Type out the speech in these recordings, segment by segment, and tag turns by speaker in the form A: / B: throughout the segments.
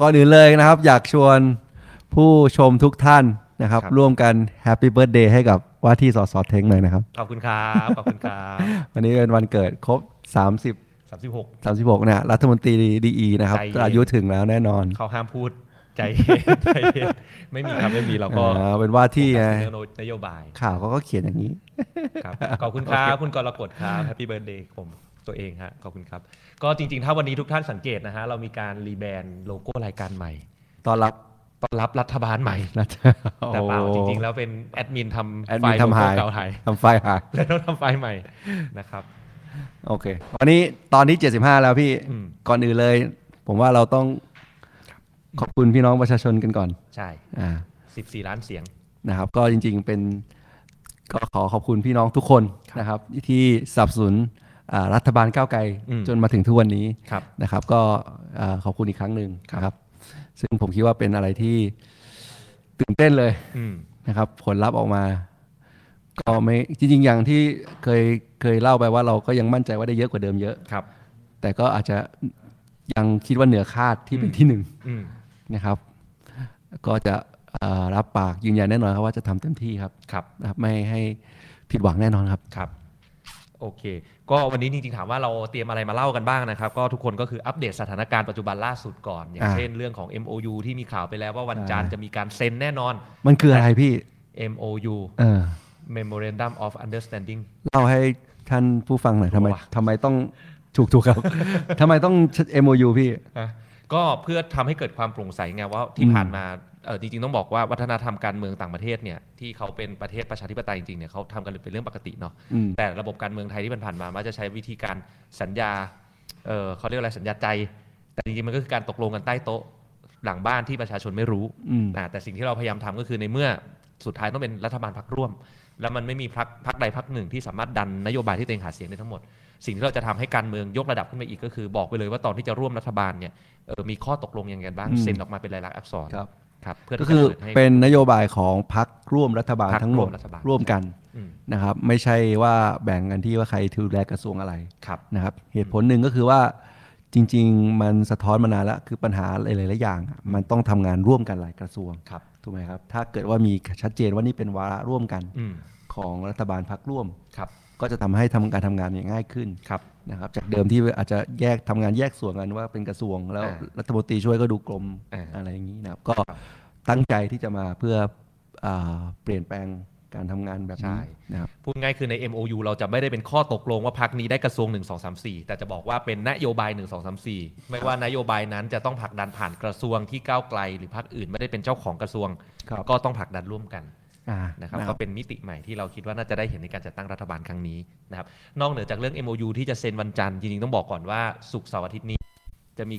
A: ก่อนอื่นเลยนะครับ อยากชวนผู้ชมทุกท่านนะครับ
B: ครับ
A: ร่วมกันแฮปปี้เบิร์ดเดย์ให้กับว่าที่สอสอเทงหน่อยนะครับ
B: ขอบคุณครับ ขอบคุณครับ
A: วันนี้เป็นวันเกิดครบ 30
B: สามสิบหก
A: 36เนี่ยรัฐมนตรีดีอีนะครับ
B: ใจเย็น
A: อายุถึงแล้วแน่นอน
B: เขาห้ามพูดใจเย็นใจเย็นไม่มีครับไม่มีเราก็
A: อ่าเป็นว่าที่
B: โฟ
A: ไง
B: กัสเรื่องนโยบาย
A: ข่าวเขาก็เขียนอย่างนี้
B: ครับขอบคุณครับคุณกรกฎครับแฮปปี้เบิร์ดเดย์ผมตัวเองฮะขอบคุณครับ ก็จริงๆ ถ้าวันนี้ทุกท่านสังเกตนะฮะเรามีการรีแบรนด์โลโก้รายการใหม่
A: ตอนรับ
B: ต้อนรับรัฐบาลใหม่
A: นะ
B: แต่เปล่าจริงๆ แล้วเป็นแอดมินทำ
A: แอด
B: ไฟ
A: มิน
B: ล์โล
A: ทำ
B: โก้
A: หาย
B: เก่าหาย
A: ทำไฟล์หาย
B: แล้วต้องทำไฟล์ใหม่นะครับ
A: โอเค วันนี้ตอนที่ 75 แล้วพี่
B: อืม
A: ก่อนอื่นเลย ผมว่าเราต้องขอบคุณพี่น้องประชาชนกันก่อน
B: ใช่
A: อ่า
B: 14 ล้านเสียง
A: นะครับ ก็จริงๆ เป็น ก็ขอขอบคุณพี่น้องทุกคนนะครับ ที่สนับสนุนอ่ารัฐบาลก้าวไกล
B: อืม
A: จนมาถึงทุกวันนี้
B: ครับ
A: นะครับก็เอ่อขอบคุณอีกครั้งหนึ่งนะครับ ซึ่งผมคิดว่าเป็นอะไรที่ตื่นเต้นเลย
B: อืม
A: นะครับ ผลลัพธ์ออกมา ก็ไม่จริงๆอย่างที่เคยเคยเล่าไปว่าเราก็ยังมั่นใจว่าได้เยอะกว่าเดิมเยอะ
B: ครับ
A: แต่ก็อาจจะยังคิดว่าเหนือคาดที่เป็นที่หนึ่ง
B: อืม
A: นะครับ ก็จะเอ่อรับปากยืนยันแน่นอนครับว่าจะทำเต็มที่ครับ
B: ครับ
A: นะครับ ไม่ให้ผิดหวังแน่นอนครับ
B: ครับ โอเค ก็วันนี้จริงๆถามว่าเราเตรียมอะไรมาเล่ากันบ้างนะครับ ก็ทุกคนก็คืออัปเดตสถานการณ์ปัจจุบันล่าสุดก่อน อย่าง
A: อ่า
B: เช่นเรื่องของ MOU ที่มีข่าวไปแล้วว่าวันจันทร์
A: อ่า
B: จะมีการเซ็นแน่นอน
A: มันคืออะไรพี่
B: MOU
A: เออ
B: Memorandum of Understanding
A: เล่าให้ท่านผู้ฟังหน่อยทำไม
B: โอ้ว่ะ
A: ทำไมต้องถูกถูกครับ ทำไมต้อง MOU พี่
B: อ่ะก็เพื่อทำให้เกิดความโปร่งใสไงว่าที่ผ่านมาเอ่อจริงๆต้องบอกว่าวัฒนธรรมการเมืองต่างประเทศเนี่ยที่เขาเป็นประเทศประชาธิปไตยจริงๆเนี่ยเขาทำกันเป็นเรื่องปกติเนาะ
A: อืม
B: แต่ระบบการเมืองไทยที่ผ่านๆมาว่าจะใช้วิธีการสัญญาเออเขาเรียกอะไรสัญญาใจ แต่จริงๆมันก็คือการตกลงกันใต้โต๊ะหลังบ้านที่ประชาชนไม่รู้
A: อืม
B: นะแต่สิ่งที่เราพยายามทำก็คือในเมื่อสุดท้ายต้องเป็นรัฐบาลพักร่วม แล้วมันไม่มีพักพักใดพักหนึ่งที่สามารถดันนโยบายที่ตัวเองหาเสียงได้ทั้งหมด สิ่งที่เราจะทำให้การเมืองยกระดับขึ้นไปอีกก็คือ บอกไปเลยว่าตอนที่จะร่วมรัฐบาลเนี่ยเออมีข้อตกลงยังไงบ้าง
A: อืม
B: เซ็นออกมาเป็นลายลักษณ์อักษร
A: ครับ
B: ครับเพื่อ
A: ก็
B: ที่จะ
A: คือ
B: ปิดให้
A: เป็นนโยบายของพักร่วมรัฐบาล
B: พรรค
A: ทั้งหมด
B: ร่วมรัฐบาล
A: ร่วมกัน
B: อืม
A: นะครับ ไม่ใช่ว่าแบ่งกันที่ว่าใครทูแลกระทรวงอะไร
B: ครับ
A: นะครับ เหตุผลหนึ่งก็คือว่าจริง ๆ มันสะท้อนมานานแล้วคือปัญหาหลายๆอย่างอะมันต้องทำงานร่วมกันหลายกระทรวง
B: ครับ
A: ถูกไหมครับ ถ้าเกิดว่ามีชัดเจนว่านี่เป็นวาระร่วมกัน
B: อืม
A: ของรัฐบาลพักร่วม
B: ครับ
A: ก็จะทำให้ทำการทำงานเนี่ยง่ายขึ้น
B: ครับ
A: นะครับจากเดิมที่อาจจะแยกทำงานแยกส่วนกันว่าเป็นกระทรวงแล้ว
B: อ่า
A: รัฐมนตรีช่วยก็ดูกรม
B: อ่า
A: อะไรอย่างนี้นะครับก็ตั้งใจที่จะมาเพื่ออาเปลี่ยนแปลงการทำงานแบบนี้นะครับ
B: พูดง่ายคือใน MOU เราจะไม่ได้เป็นข้อตกลงว่าพักนี้ได้กระทรวง 1 2 3 4 แต่จะบอกว่าเป็นนโยบาย 1 2 3 4 ไม่ว่านโยบายนั้นจะต้องผลักดันผ่านกระทรวงที่ก้าวไกล หรือพักอื่นไม่ได้เป็นเจ้าของกระทรวง
A: ครับ
B: ก็ต้องผลักดันร่วมกัน
A: อ่า
B: นะครับก็เป็นมิติใหม่ที่เราคิดว่าน่าจะได้เห็นในการจัดตั้งรัฐบาลครั้งนี้นะครับนอกเหนือจากเรื่อง MOU ที่จะเซ็นวันจันทร์จริงๆต้องบอกก่อนว่าศุกร์เสาร์อาทิตย์นี้ จะมี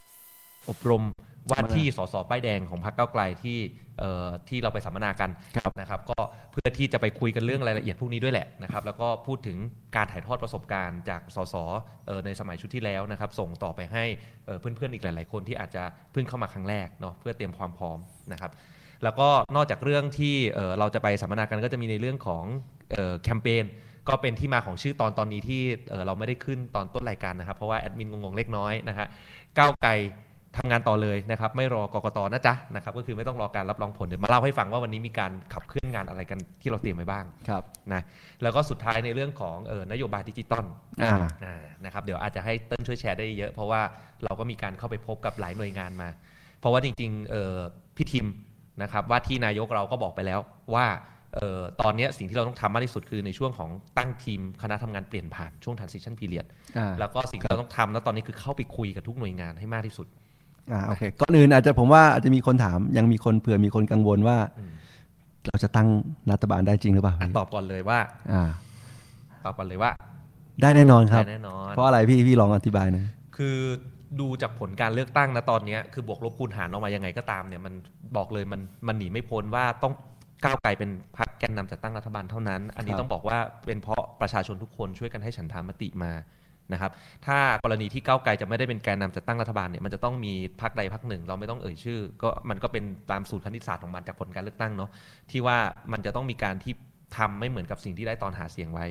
B: อบรมว่าที่สสป้ายแดงของพรรคก้าวไกลที่เอ่อที่เราไปสัมมนากัน
A: ครับ
B: นะครับก็เพื่อที่จะไปคุยกันเรื่องรายละเอียดพวกนี้ด้วยแหละนะครับแล้วก็พูดถึงการถ่ายทอดประสบการณ์จากสสเอ่อในสมัยชุดที่แล้วนะครับส่งต่อไปให้เอ่อเพื่อนๆอีกหลาย ๆ คนที่อาจจะเพิ่งเข้ามาครั้งแรกเนาะเพื่อเตรียมความพร้อมนะครับแล้วก็นอกจากเรื่องที่เอ่อเราจะไปสัมมนากันก็จะมีในเรื่องของเอ่อแคมเปญก็เป็นที่มาของชื่อตอนตอนนี้ที่เอ่อเราไม่ได้ขึ้นตอนต้นรายการนะครับเพราะว่าแอดมินงงๆเล็กน้อยนะฮะก้าวไกล ทำงานต่อเลยนะครับ ไม่รอกกตนะจ๊ะนะครับก็คือไม่ต้องรอการรับรองผลเดี๋ยวมาเล่าให้ฟังว่าวันนี้มีการขับเคลื่อนงานอะไรกันที่เราเตรียมไว้บ้าง
A: ครับ
B: นะแล้วก็สุดท้ายในเรื่องของเออนโยบายดิจิตอล
A: อ่า
B: อ่านะครับเดี๋ยวอาจจะให้เติ้ลช่วยแชร์ได้เยอะ เพราะว่าเราก็มีการเข้าไปพบกับหลายหน่วยงานมา เพราะว่าจริงๆเออพี่ทิมนะครับว่าที่นายกเราก็บอกไปแล้วว่าเออตอนเนี้ยสิ่งที่เราต้องทำมากที่สุดคือในช่วงของตั้งทีมคณะทำงานเปลี่ยนผ่านช่วง transition period
A: อ่า
B: แล้วก็สิ่งที่เราต้องทำนะตอนนี้คือเข้าไปคุยกับทุกหน่วยงานให้มากที่สุด
A: อ่าโอเคก่อนอื่นอาจจะผมว่าอาจจะมีคนถามยังมีคนเผื่อมีคนกังวลว่า
B: อืม
A: เราจะตั้งรัฐบาลได้จริงหรือเปล่า
B: อ่ะตอบก่อนเลยว่า
A: อ่า
B: ตอบก่อนเลยว่า
A: ได้แน่นอนครับ
B: ได้แน่นอน
A: เพราะอะไรพี่พี่ลองอธิบายหนะ
B: คือดูจากผลการเลือกตั้งนะตอนเนี้ยคือบวกลบคูณหารออกมายังไงก็ตามเนี่ยมันบอกเลยมันมันหนีไม่พ้นว่าต้องก้าวไกลเป็นพรรคแกนนำจัดตั้งรัฐบาลเท่านั้น อันนี้
A: ครับ
B: ต้องบอกว่าเป็นเพราะประชาชนทุกคนช่วยกันให้ฉันทามติมานะครับถ้ากรณีที่ก้าวไกลจะไม่ได้เป็นแกนนำจัดตั้งรัฐบาลเนี่ยมันจะต้องมีพรรคใดพรรคหนึ่ง เราไม่ต้องเอ่ยชื่อ ก็มันก็เป็นตามสูตรคณิตศาสตร์ของมันจากผลการเลือกตั้งเนาะที่ว่ามันจะต้องมีการที่ทำไม่เหมือนกับสิ่งที่ได้ตอนหาเสียงไว้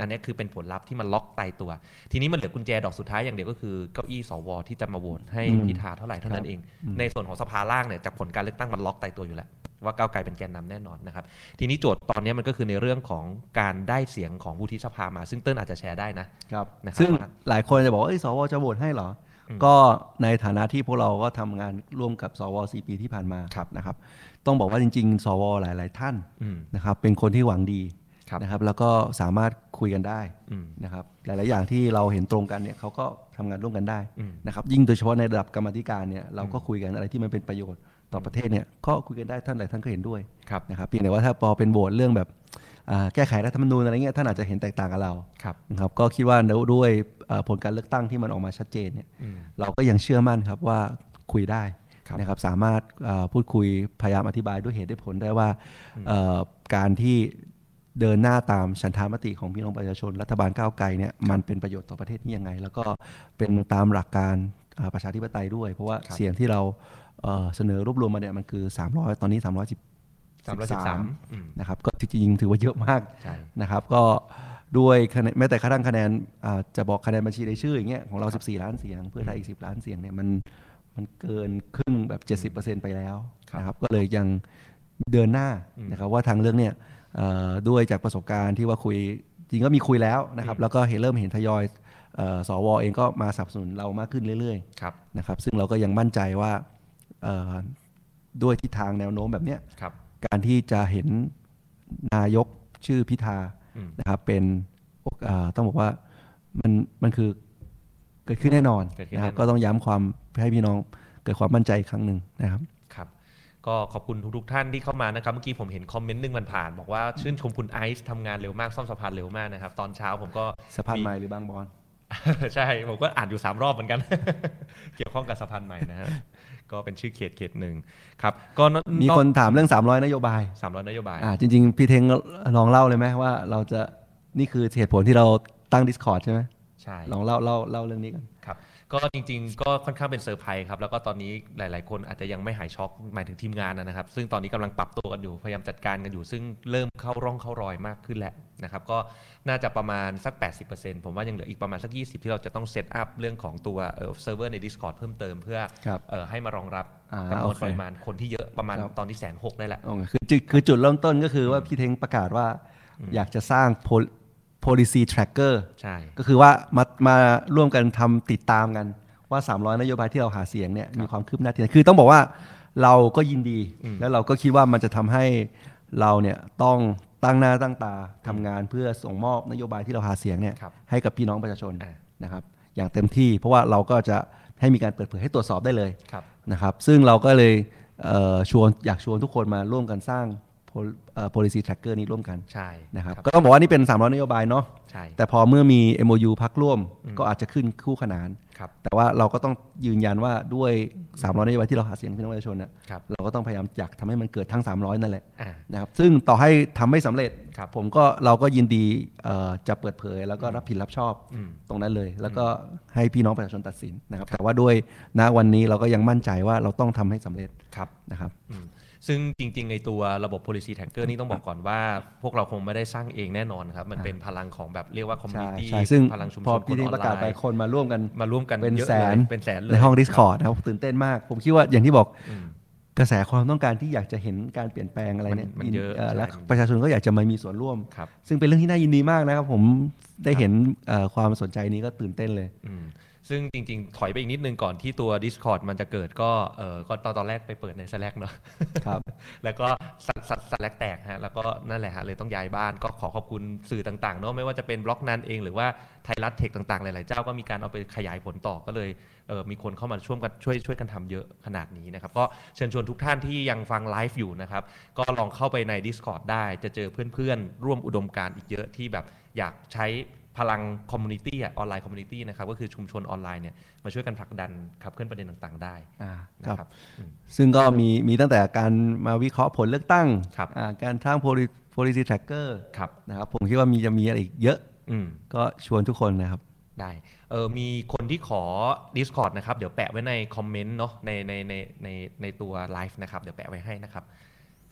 B: อันนี้คือเป็นผลลัพธ์ที่มันล็อกตายตัว ทีนี้มันเหลือกุญแจดอกสุดท้ายอย่างเดียวก็คือเก้าอี้สวที่จะมาโหวตให้
A: อืม
B: พิธาเท่าไหร่เท่า
A: ค
B: นั้
A: รั
B: น
A: บ
B: เอง
A: อืม
B: ในส่วนของสภาล่างเนี่ยจากผลการเลือกตั้งมันล็อกตายตัวอยู่แล้ว ว่าก้าวไกลเป็นแกนนำแน่นอนนะครับ ทีนี้โจทย์ตอนนี้มันก็คือในเรื่องของการได้เสียงของวุฒิสภามา ซึ่งเติ้ลอาจจะแชร์ได้นะ
A: ครับ
B: นะครับ
A: ซึ่งหลายคนจะบอกว่าเอ้ยสวจะโหวตให้เหรออ
B: ม
A: ก็ในฐานะที่พวกเราก็ทำงานร่วมกับสวสี่ปีที่ผ่านมา
B: ครับ
A: นะครับ ต้องบอกว่าจริง ๆ สวหลาย ๆ ท่าน
B: อืม
A: นะครับ เป็นคนที่หวังดี
B: ครับ
A: นะครับ แล้วก็สามารถคุยกันได้
B: อืม
A: นะครับ หลาย ๆ อย่างที่เราเห็นตรงกันเนี่ยเขาก็ทำงานร่วมกันได้
B: อืม
A: นะครับ ยิ่งโดยเฉพาะในระดับกรรมาธิการเนี่ยเราก็
B: อืม
A: คุยกันอะไรที่มันเป็นประโยชน์ต่อประเทศเนี่ยก็คุยกันได้ท่านหลายท่านก็เห็นด้วย
B: ครับ
A: นะครับเพียงแต่ว่าถ้าพอเป็นโหวตเรื่องแบบอ่าแก้ไขรัฐธรรมนูญอะไรเงี้ยท่านอาจจะเห็นแตกต่างกับเรา
B: ครับ
A: นะครับก็คิดว่าแล้วด้วยเอ่อผลการเลือกตั้งที่มันออกมาชัดเจนเนี่ย
B: อืม
A: เราก็ยังเชื่อมั่นครับว่าคุยได้
B: ครับ
A: นะครับสามารถเอ่อพูดคุยพยายามอธิบายด้วยเหตุด้วยผลได้ว่าเอ่อการที่เดินหน้าตามฉันทามติของพี่น้องประชาชน รัฐบาลก้าวไกลเนี่ยมันเป็นประโยชน์ต่อประเทศนี้ยังไง แล้วก็เป็นตามหลักการอ่าประชาธิปไตยด้วย เพราะว่า
B: ครับ
A: เสียงที่เราเอ่อเสนอรวบรวมมาเนี่ยมันคือ 300 ตอนนี้ 310
B: สามร้อยสิบสามอืม
A: นะครับก็จริงๆถือว่าเยอะมาก
B: ใช่
A: นะครับ ก็ด้วยคะแนนแม้แต่กระทั่งคะแนนอ่าจะบอกคะแนนบัญชีรายชื่ออย่างเงี้ยของเรา 14 ล้านเสียง เพื่อไทยอีก 10 ล้านเสียงเนี่ยมันมันเกินครึ่งแบบ 70%ไปแล้ว
B: ครับ
A: นะครับก็เลยยังเดินหน้า
B: อืม
A: นะครับว่าทางเรื่องเนี่ยเอ่อด้วยจากประสบการณ์ที่ว่าคุยจริงก็มีคุยแล้วนะครับ
B: อืม
A: แล้วก็เห็นเริ่มเห็นทยอยเอ่อสวเองก็มาสนับสนุนเรามากขึ้นเรื่อยๆ
B: ครับ
A: นะครับซึ่งเราก็ยังมั่นใจว่าเอ่อด้วยทิศทางแนวโน้มแบบเนี้ย
B: ครับ
A: การที่จะเห็นนายกชื่อพิธา
B: อืม
A: นะครับเป็นเอ่อต้องบอกว่ามันมันคือเกิดขึ้นแน่นอน
B: เกิดขึ้น
A: นะครับ
B: แน่นอน
A: ก็ต้องย้ำความให้พี่น้องเกิดความมั่นใจอีกครั้งหนึ่งนะครับ
B: ครับ ก็ขอบคุณทุกๆท่านที่เข้ามานะครับ เมื่อกี้ผมเห็นคอมเมนต์หนึงมันผ่าน บอกว่าชื่นชมคุณไอซ์ทำงานเร็วมากซ่อมสะพานเร็วมากนะครับ ตอนเช้าผมก็
A: สะพาน
B: มี
A: ไม้หรือบางบอน
B: ใช่ ผมก็อ่านอยู่ 3 รอบเหมือน กัน เกี่ยวข้องกับสะพานใหม่นะฮะก็เป็นชื่อเขตเขตหนึ่งครับก็นอก
A: มีคนถามเรื่อง 300 นโยบาย
B: สามร้อยนโยบาย
A: อ่าจริง ๆ พี่เทงลองเล่าเลยไหมว่าเราจะนี่คือเหตุผลที่เราตั้ง Discord ใช่ไหม
B: ใช่
A: ลองเล่าเล่าเล่าเรื่องนี้กัน
B: ครับ ก็จริงๆ ก็ค่อนข้างเป็นเซอร์ไพรส์ครับ แล้วก็ตอนนี้หลายๆ คนอาจจะยังไม่หายช็อกหมายถึงทีมงานนะครับ ซึ่งตอนนี้กำลังปรับตัวกันอยู่ พยายามจัดการกันอยู่ ซึ่งเริ่มเข้าร่องเข้ารอยมากขึ้นแล้วนะครับ ก็น่าจะประมาณสัก 80%ผมว่ายังเหลืออีกประมาณสัก 20 ที่เราจะต้องเซตอัพเรื่องของตัวเซิร์ฟเวอร์ใน Discord เพิ่มเติมเพื่อ
A: ครับ
B: เอ่อให้มารองรับ
A: อ่า
B: จำนวน
A: โอเค
B: ปริมาณคนที่เยอะประมาณ
A: ครับ
B: ตอนที่แสนหกได้แหละ
A: โอเคคือจุดคือจุดเริ่มต้นก็คือว่าพี่เทงประกาศว่าอยากจะสร้าง pol- policy tracker
B: ใช่
A: ก็คือว่ามามาร่วมกันทำติดตามกันว่า 300 นโยบายที่เราหาเสียงเนี่ยมีความคืบหน้าที่ไหนคือต้องบอกว่าเราก็ยินดี
B: อืม
A: แล้วเราก็คิดว่ามันจะทำให้เราเนี่ยต้องตั้งหน้าตั้งตาทำงานเพื่อส่งมอบนโยบายที่เราหาเสียงเนี่ย
B: ครับ
A: ให้กับพี่น้องประชาชน
B: อ่า
A: นะครับอย่างเต็มที่ เพราะว่าเราก็จะให้มีการเปิดเผยให้ตรวจสอบได้เลย
B: ครับ
A: นะครับซึ่งเราก็เลยเอ่อชวนอยากชวนทุกคนมาร่วมกันสร้าง pol- เอ่อ policy tracker นี้ร่วมกัน
B: ใช่
A: นะครับก็ต้องบอกว่านี่เป็น 300 นโยบายเนาะ
B: ใช่
A: แต่พอเมื่อมี MOU พักร่วม
B: อืม
A: ก็อาจจะขึ้นคู่ขนาน
B: ครับ
A: แต่ว่าเราก็ต้องยืนยันว่าด้วย 300 นโยบายที่เราหาเสียงพี่น้องประชาชนเนี่ย
B: ครับ
A: เราก็ต้องพยายามอยากทำให้มันเกิดทั้ง 300 นั่นแหละ
B: อ่า
A: นะครับซึ่งต่อให้ทำไม่สำเร็จ
B: ครับ
A: ผมก็เราก็ยินดีเอ่อจะเปิดเผยแล้วก็รับผิดรับชอบ
B: อืม
A: ตรงนั้นเลยแล้วก็ให้พี่น้องประชาชนตัดสินนะครับ แต่ว่าด้วยณวันนี้เราก็ยังมั่นใจว่าเราต้องทำให้สำเร็จ
B: ครับ
A: นะครับ
B: อืมซึ่งจริง ๆ ในตัวระบบ policy tracker นี่ต้องบอกก่อนว่า พวกเราคงไม่ได้สร้างเองแน่นอนครับ มันเป็นพลังของแบบเรียกว่า
A: ใช่
B: community
A: ใช่ซึ่ง
B: พลังชุมช
A: พอน
B: คน
A: พี่
B: อ
A: ดิ้ง
B: อน
A: ประ
B: ไล
A: กาศไป
B: น์
A: คนมาร่วมกัน
B: มาร่วมกัน
A: เป็น
B: ยอะ
A: แสน
B: ลยเป็นแสนเลย
A: ในห้อง Discord นะครับตื่นเต้นมาก ผมคิดว่าอย่างที่บอก
B: อืม
A: กระแสความต้องการที่อยากจะเห็นการเปลี่ยนแปลงอะไรเนี่ย
B: มันมันเยอะ
A: เอ่อ
B: ใช่
A: และประชาชนก็อยากจะมามีส่วนร่วม
B: ครับ
A: ซึ่งเป็นเรื่องที่น่ายินดีมากนะครับ ผมได้เห็นเอ่อความสนใจนี้ก็ตื่นเต้นเลย
B: อืมซึ่งจริง ๆ ถอยไปอีกนิดนึงก่อนที่ตัว Discord มันจะเกิดก็เออก็ตอนตอนแรกไปเปิดใน Slack เนอะ
A: ครับ
B: แล้วก็สัตว์สัตว์สัตว์แลกแตกฮะแล้วก็นั่นแหละฮะเลยต้องย้ายบ้านก็ขอขอบคุณสื่อต่างๆเนาะไม่ว่าจะเป็นบล็อกนันเองหรือว่าไทยรัฐเทคต่างๆ หลายๆ เจ้าก็มีการเอาไปขยายผลต่อก็เลยเออมีคนเข้ามาช่วยกันช่วยช่วยกันทำเยอะขนาดนี้นะครับ ก็เชิญชวนทุกท่านที่ยังฟังไลฟ์อยู่นะครับ ก็ลองเข้าไปใน Discord ได้จะเจอเพื่อนๆ ร่วมอุดมการณ์อีกเยอะที่แบบอยากใช้พลังคอมมูนิตี้ออนไลน์คอมมูนิตี้นะครับก็คือชุมชนออนไลน์เนี่ยมาช่วยกันผลักดันขับเคลื่อนประเด็นต่างๆ ได้
A: อ่าค
B: นะ
A: รับ
B: ครับอืม
A: ซึ่งก็มีมีตั้งแต่การมาวิเคราะห์ผลเลือกตั้ง
B: ครับ
A: อ่าการสร้าง poli- policy tracker
B: ครับ
A: นะครับผมคิดว่ามีจะมีอะไรอีกเยอะ
B: อืม
A: ก็ชวนทุกคนนะครับ
B: ได้เออมีคนที่ขอ Discord นะครับ เดี๋ยวแปะไว้ในคอมเมนต์เนาะในในในในในตัวไลฟ์นะครับ เดี๋ยวแปะไว้ให้นะครับ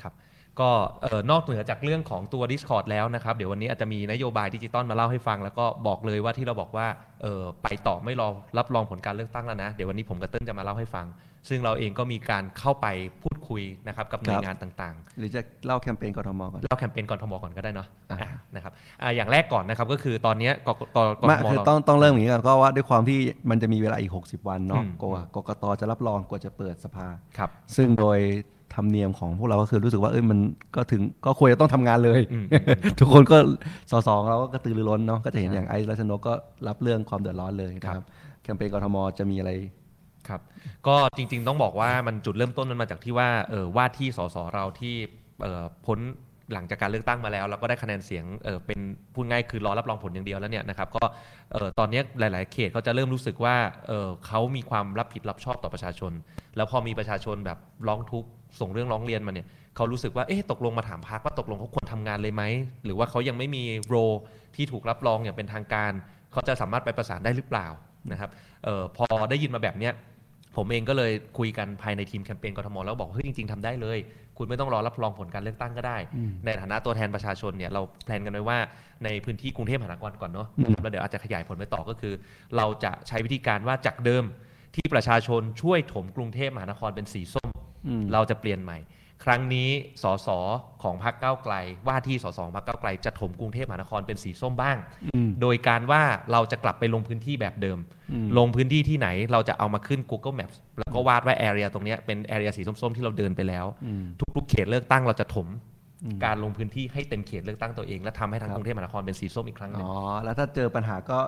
B: ครับ ก็เอ่อนอกเหนือจากเรื่องของตัว Discord แล้วนะครับ เดี๋ยววันนี้อาจจะมีนโยบายดิจิตอลมาเล่าให้ฟัง แล้วก็บอกเลยว่าที่เราบอกว่าเออไปต่อไม่รอรับรองผลการเลือกตั้งแล้วนะ เดี๋ยววันนี้ผมกับเติ้ลจะมาเล่าให้ฟัง ซึ่งเราเองก็มีการเข้าไปพูดคุยนะครับกับหน่วยงานต่างๆ
A: หรือจะเล่าแคมเปญกทมก่อน
B: เล่าแคมเปญกรทมก่อนก็ได้เนาะ
A: อ่า
B: อ่ะนะครับอ่าอย่างแรกก่อนนะครับก็คือตอนเนี้ยกกกก
A: ไม่
B: ทม
A: คือ
B: เรา
A: ต้องต้องเริ่มอย่างนี้ก่อนก็ว่าด้วยความที่มันจะมีเวลาอีก 60 วันเนาะ
B: อืม
A: กว่ากกตจะรับรองกว่าจะเปิดสภา
B: ครับ
A: ซึ่งโดยธรรมเนียมของพวกเราก็คือรู้สึกว่าเอ้ยมันก็ถึงก็ควรจะต้องทำงานเลย
B: อืมอืมอืม
A: ทุกคนก็สอสองเราก็กระตือรือร้นเนาะก็จะเห็น
B: ครับ
A: อย่างไอซ์รัชนกก็รับเรื่องความเดือดร้อนเลยนะค
B: ครั
A: รับ บแคมเปญกทมจะมีอะไร
B: ครับก็จริงๆต้องบอกว่ามันจุดเริ่มต้นมันมาจากที่ว่าเออว่าที่สสเราที่เอ่อพ้นหลังจากการเลือกตั้งมาแล้ว แล้วก็ได้คะแนนเสียงเออเป็นพูดง่ายคือรอรับรองผลอย่างเดียวแล้วเนี่ยนะครับก็เออตอนเนี้ยหลาย ๆ เขตเขาจะเริ่มรู้สึกว่าเออเขามีความรับผิดรับชอบต่อประชาชน แล้วพอมีประชาชนแบบร้องทุกข์ส่งเรื่องร้องเรียนมาเนี่ยเขารู้สึกว่าเอ๊ะตกลงมาถามพักว่าตกลงเขาควรทำงานเลยไหมหรือว่าเขายังไม่มีโรที่ถูกรับรองอย่างเป็นทางการเขาจะสามารถไปประสานได้หรือเปล่านะครับเออพอได้ยินมาแบบเนี้ย ผมเองก็เลยคุยกันภายในทีมแคมเปญกทมแล้วบอกเฮ้ยจริงๆทำได้เลย คุณไม่ต้องรอรับรองผลการเลือกตั้งก็ได้
A: อืม
B: ในฐานะตัวแทนประชาชนเนี่ยเราแพลนกันไว้ว่าในพื้นที่กรุงเทพมหานครก่อนเนาะ
A: อืม
B: แล้วเดี๋ยวอาจจะขยายผลไปต่อก็คือ เราจะใช้วิธีการว่าจากเดิมที่ประชาชนช่วยถมกรุงเทพมหานครเป็นสีส้ม
A: อืม
B: เราจะเปลี่ยนใหม่ ครั้งนี้สสของพรรคก้าวไกล ว่าที่สสของพรรคก้าวไกลจะถมกรุงเทพมหานครเป็นสีส้มบ้าง
A: อืม
B: โดยการว่าเราจะกลับไปลงพื้นที่แบบเดิม
A: อืม
B: ลงพื้นที่ที่ไหนเราจะเอามาขึ้น Google Maps แล้วก็วาดว่า area ตรงเนี้ยเป็น area สีส้มๆ ที่เราเดินไปแล้ว
A: อืม
B: ทุกๆ เขตเลือกตั้งเราจะถม
A: อืม
B: การลงพื้นที่ให้เต็มเขตเลือกตั้งตัวเอง และทำให้ทั้งกรุงเทพมหานครเป็นสีส้มอีกครั้งหนึ่ง
A: อ๋อ แล้วถ้าเจอปัญหาก็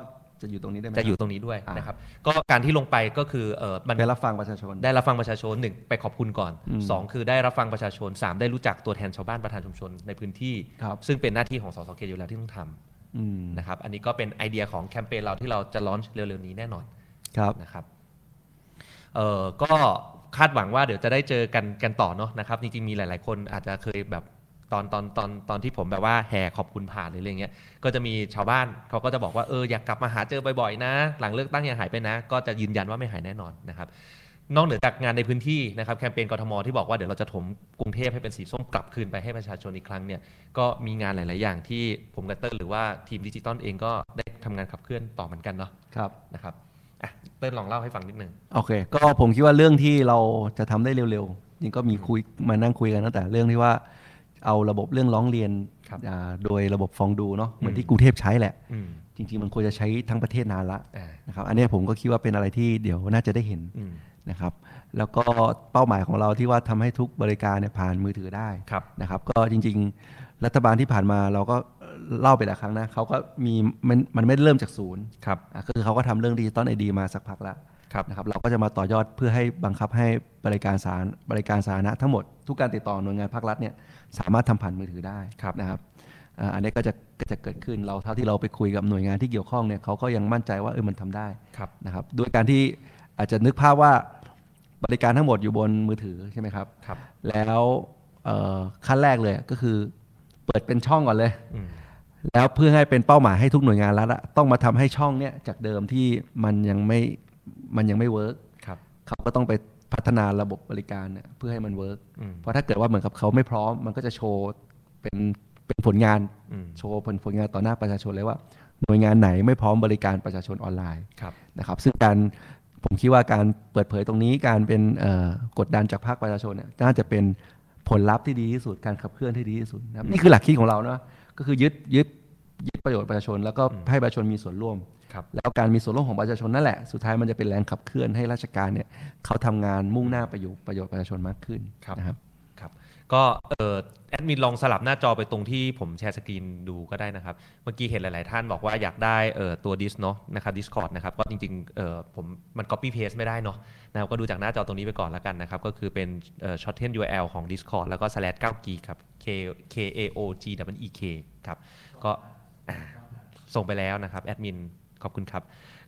A: จะอยู่ตรงนี้ได้ไหม
B: จะอยู่ตรงนี้ด้วยนะครับ ก็การที่ลงไปก็คือเออมัน
A: ไปรับฟังประชาชน
B: ได้รับฟังประชาชนหนึ่งไปขอบคุณก่อน
A: อืม
B: สองคือได้รับฟังประชาชนสามได้รู้จักตัวแทนชาวบ้านประธานชุมชนในพื้นที่
A: ครับ
B: ซึ่งเป็นหน้าที่ของสสเขตอยู่แล้วที่ต้องท
A: อืม
B: ำนะครับอันนี้ก็เป็นไอเดียของแคมเปญเราที่เราจะลอนเร็วๆนี้แน่นอน
A: ครับ
B: นะครับ เอ่อ ก็คาดหวังว่าเดี๋ยวจะได้เจอกันกันต่อเนาะนะครับ จริงๆ มีหลาย ๆ คนอาจจะเคยแบบตอนตอนตอนตอนที่ผมแบบว่าแห่ขอบคุณผ่านหรืออะไรเงี้ย ก็จะมีชาวบ้านเขาก็จะบอกว่าเอออยากกลับมาหาเจอบ่อยๆ นะ หลังเลือกตั้งอย่าหายไปนะ ก็จะยืนยันว่าไม่หายแน่นอนนะครับ นอกเหนือจากงานในพื้นที่นะครับแคมเปญกทมที่บอกว่าเดี๋ยวเราจะถมกรุงเทพให้เป็นสีส้มกลับคืนไปให้ประชาชนอีกครั้งเนี่ยก็มีงานหลาย ๆ อย่างที่ผมกับเติ้ลหรือว่าทีมดิจิตอลเองก็ได้ทำงานขับเคลื่อนต่อเหมือนกันเนาะ
A: ครับ
B: นะครับอ่ะเติ้ลลองเล่าให้ฟังนิดนึง
A: โอเค ก็ผมคิดว่าเรื่องที่เราจะทำได้เร็วๆจริงก็มีคุยมานั่งคุยกันตั้งแต่เรื่องที่ว่า เอาระบบเรื่องร้องเรียน
B: ครับ
A: อ่าโดยระบบฟองดูเนาะ เหมือน
B: อืม
A: ที่กรุงเทพใช้แหละ
B: อืม
A: จริงๆ มันควรจะใช้ทั้งประเทศนานละ
B: อ่า
A: นะครับ อันเนี้ยผมก็คิดว่าเป็นอะไรที่เดี๋ยวน่าจะได้เห็น
B: อืม
A: นะครับ แล้วก็เป้าหมายของเราที่ว่าทำให้ทุกบริการเนี่ยผ่านมือถือได้
B: ครับ
A: นะครับก็จริงๆ รัฐบาลที่ผ่านมาเราก็เอ่อเล่าไปหลายครั้งนะเขาก็มีมันมันไม่ได้เริ่มจากศูนย์
B: ครับ
A: อ่ะก็คือเขาก็ทำเรื่องดิจิตอลไอดีมาสักพักแล้ว
B: ครับ
A: นะครับเราก็จะมาต่อยอดเพื่อให้บังคับให้บริการสาธารบริการสาธารณะทั้งหมดทุกการติดต่อหน่วยงานภาครัฐเนี่ยสามารถทำผ่านมือถือได้
B: ครับ
A: นะครับอ่าอันนี้ก็จะก็จะเกิดขึ้นเราเท่าที่เราไปคุยกับหน่วยงานที่เกี่ยวข้องเนี่ยเขาก็ยังมั่นใจว่าเออมันทำได้
B: ครับ
A: นะครับด้วยการที่อาจจะนึกภาพว่าบริการทั้งหมดอยู่บนมือถือใช่ไหมครับ
B: ครับ
A: แล้วเอ่อขั้นแรกเลยก็คือเปิดเป็นช่องก่อนเลย
B: อืม
A: แล้วเพื่อให้เป็นเป้าหมายให้ทุกหน่วยงานรัฐอะต้องมาทำให้ช่องเนี้ยจากเดิมที่มันยังไม่มันยังไม่เวิร์ก
B: ครับ
A: เขาก็ต้องไปพัฒนาระบบบริการเนี่ยเพื่อให้มันเวิร์ก
B: อืม
A: เพราะถ้าเกิดว่าเหมือนกับเขาไม่พร้อม มันก็จะโชว์เป็นเป็นผลงาน
B: อืม
A: โชว์ผลผลงานต่อหน้าประชาชนเลยว่า หน่วยงานไหนไม่พร้อมบริการประชาชนออนไลน์
B: ครับ
A: นะครับซึ่งการผมคิดว่าการเปิดเผยตรงนี้การเป็นเอ่อกดดันจากภาคประชาชนเนี่ยน่าจะเป็นผลลัพธ์ที่ดีที่สุดการขับเคลื่อนที่ดีที่สุดนะครับนี่คือหลักคิดของเราเนาะก็คือยึดยึดยึดประโยชน์ประชาชน แล้วก็
B: อืม
A: ให้ประชาชนมีส่วนร่วม
B: ครับ
A: แล้วการมีส่วนร่วมของประชาชนนั่นแหละสุดท้ายมันจะเป็นแรงขับเคลื่อนให้ราชการเนี่ยเขาทำงานมุ่งหน้าประโยชน์ประโยชน์ประชาชนมากขึ้นนะครับ
B: ก็เออแอดมินลองสลับหน้าจอไปตรงที่ผมแชร์สกรีนดูก็ได้นะครับ เมื่อกี้เห็นหลาย ๆ ท่านบอกว่าอยากได้เออตัวดิสเนาะนะครับดิสคอร์ดนะครับ ก็จริง ๆ เออผมมัน copy paste ไม่ได้เนาะนะครับก็ดูจากหน้าจอตรงนี้ไปก่อนแล้วกันนะครับ ก็คือเป็นเออ shorten URL ของ Discord แล้วก็ slash 9 g ครับ k k a o g w e k ครับก็ ส่งไปแล้วนะครับแอดมินขอบคุณครับ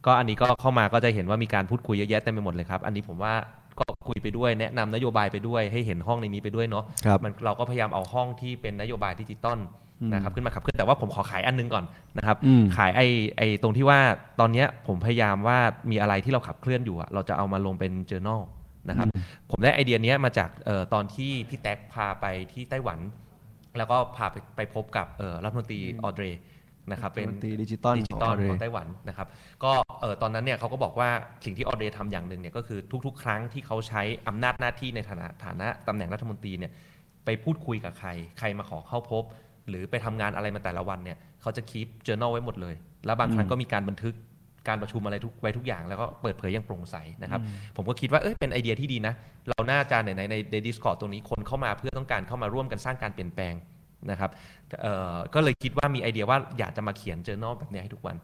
B: ก็อันนี้ก็เข้ามาก็จะเห็นว่ามีการพูดคุยเยอะแยะเต็มไปหมดเลยครับ อันนี้ผมว่าก็คุยไปด้วย แนะนำนโยบายไปด้วยให้เห็นห้องในนี้ไปด้วยเนาะ
A: ครับ
B: มันเราก็พยายามเอาห้องที่เป็นนโยบายดิจิตอล
A: อืม
B: นะครับขึ้นมาขับเคลื่อนแต่ว่าผมขอขายอันนึงก่อนนะครับ
A: อืม
B: ขายไอ้ไอ้ตรงที่ว่าตอนเนี้ยผมพยายามว่ามีอะไรที่เราขับเคลื่อนอยู่อะเราจะเอามาลงเป็น journal นะครับ ผมได้ไอเดียเนี้ยมาจากเออตอนที่พี่แท็กพาไปที่ไต้หวัน แล้วก็พาไปไปพบกับเอ่อรัฐมนตรีออเดรนะครับเป็น
A: รัฐมนตรีดิจิตอล
B: ดิ
A: ข
B: จิ
A: อง
B: ตอ
A: อ
B: ล
A: เร
B: ของไต้หวันนะครับก็เออตอนนั้นเนี่ยเขาก็บอกว่าสิ่งที่ออเดย์ทำอย่างหนึ่งเนี่ยก็คือทุกๆ ครั้งที่เขาใช้อำนาจหน้าที่ในฐานะฐานะตำแหน่งรัฐมนตรีเนี่ยไปพูดคุยกับใคร ใครมาขอเข้าพบ หรือไปทำงานอะไรมาแต่ละวันเนี่ยเขาจะคีป journal ไว้หมดเลย แล้วบางครั้งก็มีการบันทึกการประชุมอะไรทุกไว้ทุกอย่างแล้วก็เปิดเผยอย่างโปร่งใสนะครับ ผมก็คิดว่าเอ้ยเป็นไอเดียที่ดีนะ เราน่าจะในในในในดิสคอตรงนี้คนเข้ามาเพื่อต้องการเข้ามาร่วมกันสร้างการเปลี่ยนแปลงนะครับเอ่อก็เลยคิดว่ามีไอเดียว่าอยากจะมาเขียนเจอ n a l แบบเนี้ยให้ทุกวัน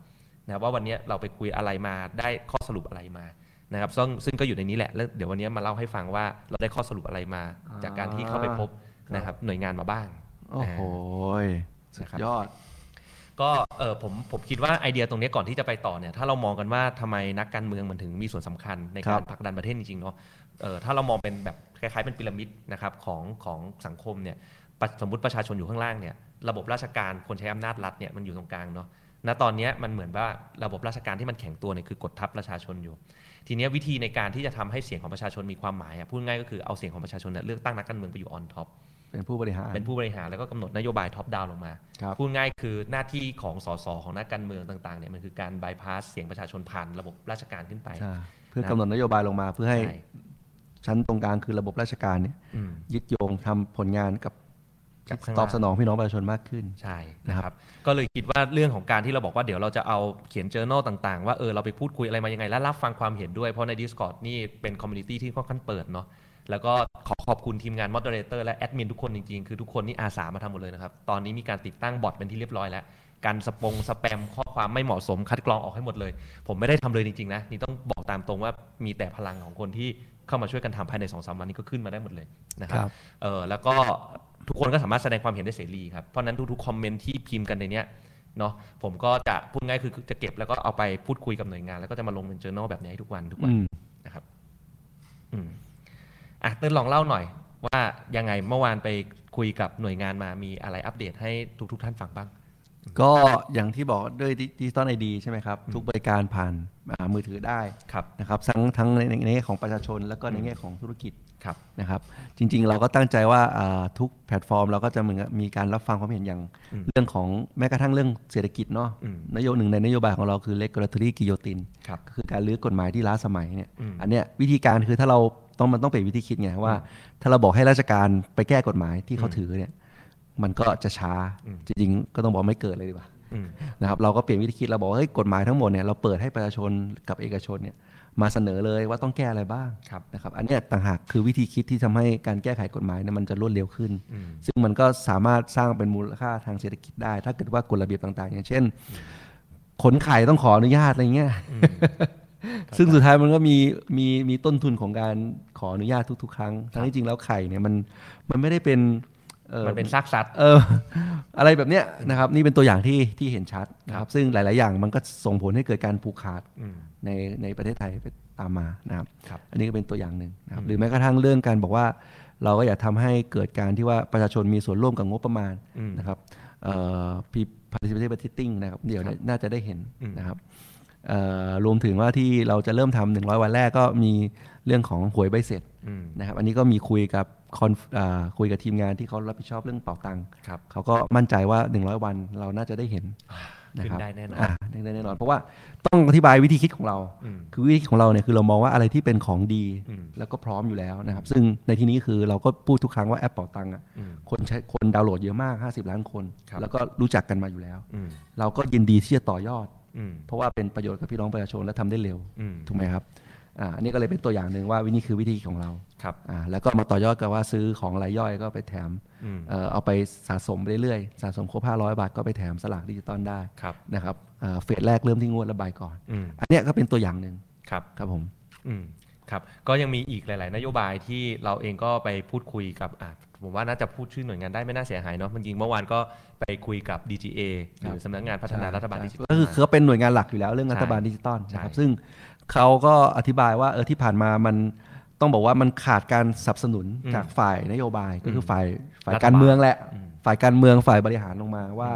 B: นะครับว่าวันเนี้ยเราไปคุยอะไรมาได้ข้อสรุปอะไรมานะครับซึ่งซึ่งก็อยู่ในนี้แหละแล้วเดี๋ยววันเนี้ยมาเล่าให้ฟังว่าเราได้ข้อสรุปอะไรมา จากการที่เข้าไปพบนะครับหน่วยงานมาบ้าง
A: โอ้โหสุดยอด
B: ก็เออผมผมคิดว่าไอเดียตรงเนี้ยก่อนที่จะไปต่อเนี่ยถ้าเรามองกันว่าทำไมนักการเมืองมันถึงมีส่วนสำคัญใน
A: ครั
B: การ
A: บ
B: ผลักดันประเทศจริงๆเนาะเออถ้าเรามองเป็นแบบคล้ายๆเป็นพีระมิดนะครับของของสังคมเนี่ยปะสมมติประชาชนอยู่ข้างล่างเนี่ยระบบราชการคนใช้อำนาจรัฐเนี่ยมันอยู่ตรงกลางเนาะณตอนเนี้ยมันเหมือนว่าระบบราชการที่มันแข็งตัวเนี่ยคือกดทับประชาชนอยู่ ทีเนี้ยวิธีในการที่จะทำให้เสียงของประชาชนมีความหมายอะพูดง่ายก็คือเอาเสียงของประชาชนเนี่ยเลือกตั้งนักการเมืองไปอยู่ออนท็อป
A: เป็นผู้บริหาร
B: เป็นผู้บริหารแล้วก็กำหนดนโยบายท็อปดาวลงมา
A: ครับ
B: พูดง่ายคือหน้าที่ของสสของนักการเมืองต่างๆเนี่ยมันคือการบายพาสเสียงประชาชนผ่านระบบราชการขึ้นไป
A: ใช่เพื่อกำหนดนโยบายลงมาเพื่อให้
B: ใช่
A: ชั้นตรงกลางคือระบบราชการเนี่ย
B: อืม
A: ยึดโยงทำผลงานกับ
B: กับข้างล่าง
A: ตอบสนองพี่น้องประชาชนมากขึ้น
B: ใช่นะครับก็เลยคิดว่าเรื่องของการที่เราบอกว่าเดี๋ยวเราจะเอาเขียน journal ต่างๆ ว่าเออเราไปพูดคุยอะไรมายังไง และรับฟังความเห็นด้วย เพราะใน Discord นี่เป็นคอมมูนิตี้ที่ค่อนข้างเปิดเนาะแล้วก็ขอขอบคุณทีมงานมอดเ r เตอร์และแอดมินทุกคนจริงๆ คือทุกคนนี่อาสามาทำหมดเลยนะครับ ตอนนี้มีการติดตั้งบอทเป็นที่เรียบร้อยแล้ว การสปงสแปมข้อความไม่เหมาะสมคัดกรองออกให้หมดเลย ผมไม่ได้ทำเลยจริงๆนะนี่ต้องบอกตามตรงว่ามีแต่พลังของคนที่เข้ามาช่วยกันทำภายใน2อสามวันนี้ก็ขึ้นมาได้หมดเลยนะครั
A: ครับ บ
B: เออแล้วก็ทุกคนก็สามารถแสดงความเห็นได้เสรีครับ เพราะฉะนั้นทุกๆคอมเมนต์ที่พิมพ์กันในเนี้ยเนาะผมก็จะพูดง่ายคือจะเก็บแล้วก็เอาไปพูดคุยกับหน่วยงาน แล้วก็จะมาลงเป็น journal แบบนี้ให้ทุกวันทุกวัน
A: อืม
B: นะครับอืมอ่ะเติ้ลลองเล่าหน่อย ว่ายังไงเมื่อวานไปคุยกับหน่วยงานมามีอะไรอัปเดตให้ทุกๆท่านฟังบ้าง
A: ก็อย่างที่บอกด้วยดิจิตอลไอดีใช่ไหมครับ ทุกบริการผ่านอ่ามือถือได้
B: ครับ
A: นะครับทั้งทั้งในในแง่ของประชาชนแล้วก็ในแง่ของธุรกิจ
B: ครับ
A: นะครับจริงๆเราก็ตั้งใจว่าอ่าทุกแพลตฟอร์มเราก็จะเหมือนกับมีการรับฟังความเห็นอย่าง
B: อืม
A: เรื่องของแม้กระทั่งเรื่องเศรษฐกิจเนาะ
B: อืม
A: นโยหนึ่งในนโยบายของเราคือ regulatory guillotine
B: ครับ
A: ก็คือการรื้อกฎหมายที่ล้าสมัยเนี่ย
B: อืม
A: อันเนี้ยวิธีการคือถ้าเราต้องมันต้องเปลี่ยนวิธีคิดไงว่า ถ้าเราบอกให้ราชการไปแก้กฎหมายที่เขาถือเนี่ยมันก็จะช้า
B: อืม
A: จริงๆก็ต้องบอกไม่เกิดเลยดีกว่า
B: อืม
A: นะครับเราก็เปลี่ยนวิธีคิดเราบอกว่าเฮ้ยกฎหมายทั้งหมดเนี่ยเราเปิดให้ประชาชนกับเอกชนเนี่ยมาเสนอเลยว่าต้องแก้อะไรบ้าง
B: ครับ
A: นะครับอันเนี้ยต่างหากคือวิธีคิดที่ทำให้การแก้ไขกฎหมายเนี่ยมันจะรวดเร็วขึ้น
B: อืม
A: ซึ่งมันก็สามารถสร้างเป็นมูลค่าทางเศรษฐกิจได้ ถ้าเกิดว่ากฎระเบียบต่างๆ อย่างเช่น ขนไข่ต้องขออนุญาตอะไรเงี้ยซึ่งสุดท้ายมันก็มีมีมีต้นทุนของการขออนุญาตทุก ๆ ครั้งทั้งที่จริงแล้วไข่เนี่ยมันมันไม่ได้เป็นอ่อ
B: มันเป็นซากสัตว์
A: เอออะไรแบบเนี้ยนะครับนี่เป็นตัวอย่างที่ที่เห็นชัดนะครับซึ่งหลาย ๆ อย่างมันก็ส่งผลให้เกิดการผูกขาด
B: อืม
A: ในในประเทศไทยไปตามมานะครับ
B: ครับ
A: อันนี้ก็เป็นตัวอย่างหนึ่งนะครับหรือแม้กระทั่งเรื่องการบอกว่า เราก็อยากทำให้เกิดการที่ว่าประชาชนมีส่วนร่วมกับงบประมาณ
B: อืม
A: นะครับเอ่อ P- participative budgeting นะครับเดี๋ยวน่าจะได้เห็น
B: อืม
A: นะครับเอ่อรวมถึงว่าที่เราจะเริ่มทำหนึ่งร้อยวันแรกก็มีเรื่องของหวยใบเสร็จ
B: อืม
A: นะครับอันนี้ก็มีคุยกับคอนอ่าคุยกับทีมงานที่เขารับผิดชอบเรื่องเป่าตังค์
B: ครับ
A: เขาก็มั่นใจว่า 100 วันเราน่าจะได้เห็นนะครั
B: ขึ้
A: บ
B: นได้แน่นอน
A: าขึ้นได้แน่นอน เพราะว่าต้องอธิบายวิธีคิดของเรา
B: อืม
A: คือวิธีคิดของเราเนี่ยคือเรามองว่าอะไรที่เป็นของดี
B: อืม
A: แล้วก็พร้อมอยู่แล้วนะครับ ซึ่งในที่นี้คือเราก็พูดทุกครั้งว่าแอปเป่าตังค์อะ
B: อืม
A: คนใช้คนดาวน์โหลดเยอะมาก 50 ล้านคน
B: ครับ
A: แล้วก็รู้จักกันมาอยู่แล้ว
B: อืม
A: เราก็ยินดีที่จะต่อยอด
B: อืม
A: เพราะว่าเป็นประโยชน์กับพี่น้องประชาชนและทำได้เร็ว
B: อืม
A: ถูกไหมครับอ่าอันนี้ก็เลยเป็นตัวอย่างหนึ่งว่าวินี่คือวิธีของเรา
B: ครับ
A: อ่าแล้วก็มาต่อยอดกับว่าซื้อของรายย่อยก็ไปแถม
B: อืม
A: เอ่อเอาไปสะสมไปเรื่อยๆ สะสมครบ500 บาทก็ไปแถมสลากดิจิตอลได้
B: ครับ
A: นะครับเอ่อเฟสแรกเริ่มที่งวดละใบก่อน
B: อืม
A: อันเนี้ยก็เป็นตัวอย่างหนึ่ง
B: ครับ
A: ครับผม
B: อืมครับก็ยังมีอีกหลาย ๆ นโยบายที่เราเองก็ไปพูดคุยกับอ่ะผมว่าน่าจะพูดชื่อหน่วยงานได้ไม่น่าเสียหายเนาะมันจริงเมื่อวานก็ไปคุยกับ DGA หรือสำนักงานพัฒนารัฐบาลดิจิทัล
A: ก็คือเขาเป็นหน่วยงานหลักอยู่แล้วเรื่อง
B: ใช่
A: รัฐบาลดิจิตอลนะครับ
B: ใช่
A: ซึ่งเขาก็อธิบายว่าเออที่ผ่านมามันต้องบอกว่ามันขาดการสนับสนุน
B: อืม
A: จากฝ่ายนโยบายก็คือฝ่ายฝ่าย
B: รัฐบาล
A: การเมืองแหละ
B: อืม
A: ฝ่ายการเมืองฝ่ายบริหารลงมาว่า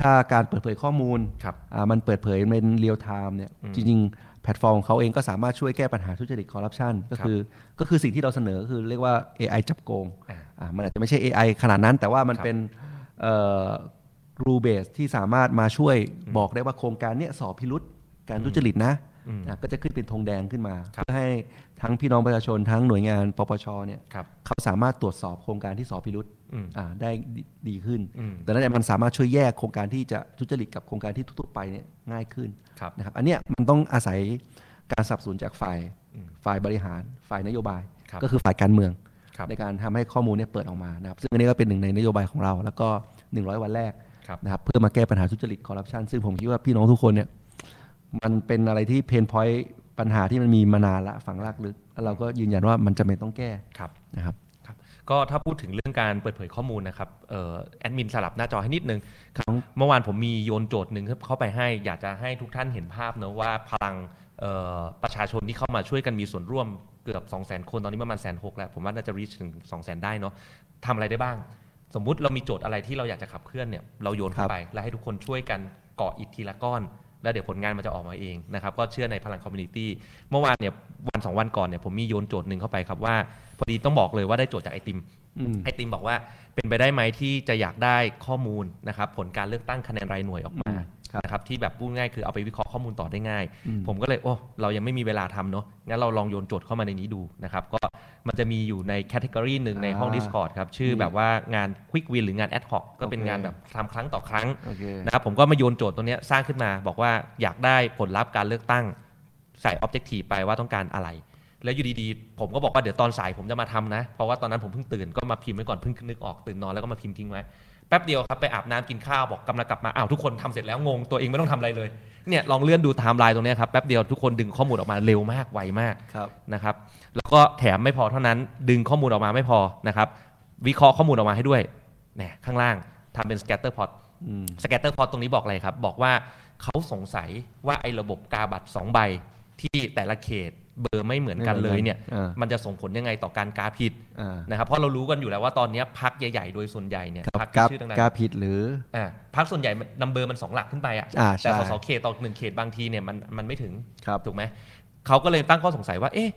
A: ถ้าการเปิดเผยข้อมูล
B: ครับ
A: อ่ามันเปิดเผยเป็นเรียลไทม์เนี่ย
B: อืม
A: จริงๆ แพลตฟอร์มของเขาเองก็สามารถช่วยแก้ปัญหาทุจริตคอร์รัปชันก็
B: ครับ
A: คือก็คือสิ่งที่เราเสนอก็คือเรียกว่า AI จับโกง
B: อ่า
A: อ่ะมันอาจจะไม่ใช่ AI ขนาดนั้น แต่ว่ามัน
B: ครับ
A: เป็น รูเบสที่สามารถมาช่วยบอกได้ว่าโครงการเนี้ยสอบพิรุษการทุจริตนะ
B: อืม
A: นะก็จะขึ้นเป็นธงแดงขึ้นมา
B: ครับ
A: เพื่อให้ทั้งพี่น้องประชาชนทั้งหน่วยงานปปชเนี่ย
B: ครับ
A: เขาสามารถตรวจสอบโครงการที่สอบพิรุษ
B: อืม
A: อ่าได้ดีดีขึ้น
B: อืม
A: แต่นั้นเนี่ยมันสามารถช่วยแยกโครงการที่จะทุจริตกับโครงการที่ทั่วๆไปเนี่ยง่ายขึ้น
B: ครับ
A: นะครับอันเนี้ยมันต้องอาศัยการสนับสนุนจากฝ่าย
B: อืม
A: ฝ่ายบริหาร ฝ่ายนโยบาย
B: ครับ
A: ก็คือฝ่ายการเมือง
B: ครับ
A: ในการทำให้ข้อมูลเนี่ยเปิดออกมานะครับซึ่งอันนี้ก็เป็นหนึ่งในนโยบายของเรา แล้วก็ 100 วันแรก
B: ครับ
A: นะครับเพื่อมาแก้ปัญหาทุจริตคอร์รัปชันซึ่งผมคิดว่าพี่น้องทุกคนเนี่ยมันเป็นอะไรที่เพนพอยต์ปัญหาที่มันมีมานานละฝังรากลึกแล้วเราก็ยืนยันว่ามันจะเป็นต้องแก้
B: ครับ
A: นะครับ
B: ครับก็ถ้าพูดถึงเรื่องการเปิดเผยข้อมูลนะครับเอ่อแอดมินสลับหน้าจอให้นิดนึงครับเมื่อวานผมมีโยนโจทย์หนึ่งเข้าไปให้ อยากจะให้ทุกท่านเห็นภาพเนอะว่าพลังเอ่อประชาชนที่เข้ามาช่วยกันมีส่วนร่วมเกือบ 2 0 0 0 0 0 คนตอนนี้ประมาณแสนหกแล้ว ผมว่าน่าจะ reach ถึง 2 0 0 0 0 0 ได้เนาะทำอะไรได้บ้าง สมมุติเรามีโจทย์อะไรที่เราอยากจะขับเคลื่อนเนี่ยเราโยนเข้าไป แล้วให้ทุกคนช่วยกันเกาะอิฐทีละก้อน แล้วเดี๋ยวผลงานมันจะออกมาเองนะครับก็เชื่อในพลังคอมมูนิตี้เมื่อวานเนี่ยวันสองวันก่อนเนี่ยผมมีโยนโจทย์หนึ่งเข้าไปครับว่า พอดีต้องบอกเลยว่าได้โจทย์จากไอติม
A: อืม
B: ไอติมบอกว่าเป็นไปได้ไหมที่จะอยากได้ข้อมูลนะครับผลการเลือกตั้งคะแนนรายหน่วยออกมา
A: อืมครับ
B: นะครับที่แบบพูดง่ายคือเอาไปวิเคราะห์ข้อมูลต่อได้ง่าย
A: อืม
B: ผมก็เลยโอ้เรายังไม่มีเวลาทำเนาะงั้นเราลองโยนโจทย์เข้ามาในนี้ดูนะครับก็มันจะมีอยู่ในแคตตากรีหนึ่งในห้อง
A: อ่า
B: Discord ครับชื่อแบบว่างานควิกวินหรืองานแอดฮอกก็เป็น
A: โอเค
B: งานแบบทำครั้งต่อครั้ง
A: โอเค
B: นะครับผมก็มาโยนโจทย์ตัวเนี้ยสร้างขึ้นมาบอกว่าอยากได้ผลลัพธ์การเลือกตั้งใส่ objective ไปว่าต้องการอะไร แล้วอยู่ดีๆ ผมก็บอกว่าเดี๋ยวตอนสายผมจะมาทำนะ เพราะว่าตอนนั้นผมเพิ่งตื่นก็มาพิมพ์ไว้ก่อนเพิ่งนึกออกตื่นนอนแล้วก็มาพิมพ์ทิ้งไว้ แป๊บเดียวครับไปอาบน้ำกินข้าวบอกกำลังกลับมาอ้าวทุกคนทำเสร็จแล้วงงตัวเองไม่ต้องทำอะไรเลยเนี่ยลองเลื่อนดูไทม์ไลน์ตรงเนี้ยครับแป๊บเดียวทุกคนดึงข้อมูลออกมาเร็วมากไวมาก
A: ครับ
B: นะครับแล้วก็แถมไม่พอเท่านั้นดึงข้อมูลออกมาไม่พอนะครับวิเคราะห์ข้อมูลออกมาให้ด้วยเนี่ยข้างล่างทำเป็น scatter plot
A: อืม
B: scatter plot ตรงนี้บอกอะไรครับ บอกว่าเขาสงสัยว่าไอ้ระบบกาบัตร2ใบ ที่แต่ละเขตเบอร์ไม่เหมือนกันเลยเนี่ย
A: อ่า
B: มันจะส่งผลยังไงต่อการกาผิด
A: อ่า
B: นะครับเพราะเรารู้กันอยู่แล้วว่าตอนเนี้ยพักใหญ่ๆ โดยส่วนใหญ่เนี่ย
A: กับ
B: พั
A: กับ
B: ชื่อดัง
A: กา
B: ๆ
A: ผิดหรือ
B: อ่าพักส่วนใหญ่มันนัมเบอร์มันสองหลักขึ้นไปอะ
A: อ่าใช่
B: แต่สสเขตต่อหนึ่งเขตบางทีเนี่ยมันมันไม่ถึง
A: ครับ
B: ถูกไหมเขาก็เลยตั้งข้อสงสัยว่า เอ๊ะ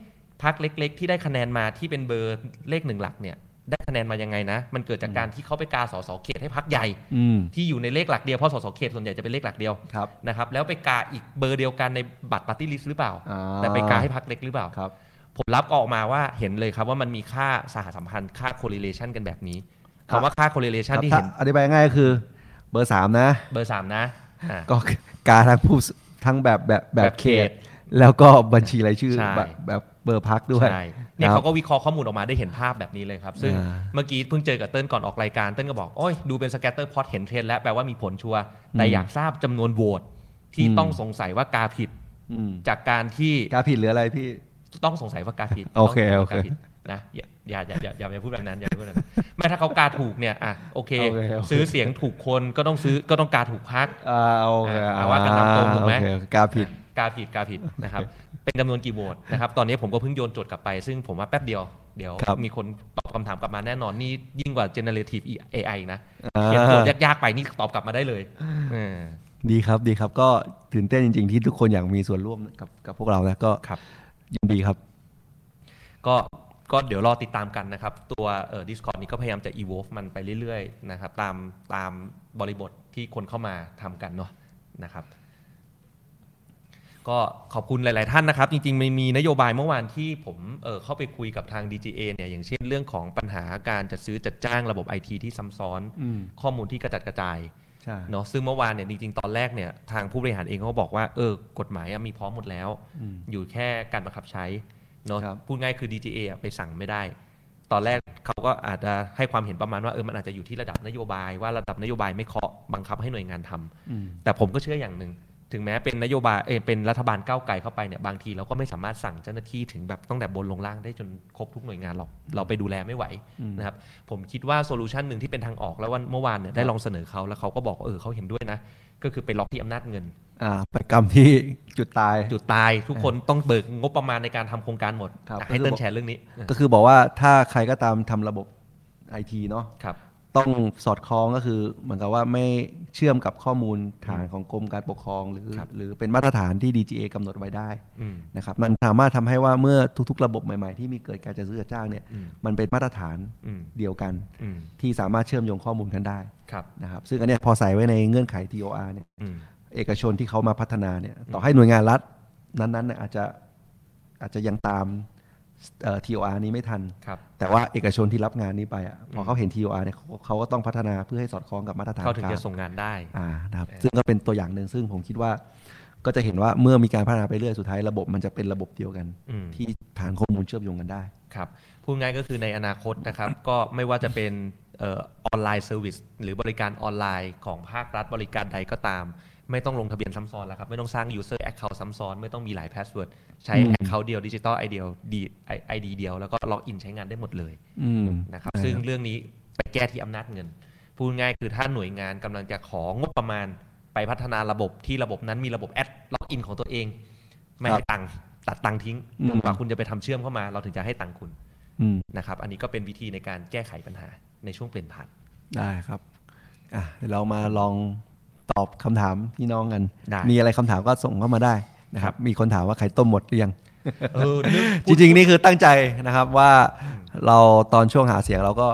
B: พักเล็ก ๆ ที่ได้คะแนนมาที่เป็นเบอร์เลขหนึ่งหลักเนี่ย ได้คะแนนมายังไงนะ มันเกิดจากการที่เขาไปกาสสเขตให้พักใหญ่
A: อืม
B: ที่อยู่ในเลขหลักเดียว เพราะสสเขตส่วนใหญ่จะเป็นเลขหลักเดียว
A: ครับ
B: นะครับ แล้วไปกาอีกเบอร์เดียวกันในบัตรปาร์ตี้ลิสต์หรือเปล่า
A: อ่
B: แต่ไปกาให้พักเล็กหรือเปล่า
A: ครับ
B: ผลลัพธ์ก็ออกมาว่าเห็นเลยครับว่ามันมีค่าสหสัมพันธ์ค่า correlation กันแบบนี้
A: ครับ
B: คำว่าค่า correlation ที่
A: ถ้า
B: เห็น
A: อธิบายง่ายก็คือเบอร์สามนะ
B: เบอร์สามนะอ่า
A: ก็กาทั้งผู้สทั้งแบบแบบแบ
B: แบบ บ
A: เข
B: เข
A: ต
B: ต
A: แล้วก็บัญชีรายชื่อ
B: ใช่
A: แบบแบบเบอร์พักด้วย
B: ใช่เนี่ย
A: ครับ
B: เขาก็วิเคราะห์ข้อมูลออกมาได้เห็นภาพแบบนี้เลยครับ ซึ่ง
A: อ่า
B: เมื่อกี้เพิ่งเจอกับเติ้ลก่อนออกรายการเติ้ลก็บอก โอ้ยดูเป็นสแกตเตอร์พอตเห็นเทรนด์แล้วแปลว่ามีผลชัวร์แต่
A: อืม
B: อยากทราบจำนวนโหวตที่
A: อืม
B: ต้องสงสัยว่ากาผิด
A: อืม
B: จากการที่
A: กาผิดหรืออะไรพี่
B: ต้องสงสัยว่ากาผิด
A: โอเค
B: ต้
A: โอง
B: ส
A: เค
B: งสัยว่ากาผิดนะอย่าอย่าอย่าอย่าอย่าอย่าพูดแบบนั้นอย่าพูดแบบนั้นไม่ถ้าเขากาถูกเนี่ยอ่ะโอเค
A: โอเคโอเค
B: ซื้อเสียงถูกคนก็ต้องซื้อก็ต้องกาถูกพัก
A: อ่าโอเค
B: อ่าเอาว่ากันตามตรงถูกไหม
A: อ่าโอเคกาผิด
B: กาผิดกาผิดนะครับ เป็นจำนวนกี่โหวตนะครับตอนนี้ผมก็เพิ่งโยนโจทย์กลับไป ซึ่งผมว่าแป๊บเดียว เดี๋ยว
A: ครับ
B: มีคนตอบคำถามกลับมาแน่นอนนี่ยิ่งกว่า generative AI อีกนะ
A: อ่า
B: เขียนโจทย์ยากๆไปนี่ตอบกลับมาได้เลยเออ
A: ดีครับดีครับก็ตื่นเต้นจริง ๆ ที่ทุกคนอยากมีส่วนร่วมกับกับพวกเรานะก็
B: ครับ
A: ยินดีครับ
B: ก็ก็เดี๋ยวรอติดตามกันนะครับ ตัวเอ่อ Discord นี้ก็พยายามจะ evolve มันไปเรื่อยๆนะครับตามตามบริบทที่คนเข้ามาทำกันเนาะนะครับ ก็ขอบคุณหลาย ๆ ท่านนะครับ จริงๆมันมีนโยบายเมื่อวานที่ผมเอ่อเข้าไปคุยกับทาง DGA เนี่ยอย่างเช่นเรื่องของปัญหาการจัดซื้อจัดจ้างระบบ IT ที่ซ้ำซ้อน
A: อืม
B: ข้อมูลที่กระจัดกระจาย
A: ใช่
B: เนาะซึ่งเมื่อวานเนี่ยจริงๆ ตอนแรกเนี่ยทางผู้บริหารเองเขาก็บอกว่าเออกฎหมายอะมีพร้อมหมดแล้ว
A: อืม
B: อยู่แค่การบังคับใช้เนอะ
A: ครับ
B: พูดง่ายคือ DGA อะไปสั่งไม่ได้ ตอนแรกเขาก็อาจจะให้ความเห็นประมาณว่าเออมันอาจจะอยู่ที่ระดับนโยบายว่าระดับนโยบายไม่เคาะบังคับให้หน่วยงานทำ
A: อืม
B: แต่ผมก็เชื่ออย่างหนึ่ง ถึงแม้เป็นนโยบายเออเป็นรัฐบาลก้าวไกลเข้าไปเนี่ยบางทีเราก็ไม่สามารถสั่งเจ้าหน้าที่ถึงแบบตั้งแต่บนลงล่างได้จนครบทุกหน่วยงานหรอกเราไปดูแลไม่ไหว
A: อืม
B: นะครับผมคิดว่าโซลูชันหนึ่งที่เป็นทางออกแล้ววันเมื่อวานเนี่ยได้ลองเสนอเขาแล้วเขาก็บอกว่าเออเขาเห็นด้วยนะ ก็คือไปล็อกที่อำนาจเงิน
A: อ่าไปกรรมที่จุดตาย
B: จุดตายทุกคนต้องเบิกงบประมาณในการทำโครงการหมด
A: ครับ
B: อ่ะให้เติ้ลแชร์เรื่องนี้
A: ก็คือบอกว่าถ้าใครก็ตามทำระบบไอทีเนาะ
B: ครับ
A: ต้องสอดคล้องก็คือ เหมือนกับว่าไม่เชื่อมกับข้อมูลฐานของกรมการปกครอง หรือ
B: ครับ
A: หรือเป็นมาตรฐานที่ DGA กำหนดไว้ได้
B: อืม
A: นะครับมันสามารถทำให้ว่าเมื่อทุกๆ ระบบใหม่ ๆ ที่มีเกิดการจัดซื้อจัดจ้างเนี่ย
B: อืม
A: มันเป็นมาตรฐาน
B: อืม
A: เดียวกัน
B: อืม
A: ที่สามารถเชื่อมโยงข้อมูลกันได้
B: ครับ
A: นะครับซึ่งอันเนี้ยพอใส่ไว้ในเงื่อนไข TOR เนี่ย
B: อืม
A: เอกชนที่เขามาพัฒนาเนี่ยต่อให้หน่วยงานรัฐนั้นๆเนี่ยอาจจะอาจจะยังตามเอ่อ TOR นี้ไม่ทัน
B: ครับ
A: แต่ว่าเอกชนที่รับงานนี้ไปอะพอ
B: ม
A: เขาเห็น TOR เนี่ยเขาเขาก็ต้องพัฒนาเพื่อให้สอดคล้องกับมาตรฐาน
B: เขาถึง
A: กล
B: จะส่งงานได้
A: อ่านะครับ
B: เอ่อ
A: ซึ่งก็เป็นตัวอย่างหนึ่งซึ่งผมคิดว่าก็จะเห็นว่าเมื่อมีการพัฒนาไปเรื่อยสุดท้ายระบบมันจะเป็นระบบเดียวกัน
B: อืม
A: ที่ฐานข้อมูลเชื่อมโยงกันได้
B: ครับพูดง่ายก็คือในอนาคตนะครับ ก็ไม่ว่าจะเป็นเออนไลน์เซอร์วิสหรือบริการออนไลน์ของภาครัฐบริการใดก็ตาม ไม่ต้องลงทะเบียนซ้ำซ้อนแล้วครับ ไม่ต้องสร้าง User Account ซ้ำซ้อน ไม่ต้องมีหลาย Password ใช้
A: อืม
B: Account เดียวดิจิตอลไอเดียดีไอดีเดียว แล้วก็ล็อกอินใช้งานได้หมดเลย
A: อืม
B: นะครับ
A: ใช่ครับ
B: ซึ่งเรื่องนี้ไปแก้ที่อำนาจเงิน พูดง่ายคือถ้าหน่วยงานกำลังจะของบประมาณไปพัฒนาระบบที่ระบบนั้นมีระบบแอดล็อกอินของตัวเอง ไม่ให้ตังค์ตัดตังค์ทิ้ง
A: อืม
B: จนกว่าคุณจะไปทำเชื่อมเข้ามา เราถึงจะให้ตังค์คุณ
A: อืม
B: นะครับ อันนี้ก็เป็นวิธีในการแก้ไขปัญหาในช่วงเปลี่ยนผ่าน
A: ได้ครับอ่ะเดี๋ยวเรามาลองตอบคำถามพี่น้องกัน
B: ได้
A: มีอะไรคำถามก็ส่งเข้ามาได้นะครับ มีคนถามว่าไข่ต้มหมดหรือยัง
B: เออเรื่อง
A: จริงๆ นี่คือตั้งใจนะครับว่าเราตอนช่วงหาเสียงเราก็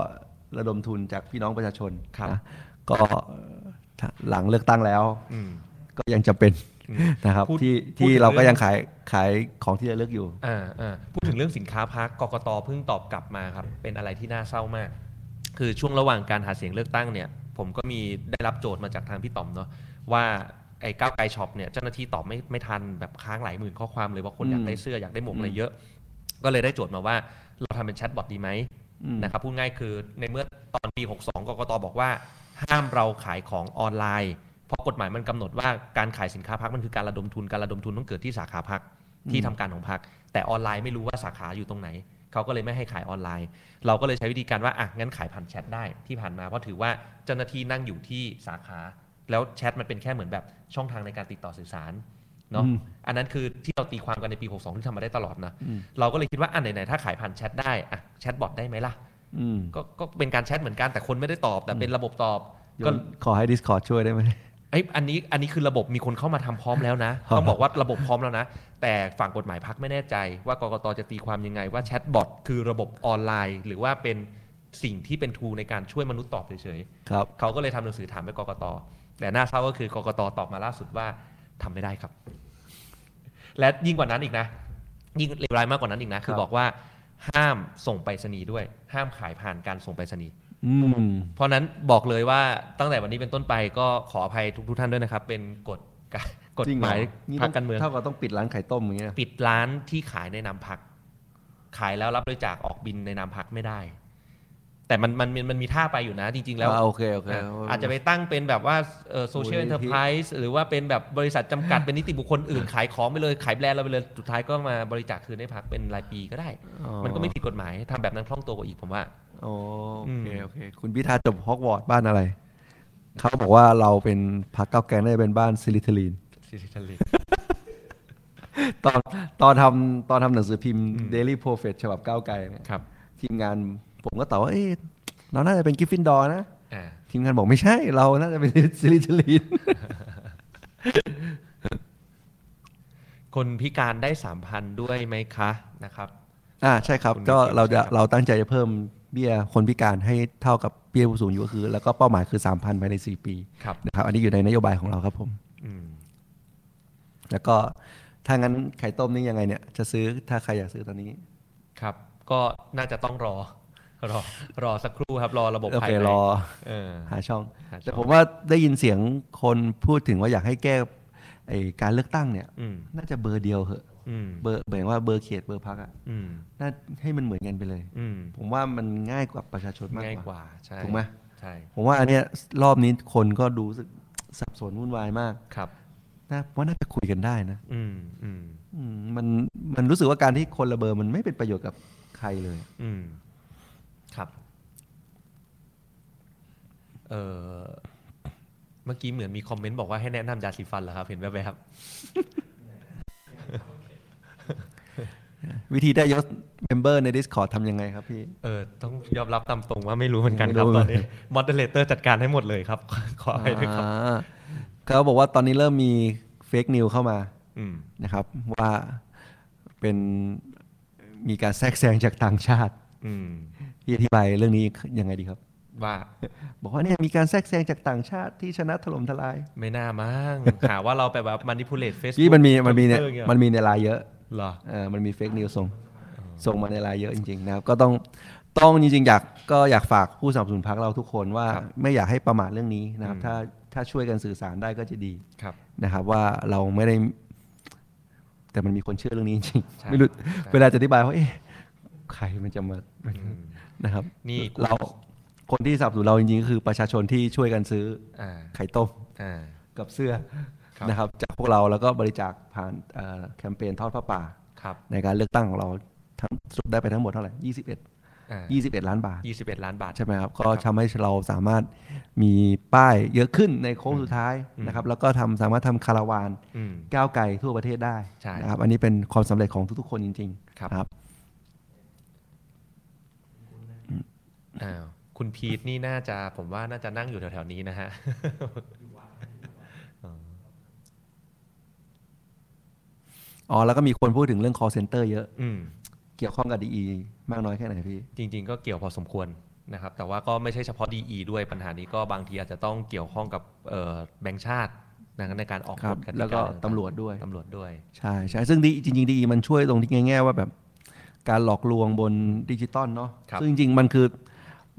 A: ระดมทุนจากพี่น้องประชาชนนะก็ถ้าหลังเลือกตั้งแล้ว
B: อืม
A: ก็ยังจะเป็น
B: อืม
A: นะครับ
B: พูด
A: ที่
B: พูด
A: ที่
B: ถึง
A: เราก็ยังขายขายของที่ระลึกอยู่
B: อ่าอ่าพูดถึงเรื่องสินค้าพักกกตเพิ่งตอบกลับมาครับ เป็นอะไรที่น่าเศร้ามาก คือช่วงระหว่างการหาเสียงเลือกตั้งเนี่ย ผมก็มีได้รับโจทย์มาจากทางพี่ต๋อมเนาะว่าไอ้ก้าวไกลช็อปเนี่ยเจ้าหน้าที่ตอบไม่ไม่ทันแบบค้างหลายหมื่นข้อความเลยว่าคนอยากได้เสื้ออยากได้หมวกอะไรเยอะ ก็เลยได้โจทย์มาว่าเราทำเป็นแชทบอทดีไหม
A: อืม
B: นะครับพูดง่ายคือในเมื่อตอนปี 62กกตบอกว่า ห้ามเราขายของออนไลน์ เพราะกฎหมายมันกำหนดว่าการขายสินค้าพักมันคือการระดมทุนการระดมทุนต้องเกิดที่สาขาพัก ที่ทำการของพัก แต่ออนไลน์ไม่รู้ว่าสาขาอยู่ตรงไหน เขาก็เลยไม่ให้ขายออนไลน์ เราก็เลยใช้วิธีการว่าอ่ะงั้นขายผ่านแชทได้ที่ผ่านมาเพราะถือว่าเจ้าหน้าที่นั่งอยู่ที่สาขา แล้วแชทมันเป็นแค่เหมือนแบบช่องทางในการติดต่อสื่อสารเนาะ
A: อืม
B: อันนั้นคือที่เราตีความกันในปี 62 ที่ทำมาได้ตลอดนะ
A: อืม
B: เราก็เลยคิดว่าอันไหนๆถ้าขายผ่านแชทได้อ่ะแชทบอทได้ไหมล่ะ
A: อืม
B: ก็ก็เป็นการแชทเหมือนกันแต่คนไม่ได้ตอบแต่เป็นระบบตอบก็
A: ก็ขอให้ Discord ช่วยได้ไหม
B: ไอยอันนี้อันนี้คือระบบมีคนเข้ามาทำพร้อมแล้วนะ ต้องบอกว่าระบบพร้อมแล้วนะ แต่ฝั่งกฎหมายพักไม่แน่ใจว่ากกตจะตีความยังไงว่าแชทบอทคือระบบออนไลน์ หรือว่าเป็นสิ่งที่เป็นทูในการช่วยมนุษย์ตอบเฉย
A: ครับ
B: ๆเขาก็เลยทำหนังสือถามไปกกตแต่น่าเศร้าก็คือกกตตอบมาล่าสุดว่าทำไม่ได้ครับ และยิ่งกว่านั้นอีกนะ ยิ่งเลวร้ายมากกว่านั้นอีกนะ คื
A: ค
B: อ
A: รับ
B: บอกว่าห้ามส่งไปรษณีย์ด้วย ห้ามขายผ่านการส่งไปรษณีย์
A: อืม
B: เพราะนั้นบอกเลยว่าตั้งแต่วันนี้เป็นต้นไปก็ขออภัยทุกทท่านด้วยนะครับ เป็นกฎกฎ
A: จริง
B: ห
A: เรอ
B: มาย
A: นี่
B: พรรคการเมือง
A: เท่ากับต้องปิดร้านไข่ต้มอย่างเงี้ย
B: ปิดร้านที่ขายในนามพัก ขายแล้วรับบริจาคออกบินในนามพักไม่ได้ แต่มันมันมันมันมีท่าไปอยู่นะ จริง ๆ แล้ว
A: อ่าโอเคโอเค
B: อ่ะอาจจะไปตั้งเป็นแบบว่าโซเชียล
A: มูลนิธิ
B: เอ็นเตอร์ไพรส์หรือว่าเป็นแบบบริษัทจำกัดเป็นนิติบุคคลอื่น ขายของไปเลยขายแบรนด์เราไปเลยสุดท้ายก็มาบริจาคคืนให้พักเป็นรายปีก็ได้
A: อ๋อ
B: มันก็ไม่ผิดกฎหมายทำแบบนั้นคล่องตัวกว่าอีกผมว่า
A: โอ
B: อืม
A: เคโอเค คุณพิธาจบฮอกวอตส์บ้านอะไร เขาบอกว่าเราเป็นพักเก้าวแกงได้เป็นบ้านซิลิทลีน
B: สิริทเล
A: ตอนตอนทำตอนทำหนังสือพิมพ์ Daily Prophet ฉบับก้าวไกลเนี่ย
B: ครับ
A: ทีมงานผมก็ตอบว่าเอ๊ะเราน่าจะเป็นกิฟฟินดอร์นะ
B: อ่า
A: ทีมงานบอกไม่ใช่ เราน่าจะเป็นซิลิทลีน
B: คนพิการได้สามพันด้วยไหมคะนะครับ
A: อ่าใช่ครับ
B: คุณ
A: ก็
B: มีเกณฑ์
A: เราจะ
B: ใช่ไหม
A: เราตั้งใจจะเพิ่มเบี้ยคนพิการให้เท่ากับเบี้ยผู้สูงอายุก็คือ แล้วก็เป้าหมายคือ 3,000ภายใน 4 ปี
B: ครับ
A: นะครับอันนี้อยู่ในนโยบายของเราครับผม
B: อืม
A: แล้วก็ถ้างั้นไข่ต้มนี่ยังไงเนี่ยจะซื้อถ้าใครอยากซื้อตอนนี้
B: ครับ ก็น่าจะต้องรอ รอ รอสักครู่ครับ รอระบบ
A: โอ
B: ภาย
A: เค
B: ใน
A: รอ
B: เออ
A: หาช่อง
B: หาช่อง
A: แต่ผมว่าได้ยินเสียงคนพูดถึงว่าอยากให้แก้ไอ้การเลือกตั้งเนี่ย
B: อืม
A: น่าจะเบอร์เดียวเหอะ
B: อืม
A: เบอร์หมายว่าเบอร์เขตเบอร์พักอะ
B: อืม
A: น่าให้มันเหมือนกันไปเลย
B: อืม
A: ผมว่ามันง่ายกว่าประชาชนมาก
B: ง่าย
A: ก
B: ก
A: ว่า
B: ว่าใช่
A: ถูกไหม
B: ใช่
A: ผมว่าอันเนี้ยรอบนี้คนก็ดูรู้สึกสับสนวุ่นวายมาก
B: ครับ
A: นะว่าน่าจะคุยกันได้นะ
B: อืมอืม
A: อืมมันมันรู้สึกว่าการที่คนระเบิดมันไม่เป็นประโยชน์กับใครเลย
B: อืมครับเออเมื่อกี้เหมือนมีคอมเมนต์บอกว่าให้แนะนำยาสีฟันเหรอครับ เห็นแวบๆครับ
A: วิธีได้ยศ เมมเบอร์ใน Discord ทำยังไงครับพี่
B: เออต้องยอมรับตามตรงว่าไม่รู้เหมือนกัน
A: ไม่
B: ค
A: รู้
B: รับตอนนี้มอดเตอร์เลเตอร์จัดการให้หมดเลยครับ ขอให้ด้วยครับ
A: อ่าเขาบอกว่าตอนนี้เริ่มมีเฟกนิวเข้ามา
B: อืม
A: นะครับ ว่าเป็นมีการแทรกแซงจากต่างชาติ
B: อืม
A: พี่อธิบายเรื่องนี้ยังไงดีครับ
B: ว่า
A: บอกว่าเนี่ยมีการแทรกแซงจากต่างชาติที่ชนะถล่มทลาย
B: ไม่น่ามั้ ง หาว่าเราไปแบบมานิพูเลตเฟซ
A: พี่มันมีมันมีเนี่ยมันมีในไลน์เยอะ
B: เหรอ
A: เออมันมีเฟกนิวส่งส่งมาในไลน์เยอะจริงๆนะครับ ก็ต้องต้องจริงๆอยากก็อยากฝากผู้สนับสนุนพักเราทุกคนว่า
B: ครับ
A: ไม่อยากให้ประมาทเรื่องนี้นะครับ
B: อืม
A: ถ้าถ้าช่วยกันสื่อสารได้ก็จะดี
B: ครับ
A: นะครับ ว่าเราไม่ได้ แต่มันมีคนเชื่อเรื่องนี้จริง
B: ใช่
A: ไม่รู้
B: ใช่
A: เวลาจะอธิบายว่าเอ๊ะใครมันจะมา
B: อืม
A: นะครับ
B: นี่
A: เราคนที่สนับสนุนเราจริงๆก็คือประชาชนที่ช่วยกันซื้อ
B: อ่า
A: ไข่ต้ม
B: อ่า
A: กับเสื้อ
B: ครับ
A: นะครับ จากพวกเราแล้วก็บริจาคผ่านเอ่อแคมเปญทอดผ้าป่า
B: ครับ
A: ในการเลือกตั้งของเราทั้งสุดได้ไปทั้งหมดเท่าไหร่
B: อ่า
A: 21 21 ล้านบาท
B: ยี่สิบเอ็ดล้านบาท
A: ใช่ไหมครับ ก็ทำให้เราสามารถมีป้ายเยอะขึ้นในโค้งสุดท้ายนะครับ แล้วก็ทำสามารถทำคาราวาน
B: อืม
A: ก้าวไกลทั่วประเทศได้
B: ใช่
A: นะครับ อันนี้เป็นความสำเร็จของทุกๆคนจริงๆ
B: ครับ
A: นะครับ
B: อ้าวคุณพีทนี่น่าจะผมว่าน่าจะนั่งอยู่แถวๆนี้นะฮะ
A: อ๋อ แล้วก็มีคนพูดถึงเรื่อง call center เยอะ
B: อืม
A: เกี่ยวข้องกับดีมากน้อยแค่ไหนพี่
B: จริง ๆ ก็เกี่ยวพอสมควรนะครับ แต่ว่าก็ไม่ใช่เฉพาะ DE ด้วยปัญหานี้ก็บางทีอาจจะต้องเกี่ยวข้องกับเอ่อแบงก์ชาตินะครับในการออก
A: ครั
B: ก
A: บ
B: ฎติา
A: แล้วก็
B: ต่างๆ
A: ตำรวจด้วย
B: ตำรวจด้วย
A: ใช่ใช่ซึ่งดีจริงๆดีมันช่วยตรงที่แง่ๆว่าแบบการหลอกลวงบนดิจิตอลเนาะ
B: ครับ
A: ซึ่งจริงๆมันคือ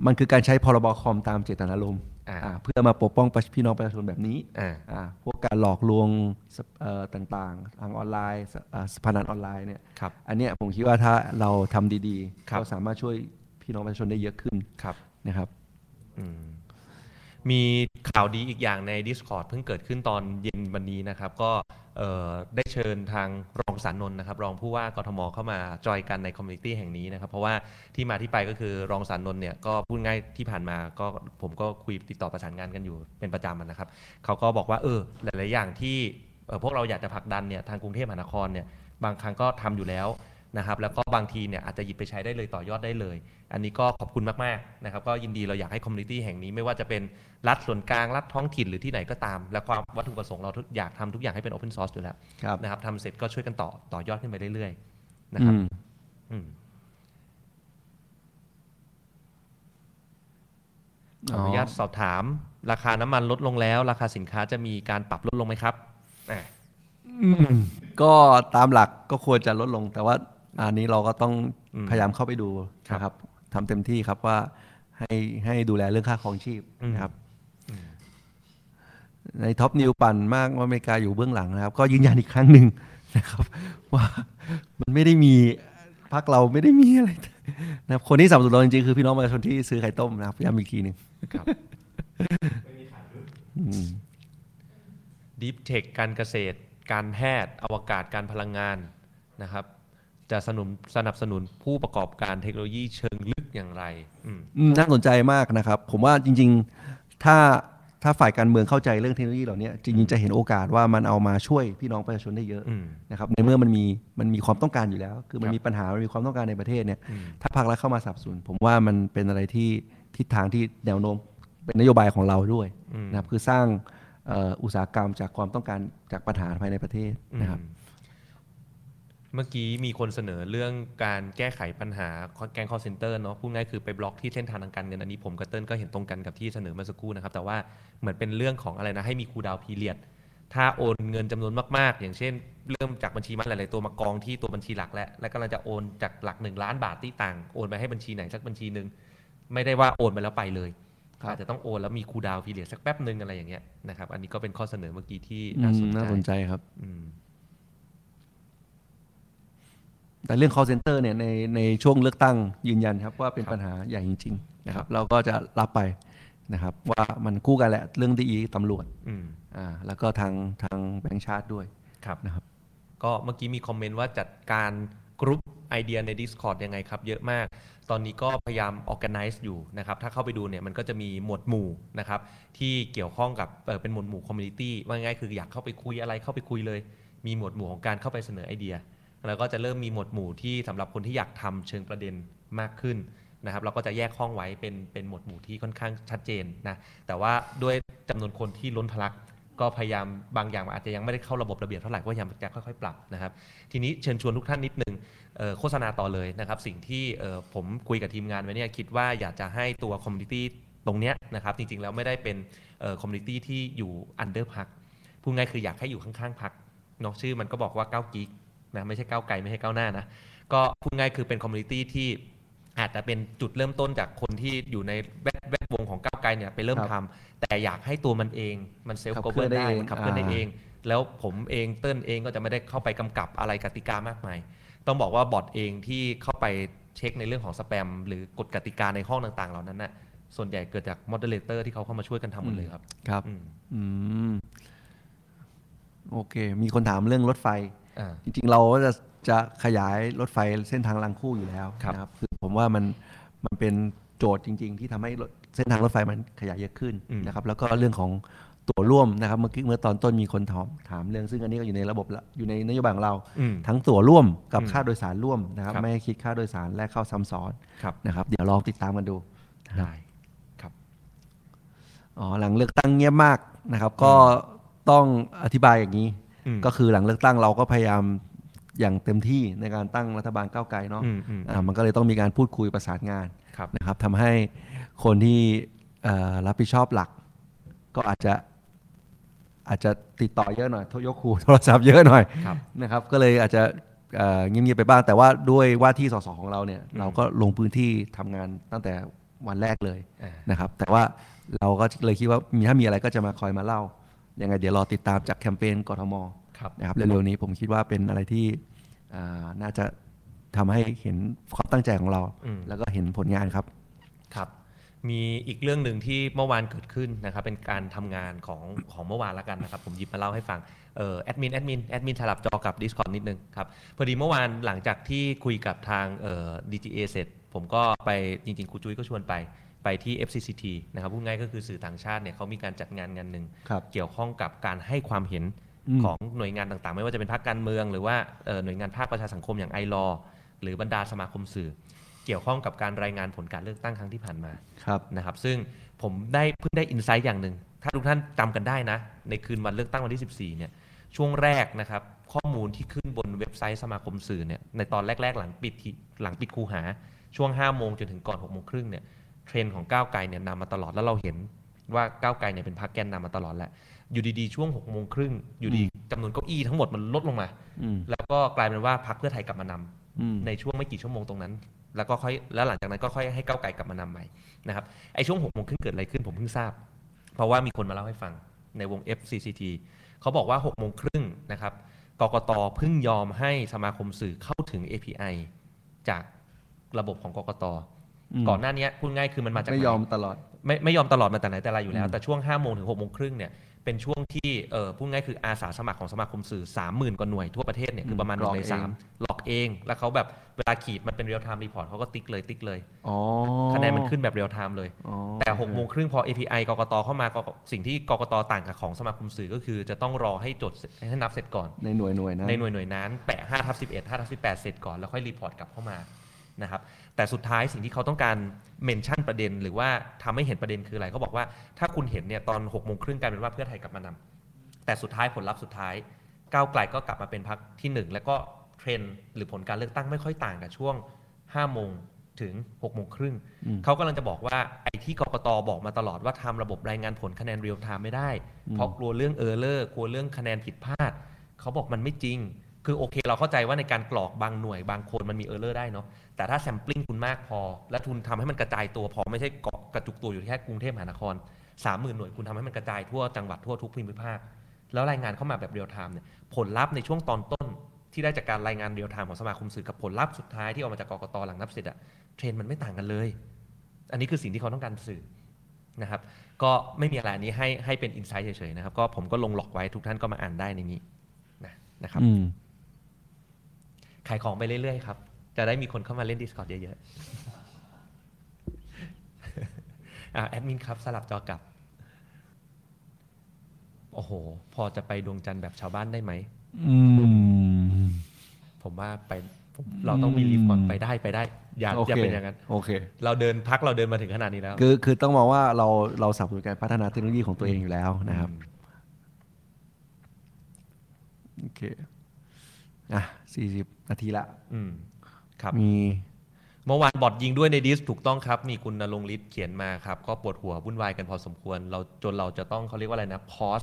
A: มันคือการใช้พรบคอมตามเจตนารมณ์
B: อ่า
A: อ่าเพื่อมาปกป้องประชพี่น้องประชาชนแบบนี้
B: อ่า
A: อ่าพวกการหลอกลวงสเอ่อต่างๆ ทางออนไลน์สอ่าพนันออนไลน์เนี่ย
B: ครับ
A: อันเนี้ยผมคิดว่าถ้าเราทำดีๆ
B: ครับ
A: เราสามารถช่วยพี่น้องประชาชนได้เยอะขึ้น
B: ครับ
A: นะครับ
B: อืมมีข่าวดีอีกอย่างใน Discord เพิ่งเกิดขึ้นตอนเย็นวันนี้นะครับ ก็เอ่อได้เชิญทางรองสารนนท์นะครับ รองผู้ว่ากทมเข้ามาจอยกันในคอมมูนิตี้แห่งนี้นะครับ เพราะว่าที่มาที่ไปก็คือรองสารนนท์เนี่ยก็พูดง่ายที่ผ่านมาก็ผมก็คุยติดต่อประสานงานกันอยู่เป็นประจำอะนะครับ เขาก็บอกว่าเออหลาย ๆ อย่างที่เอ่อพวกเราอยากจะผลักดันเนี่ยทางกรุงเทพมหานครเนี่ยบางครั้งก็ทำอยู่แล้วนะครับแล้วก็บางทีเนี่ยอาจจะหยิบไปใช้ได้เลยต่อยอดได้เลย อันนี้ก็ขอบคุณมาก ๆ นะครับ ก็ยินดีเราอยากให้คอมมูนิตี้แห่งนี้ไม่ว่าจะเป็นรัฐส่วนกลาง รัฐท้องถิ่นหรือที่ไหนก็ตาม และความวัตถุประสงค์เราทุกอยากทำทุกอย่างให้เป็น Open Source อยู่แล้ว
A: ครับ
B: นะครับทำเสร็จก็ช่วยกันต่อต่อยอดขึ้นไปเรื่อย ๆ นะครับ
A: อืม
B: อืมขออนุญาตสอบถาม ราคาน้ำมันลดลงแล้ว ราคาสินค้าจะมีการปรับลดลงไหมครับอ่ะ
A: อืมก็ตามหลักก็ควรจะลดลง แต่ว่าอันนี้เราก็ต้อง
B: อืม
A: พยายามเข้าไปดูนะครับทำเต็มที่ครับว่าให้ให้ดูแลเรื่องค่าครองชีพนะครับ ในท็อปนิวปั่นมากว่าอเมริกาอยู่เบื้องหลังนะครับ ก็ยืนยันอีกครั้งหนึ่งนะครับ ว่ามันไม่ได้มีพักเราไม่ได้มีอะไร นะครับคนที่สนับสนุนเราจริงๆคือพี่น้องประชาชนที่ซื้อไข่ต้มนะครับย้ำอีกทีหนึ่ง
B: ครับ
A: อืม
B: ดีฟเทคการเกษตร การแพทย์ อวกาศการพลังงานนะครับ จะสนับสนับสนุนผู้ประกอบการเทคโนโลยีเชิงลึกอย่างไรอืม
A: อืมน่าสนใจมากนะครับ ผมว่าจริงๆ ถ้าถ้าฝ่ายการเมืองเข้าใจเรื่องเทคโนโลยีเหล่านี้จริงๆ จะเห็นโอกาสว่ามันเอามาช่วยพี่น้องประชาชนได้เยอะ
B: อืม
A: นะครับในเมื่อมันมีมันมีความต้องการอยู่แล้ว คือมั
B: คน รับ
A: มีปัญหา มันมีความต้องการในประเทศเนี่ย
B: อืม
A: ถ้าภาครัฐเข้ามาสนับสนุนผมว่ามันเป็นอะไรที่ทิศทางที่แนวโน้มเป็นนโยบายของเราด้วย
B: อืม
A: นะครับคือสร้างเอ่ออุตสาหกรรมจากความต้องการจากปัญหาภายในประเทศนะครับ
B: อืมเมื่อกี้มีคนเสนอเรื่องการแก้ไขปัญหาแก๊ง call center เนอะพูดง่ายคือไปบล็อกที่เส้นทางทางการเงินอันนี้ผมกับเติ้ลก็เห็นตรงกันกับที่เสนอเมื่อสักครู่นะครับ แต่ว่าเหมือนเป็นเรื่องของอะไรนะ ให้มีคูดาวพีเรียด ถ้าโอนเงินจำนวนมาก ๆ อย่างเช่น เริ่มจากบัญชีมันหลาย ๆ ตัวมากองที่ตัวบัญชีหลักแล้วแล้วกำลังจะโอนจากหลักหนึ่งล้านบาทที่ต่างโอนไปให้บัญชีไหนสักบัญชีหนึ่งไม่ได้ว่าโอนไปแล้วไปเลย
A: ครับ
B: อาจจะต้องโอนแล้วมีคูดาวพีเรียดสักแป๊บหนึ่งอะไรอย่างเงี้ยนะครับอันนี้ก็เป็นข้อเสนอเมื่อกี้ที่
A: อื
B: น่าม สนใจ
A: น่าสนใจครับ
B: อืม
A: แต่เรื่อง call center เนี่ยในในช่วงเลือกตั้งยืนยันครับว่าเป็น
B: ครับ
A: ปัญหาใหญ่จริงๆนะครับเราก็จะรับไปนะครับว่ามันคู่กันแหละเรื่องดีตำรวจ
B: อืม
A: อ่าแล้วก็ทางทางแบงค์ชาติด้วย
B: ครับ
A: นะครับ
B: ก็เมื่อกี้มีคอมเมนต์ว่าจัดการกรุ๊ปไอเดียใน Discord ยังไงครับ เยอะมาก ตอนนี้ก็พยายาม organize อยู่นะครับ ถ้าเข้าไปดูเนี่ยมันก็จะมีหมวดหมู่นะครับ ที่เกี่ยวข้องกับเอ่อเป็นหมวดหมู่คอมมูนิตี้ว่าง่ายคืออยากเข้าไปคุยอะไรเข้าไปคุยเลย มีหมวดหมู่ของการเข้าไปเสนอไอเดีย แล้วก็จะเริ่มมีหมวดหมู่ที่สำหรับคนที่อยากทำเชิงประเด็นมากขึ้นนะครับ เราก็จะแยกห้องไว้เป็นเป็นหมวดหมู่ที่ค่อนข้างชัดเจนนะแต่ว่าด้วยจำนวนคนที่ล้นทะลักก็พยายามบางอย่างอาจจะยังไม่ได้เข้าระบบระเบียบเท่าไหร่ก็พยายามจะค่อยๆ ปรับนะครับ ทีนี้เชิญชวนทุกท่านนิดนึง เอ่อโฆษณาต่อเลยนะครับ สิ่งที่เอ่อผมคุยกับทีมงานไว้เนี่ยคิดว่าอยากจะให้ตัวคอมมูนิตี้ตรงเนี้ยนะครับ จริงๆ แล้วไม่ได้เป็นคอมมูนิตี้ที่อยู่อันเดอร์พักพูดง่ายคืออยากให้อยู่ข้างๆพักเนาะชื่อมันก็บอกว่าก้าวกิกนะไม่ใช่ก้าวไกลไม่ใช่ก้าวหน้านะ ก็พูดง่ายคือเป็นคอมมูนิตี้ที่อาจจะเป็นจุดเริ่มต้นจากคนที่อยู่ในแวดแวดวงของก้าวไกลเนี่ยไปเริ่ม
A: ครั
B: ทำ
A: บ
B: แต่อยากให้ตัวมันเองมันเซลฟ์
A: ขับ
B: ก
A: เคลื่
B: เบิ
A: อน
B: ร์
A: ได้
B: ได้
A: เอง
B: มันขับเคลื่อนได้
A: อ่า
B: เอง แล้วผมเองเติ้ลเองก็จะไม่ได้เข้าไปกำกับอะไรกติกามากมาย ต้องบอกว่าบอทเองที่เข้าไปเช็คในเรื่องของสแปม หรือกฎกติกาในห้องต่างๆ เหล่านั้นน่ะส่วนใหญ่เกิดจากมอดเตอร์เลเตอร์ที่เขาเข้ามาช่วยกันทำหมดเลยครับ
A: ครับ
B: อืม
A: อืม โอเค มีคนถามเรื่องรถไฟ
B: อ่า
A: จริงๆ เราก็จะจะขยายรถไฟเส้นทางรางคู่อยู่แล้ว
B: ครับ
A: นะครับคือผมว่ามันมันเป็นโจทย์จริง ๆ ที่ทำให้รถเส้นทางรถไฟมันขยายเยอะขึ้นนะครับ แล้วก็เรื่องของตั๋วร่วมนะครับ เมื่อกี้เมื่อตอนต้นมีคนถามถามเรื่องซึ่งอันนี้ก็อยู่ในระบบละอยู่ในนโยบายของเรา
B: อืม
A: ทั้งตั๋วร่วมกับ
B: อืม
A: ค่าโดยสารร่วมนะครับ
B: ครับ
A: ไม่ให้คิดค่าโดยสารและเข้าซ้ำซ้อน
B: ครับ
A: นะครับ เดี๋ยวลองติดตามกันดู
B: ได้
A: อ๋อหลังเลือกตั้งเงียบมากนะครับ ก็ต้องอธิบายอย่างนี้
B: อืม
A: ก็คือหลังเลือกตั้งเราก็พยายามอย่างเต็มที่ในการตั้งรัฐบาลก้าวไกลเนาะ
B: อืมอืม
A: อ่ามันก็เลยต้องมีการพูดคุยประสานงาน
B: ครับ
A: นะครับทำให้คนที่เอ่อรับผิดชอบหลัก ก็อาจจะอาจจะติดต่อเยอะหน่อยโทรยกครูโทรศัพท์เยอะหน่อย
B: ครับ
A: นะครับ ก็เลยอาจจะเอ่อเงียบๆไปบ้าง แต่ว่าด้วยว่าที่สสของเราเนี่ยเราก็ลงพื้นที่ทำงานตั้งแต่วันแรกเลย
B: อ่า
A: นะครับแต่ว่าเราก็เลยคิดว่ามีถ้ามีอะไรก็จะมาคอยมาเล่ายังไงเดี๋ยวรอติดตามจากแคมเปญกทม
B: ครับ
A: นะครับเร็วๆนี้ผมคิดว่าเป็นอะไรที่อ่าน่าจะทำให้เห็นความตั้งใจของเรา
B: อืม
A: แล้วก็เห็นผลงานครับ
B: ครับมีอีกเรื่องหนึ่งที่เมื่อวานเกิดขึ้นนะครับเป็นการทำงานของของเมื่อวานละกันนะครับ ผมหยิบมาเล่าให้ฟังเอ่อแอดมินแอดมินแอดมินสลับจอกับ Discord นิดนึงครับพอดีเมื่อวานหลังจากที่คุยกับทางเอ่อ DGA เสร็จ ผมก็ไปจริงๆครูจุ้ยก็ชวนไปไปที่ FCCT นะครับพูดง่ายก็คือสื่อต่างชาติเนี่ยเขามีการจัดงานงานหนึ่ง
A: ครับ
B: เกี่ยวข้องกับการให้ความเห็น
A: อืม
B: ของหน่วยงานต่างๆ ไม่ว่าจะเป็นภาคการเมือง หรือว่าเอ่อหน่วยงานภาคประชาสังคมอย่างไอรอหรือบรรดาสมาคมสื่อ เกี่ยวข้องกับการรายงานผลการเลือกตั้งครั้งที่ผ่านมา
A: ครับ
B: นะครับซึ่งผมได้เพิ่งได้อินไซต์อย่างหนึ่งถ้าทุกท่านจำกันได้นะ ในคืนวันเลือกตั้งวันที่ 14เนี่ยช่วงแรกนะครับข้อมูลที่ขึ้นบนเว็บไซต์สมาคมสื่อเนี่ยในตอนแรก ๆ หลังปิดที่หลังปิดคูหาช่วง5โมงจนถึงก่อน6โมงครึ่งเนี่ยเทรนด์ของก้าวไกลเนี่ยนำมาตลอดแล้วเราเห็นว่าก้าวไกลเนี่ยเป็นพรรคแกนนำมาตลอดแหละ อยู่ดีๆ ช่วง6กโมงครึ่งอยู่ดีจำนวนเก้าอี้ทั้งหมดมันลดลงมา
A: อืม
B: แล้วก็กลายเป็นว่าพรรคเพื่อไทยกลับมานำ
A: อืม
B: ในช่วงไม่กี่ชั่วโมงตรงนั้น แล้วก็ค่อยแล้วหลังจากนั้นก็ค่อยให้ก้าวไกลกลับมานำใหม่นะครับไอ้ช่วง6กโมงครึ่งเกิดอะไรขึ้นผมเพิ่งทราบ เพราะว่ามีคนมาเล่าให้ฟังในวง FCCT เขาบอกว่า6กโมงครึ่งนะครับกกตเพิ่งยอมให้สมาคมสื่อเข้าถึง API จากระบบของกกตก่อนหน้านี้พูดง่ายคือมันมาจาก
A: ไม่
B: หน
A: ยอมตลอด
B: ไม่ไม่ยอมตลอดมาแต่ไหนแต่ไรอยู่แล้ว
A: อืม
B: แต่ช่วง5้าโมงถึง6กโมงครึ่งเนี่ยเป็นช่วงที่เอ่อพูดง่ายคืออาสาสมัครของสมาคมสื่อ 30,000กว่าหน่วยทั่วประเทศเนี่ยคือประมาณหนึ่งในสามหลอกเอง แล้วเขาแบบเวลาขีดมันเป็นเรียลไทม์รีพอร์ตเขาก็ติ๊กเลยติ๊กเลย
A: อ๋อ
B: คะแนนมันขึ้นแบบเรียลไทม์เลย
A: อ๋อ
B: แต่6กโมงครึ่งพอ API กกตเข้ามากกสิ่งที่กกตต่างกับของสมาคมสื่อก็คือ จะต้องรอให้จดเสร็จให้นับเสร็จก่อน
A: ในหน่วยหน่วยนะ
B: ในหน่วยหน่วยนั้นแปะ5ทับ11 5ทับ18 เสร็จก่อนแล้วค่อยรีพอร์ตกลับเข้ามานะครับแต่สุดท้ายสิ่งที่เขาต้องการเมนชั่นประเด็น หรือว่าทำให้เห็นประเด็นคืออะไรเขาบอกว่าถ้าคุณเห็นเนี่ยตอน6กโมงครึ่งกลายเป็นว่าเพื่อไทยกลับมานำแต่สุดท้ายผลลัพธ์สุดท้าย ก้าวไกลก็กลับมาเป็นพักที่หนึ่งแล้วก็เทรนด์หรือผลการเลือกตั้งไม่ค่อยต่างกับช่วง5โมงถึง6โมงครึ่งเขากำลังจะบอกว่าไอ้ที่กกตบอกมาตลอดว่าทำระบบรายงานผลคะแนนเรียลไทม์ไม่ได้ เพราะกลัวเรื่องเออร์เลอร์กลัวเรื่องคะแนนผิดพลาด เขาบอกมันไม่จริง คือโอเคเราเข้าใจว่าในการกรอกบางหน่วยบางคนมันมีเออร์เลอร์ได้เนาะ แต่ถ้าแซมปลิ้งคุณมากพอ และทุนทำให้มันกระจายตัวพอไม่ใช่เกาะกระจุกตัวอยู่แค่กรุงเทพมหานคร 30,000 หน่วยคุณทำให้มันกระจายทั่วจังหวัดทั่วทุกภูมิภาค แล้วรายงานเข้ามาแบบเรียลไทม์เนี่ยผลลัพธ์ในช่วงตอนต้นที่ได้จากการรายงานเรียลไทม์ของสมาคมสื่อกับผลลัพธ์สุดท้ายที่ออกมาจากกกตหลังนับเสร็จอะเทรนด์มันไม่ต่างกันเลย อันนี้คือสิ่งที่เขาต้องการสื่อนะครับ ก็ไม่มีอะไรอันนี้ให้ให้เป็นอินไซต์เฉยๆนะครับก็ผมก็ลงหลอกไว้ทุกท่านก็มาอ่านได้ในนี้นะนะครับ
A: อืม
B: ขายของไปเรื่อยๆครับ จะได้มีคนเข้ามาเล่น Discord เยอะๆ อ่ะแอดมินครับ สลับจอกลับ โอ้โห พอจะไปดวงจันทร์แบบชาวบ้านได้ไหม
A: อืม
B: พ ผมว่าไปผมเราต้องมีลิฟต์ก่อนไปได้ไปได้ อย่า
A: โอ
B: อย่า
A: เค
B: เป็นอย่างนั้น
A: โอเค
B: เราเดินพักเราเดินมาถึงขนาดนี้แล้ว
A: คือคือต้องมองว่าเราเราสนับสนุนการพัฒนาเทคโนโลยีของตัวเองอยู่แล้วนะครับโอเคอ่ะสี่สิบนาทีละ
B: อืมครับ
A: มี
B: เมื่อวานบอทยิงด้วยในดิสถูกต้องครับ มีคุณนรงค์ฤทธิ์เขียนมาครับ ก็ปวดหัววุ่นวายกันพอสมควร เราจนเราจะต้องเขาเรียกว่าอะไรนะ พอส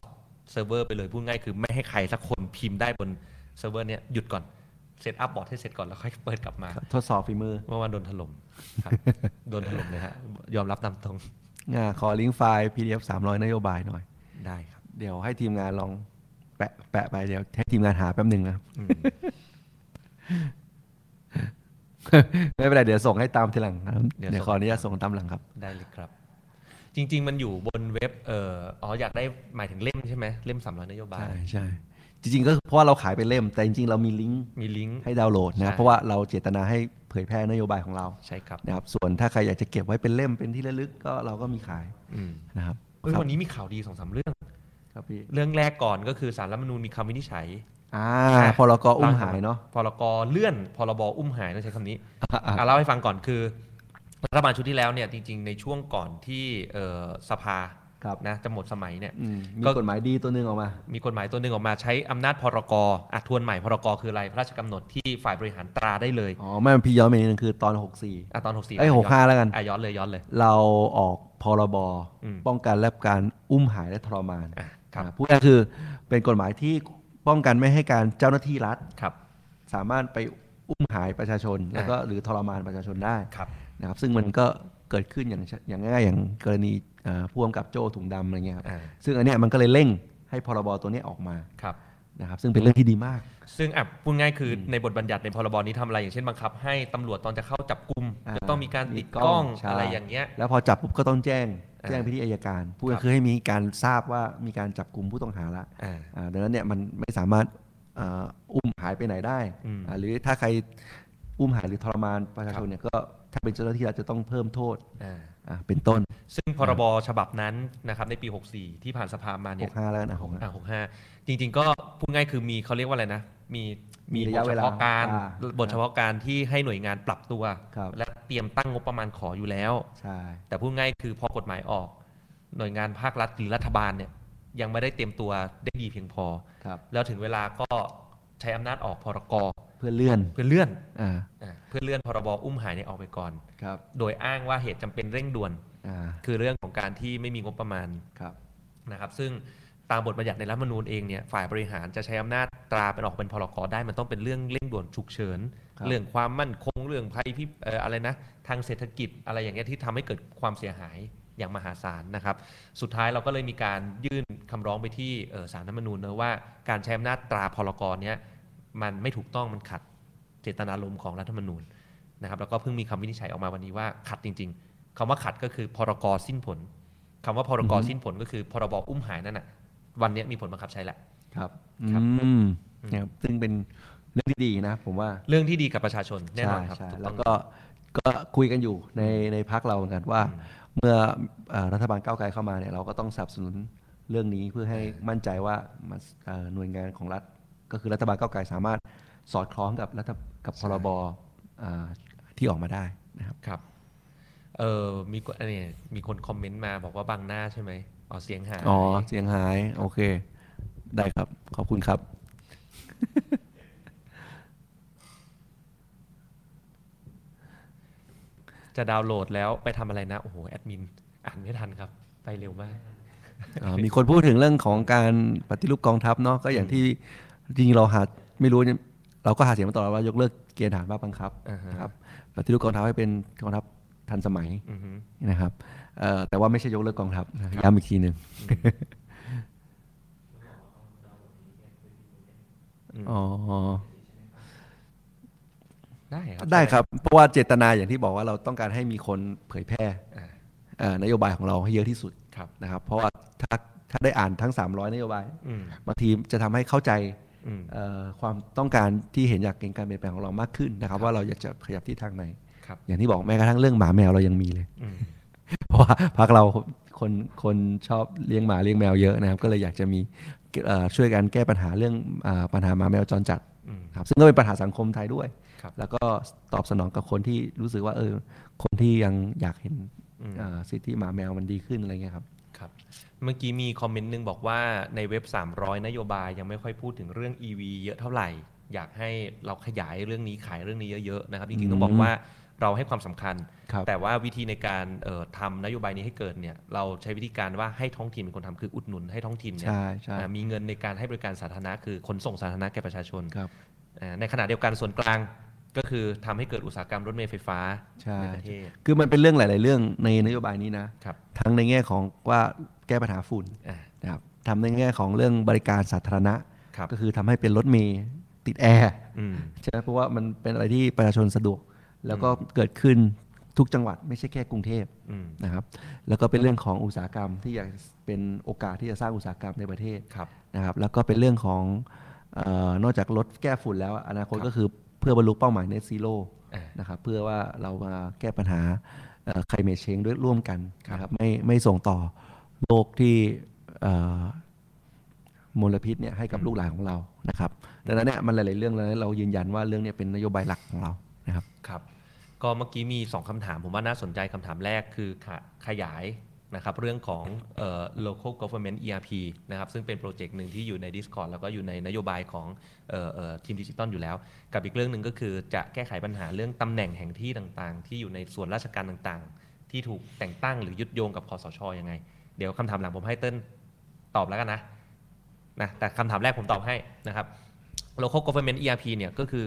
B: เซิร์ฟเวอร์ไปเลยพูดง่ายคือไม่ให้ใครสักคนพิมพ์ได้บนเซิร์ฟเวอร์เนี้ยหยุดก่อนเซตอัพบอทให้เสร็จก่อนแล้วค่อยเปิดกลับมา
A: ทดสอบฝีมือ
B: เมื่อวานโดนถล่ม ครับโดนถล่มเลยฮะยอมรับตามตรง
A: อ่ะขอลิงก์ไฟล์ PDF 300 นโยบายหน่อย
B: ได้ครับ
A: เดี๋ยวให้ทีมงานลองแปะแปะไปเดี๋ยวให้ทีมงานหาแป๊บหนึ่ง นะครับ
B: อืม
A: ไม่เป็นไรเดี๋ยวส่งให้ตามทีหลังนะครับเดี๋ยวขออนุญาตส่งตามหลังครับ
B: ได้เลยครับ จริง ๆ มันอยู่บนเว็บเอ่ออ๋ออยากได้หมายถึงเล่มใช่ไหมเล่มสามร้อยนโยบาย
A: ใช่ใช่จริงๆก็เพราะว่าเราขายเป็นเล่ม แต่จริงๆเรามีลิงก์
B: มีลิงก์
A: ให้ดาวน์โหลดนะค
B: ใช่
A: รับเพราะว่าเราเจตนาให้เผยแพร่นโยบายของเรา
B: ใช่ครับ
A: นะครับส่วนถ้าใครอยากจะเก็บไว้เป็นเล่มเป็นที่ระลึกก็เราก็มีขาย
B: อืม
A: นะครับ
B: เอ้ย
A: ครับ
B: วันนี้มีข่าวดีสองสามเรื่อง
A: ครับพี่
B: เรื่องแรกก่อนก็คือสารรัฐธรรมนูญมีคำวินิจฉัย
A: อ่า
B: ใช่
A: พอลกอุ้มหายเนาะ
B: พรกเลื่อนพรบอุ้มหายต้องใช้คำนี้
A: อ่ะ
B: อ่ะเล่าให้ฟังก่อนคือรัฐบาลชุดที่แล้วเนี่ยจริง ๆ ในช่วงก่อนที่เอ่อสภา
A: ครับ
B: นะจะหมดสมัยเนี่ย
A: อืมมี
B: ก็
A: กฎหมายดีตัวหนึงออกมา
B: มีกฎหมายตัวหนึ่งออกมาใช้อำนาจพรกอ่ะทวนใหม่พรกคืออะไรพระราชกำหนดที่ฝ่ายบริหารตราได้เลย
A: อ๋อไม่มันพี่ย้อนไปนิดนึงคือตอน
B: อ่ะตอน
A: 64
B: 64
A: ไอ้ย65 แล้วกัน
B: อ่ะย้อนเลยย้อนเลย
A: เราออกพรบ
B: อืม
A: ป้องกันและการอุ้มหายและทรมาน
B: อ่ะครับ
A: อ่ะพูดง่ายๆคือเป็นกฎหมายที่ป้องกันไม่ให้การเจ้าหน้าที่รัฐ
B: ครับ
A: สามารถไปอุ้มหายประชาชน
B: อ่า
A: แล้วก็หรือทรมานประชาชนได้
B: ครับ
A: นะครับ ซึ่งมันก็เกิดขึ้นอย่างเช่นอย่างง่ายๆอย่างกรณีเอ่อผู้กำกับโจ้ถุงดำอะไรเงี้ยครับ
B: อ่า
A: ซึ่งอันเนี้ยมันก็เลยเร่งให้พรบตัวเนี้ยออกมา
B: ครับ
A: นะครับ ซึ่งเป็นเรื่องที่ดีมาก
B: ซึ่งอ่ะพูดง่ายคืออในบทบัญญัติในพรบนี้ทำอะไรอย่างเช่นบังคับ ให้ตำรวจตอนจะเข้าจับกลุ่ม
A: อ่า
B: จะต้องมีการ
A: มี
B: ติด
A: กล้
B: กล้
A: อ
B: อง ง
A: ใช่
B: อะไรอย่างเงี้ย
A: แล้วพอจับปุ๊บก็ต้องแจ้ง
B: อ่า
A: แจ้งไปที่อายการพูด
B: ครับ
A: ก็คือให้มีการทราบว่ามีการจับกลุ่มผู้ต้องหาละ
B: อ่า
A: อ่าดังนั้นเนี่ยมันไม่สามารถเอ่ออุ้มหายไปไหนได้
B: อืม
A: อ่าหรือถ้าใครอุ้มหายหรือทรมานประชาชน
B: ครับ
A: เนี่ยก็ถ้าเป็นเจ้าหน้าที่รัฐจะต้องเพิ่มโทษ
B: อ่า
A: อ่าเป็นต้น
B: ซึ่งพรบฉบับนั้นนะครับในปี 64 ที่ผ่านสภามาเนี่ย
A: 65แล้วกันนะ65
B: อ่ะ65 จริง ๆ ก็พูดง่ายคือมีเขาเรียกว่าอะไรนะ มี
A: มี
B: มี
A: ระ
B: บ
A: ยะ
B: ท
A: เว
B: เฉ
A: ลา
B: พาะการ
A: อ่า
B: บทเฉพาะการที่ให้หน่วยงานปรับตัว
A: ครับ
B: และเตรียมตั้งงบประมาณขออยู่แล้ว
A: ใช่
B: แต่พูดง่ายคือพอกฎหมายออก หน่วยงานภาครัฐหรือรัฐบาลเนี่ยยังไม่ได้เตรียมตัวได้ดีเพียงพอ
A: ครับ
B: แล้วถึงเวลาก็ใช้อำนาจออกพรก
A: เพื่อเลื่อน
B: เพื่อเลื่อน
A: อ่า
B: อ่ะเพื่อเลื่อนพรบอุ้มหายเนี่ยออกไปก่อน
A: ครับ
B: โดยอ้างว่าเหตุจำเป็นเร่งด่วน
A: อ่า
B: คือเรื่องของการที่ไม่มีงบประมาณ
A: ครับ
B: นะครับซึ่งตามบทบัญญัติในรัฐธรรมนูญเองเนี่ยฝ่ายบริหารจะใช้อำนาจตราเป็นออกเป็นพรกได้มันต้องเป็นเรื่องเร่งด่วนฉุกเฉิน
A: ครับ
B: เรื่องความมั่นคงเรื่องภัยพิเอ่ออะไรนะทางเศรษฐกิจอะไรอย่างเงี้ยที่ทำให้เกิดความเสียหายอย่างมหาศาลนะครับสุดท้ายเราก็เลยมีการยื่นคำร้องไปที่เอ่อศาลรัฐธรรมนูญนะว่าการใช้อำนาจตราพรกเนี่ยมันไม่ถูกต้องมันขัดเจตนารมณ์ของรัฐธรรมนูญนะครับแล้วก็เพิ่งมีคำวินิจฉัยออกมาวันนี้ว่าขัดจริง ๆคำว่าขัดก็คือพรกสิ้นผล คำว่าพรก
A: อือฮึ
B: สิ้นผลก็คือพรบอุ้มหายนั่นน่ะวันเนี้ยมีผลบังคับใช้แล้ว
A: ครับ
B: ครับ
A: อืมนะครับซึ่งเป็นเรื่องที่ดีนะ ผมว่า
B: เรื่องที่ดีกับประชาชนแน่นอน
A: ใช่
B: ครับ
A: ใช่
B: ถูก
A: แล้
B: ต้
A: ว
B: อง
A: ก็ก็คุยกันอยู่ในในพักเราเหมือนกันว่า เมื่อเอ่อรัฐบาลก้าวไกลเข้ามาเนี่ยเราก็ต้องสนับสนุนเรื่องนี้เพื่อให้มั่นใจว่ามันเอ่อหน่วยงานของรัฐ ก็คือรัฐบาลก้าวไกลสามารถสอดคล้องกับรัฐกับพรบอ่าที่ออกมาได้นะครับ
B: ครับเออมีคนอันนี้มีคนคอมเมนต์มาบอกว่าบังหน้าใช่ไหมอ๋อเสียงหาย
A: อ๋อ เสียงหาย โอเค ได้ครับ ขอบคุณครับ
B: จะดาวน์โหลดแล้วไปทำอะไรนะ โอ้โห แอดมิน อ่านไม่ทันครับ ไปเร็วมาก
A: อ่ามีคนพูดถึงเรื่องของการปฏิรูปกองทัพเนาะก็อย่างที่จริงๆเราหาไม่รู้เนี่ยเราก็หาเสียงมาตลอดว่ายกเลิกเกณฑ์ทหารบ้าบังคับ
B: อ่าฮะ
A: นะครับปฏิรูปกองทัพให้เป็นกองทัพทันสมัย
B: อือหือ
A: นะครับเอ่อแต่ว่าไม่ใช่ยกเลิกกองทัพนะย้ำอีกทีหนึ่ง
B: อืม
A: อ๋อ
B: ได้ครับ
A: ได้ครับ เพราะว่าเจตนาอย่างที่บอกว่าเราต้องการให้มีคนเผยแพร่
B: อ่า
A: เอ่อนโยบายของเราให้เยอะที่สุด
B: ครับ
A: นะครับ เพราะว่าถ้าถ้าได้อ่านทั้ง 300 นโยบาย
B: อืม
A: บางทีจะทำให้เข้าใจ
B: อืม
A: เอ่อความต้องการที่เห็นอยากเห็นการเปลี่ยนแปลงของเรามากขึ้นนะครับ ว่าเราอยากจะขยับที่ทางไหน
B: ครับ
A: อย่างที่บอกแม้กระทั่งเรื่องหมาแมวเรายังมีเลย
B: อืม
A: เพราะว่า พักเราคนคนชอบเลี้ยงหมาเลี้ยงแมวเยอะนะครับ ก็เลยอยากจะมีเอ่อช่วยกันแก้ปัญหาเรื่องอ่าปัญหาหมาแมวจรจัด
B: อืม
A: ครับซึ่งก็เป็นปัญหาสังคมไทยด้วย
B: ครับ
A: แล้วก็ตอบสนองกับคนที่รู้สึกว่าเออคนที่ยังอยากเห็น
B: อืม
A: เอ่อสิทธิหมาแมวมันดีขึ้นอะไรเงี้ยครับ
B: ครับเมื่อกี้มีคอมเมนต์หนึงบอกว่าในเว็บ 300 นโยบายยังไม่ค่อยพูดถึงเรื่อง EV เยอะเท่าไหร่ อยากให้เราขยายเรื่องนี้ขายเรื่องนี้เยอะๆนะครับจริงๆต้องบอกว่าเราให้ความสำคัญ
A: ครับ
B: แต่ว่าวิธีในการเอ่อทำนโยบายนี้ให้เกิดเนี่ยเราใช้วิธีการว่าให้ท้องถิ่นเป็นคนทำคืออุดหนุนให้ท้องถิ่นเนี่ย
A: ใช่ใช่
B: อ่ามีเงินในการให้บริการสาธารณะคือขนส่งสาธารณะแก่ประชาชน
A: ครับ
B: อ่าในขณะเดียวกันส่วนกลางก็คือทำให้เกิดอุตสาหกรรมรถเมล์ไฟฟ้า
A: ใช่
B: ในประเทศ
A: คือมันเป็นเรื่องหลาย ๆ เรื่องในนโยบายนี้นะครับ ทั้งในแง่ของว่าแก้ปัญหาฝุ่น
B: อ่า
A: นะครับทำในแง่ของเรื่องบริการสาธารณะ
B: ครับ
A: ก็คือทำให้เป็นรถเมล์ติดแอร์
B: อืม
A: ใช่ไหมเพราะว่ามันเป็นอะไรที่ประชาชนสะดวก แล้วก็เกิดขึ้นทุกจังหวัดไม่ใช่แค่กรุงเทพ
B: อืม
A: นะครับแล้วก็เป็นเรื่องของอุตสาหกรรมที่อยากเป็นโอกาสที่จะสร้างอุตสาหกรรมในประเทศ
B: ครับ
A: นะครับแล้วก็เป็นเรื่องของเออนอกจากลดแก้ฝุ่นแล้วอนาคต
B: ครับ
A: ก็คือเพื่อบรรลุเป้าหมาย net zero
B: อ่า
A: นะครับเพื่อว่าเรามาแก้ปัญหาเอ่อ climate change ด้วยร่วมกัน
B: ครับ
A: นะครับไม่ไม่ส่งต่อโลกที่เอ่อมลพิษเนี่ยให้กับลูกหลานของเรานะครับดังนั้นเนี่ยมันหลาย ๆ เรื่องแล้วเรายืนยันว่าเรื่องเนี้เป็นนโยบายหลักของเรานะครับ
B: ครับก็เมื่อกี้มี 2คำถาม ผมว่าน่าสนใจคำถามแรกคือขะขยายนะครับเรื่องของเอ่อ local government ERP นะครับซึ่งเป็นโปรเจกต์หนึ่งที่อยู่ใน Discord แล้วก็อยู่ในนโยบายของเอ่อเอ่อทีมดิจิตอลอยู่แล้ว กับอีกเรื่องหนึ่งก็คือจะแก้ไขปัญหาเรื่องตำแหน่งแห่งที่ต่างๆ ที่อยู่ในส่วนราชการต่างๆ ที่ถูกแต่งตั้งหรือยึดโยงกับคอสชยังไง เดี๋ยวคำถามหลังผมให้เติ้ลตอบแล้วกันนะนะแต่คำถามแรกผมตอบให้นะครับ local government ERP เนี่ยก็คือ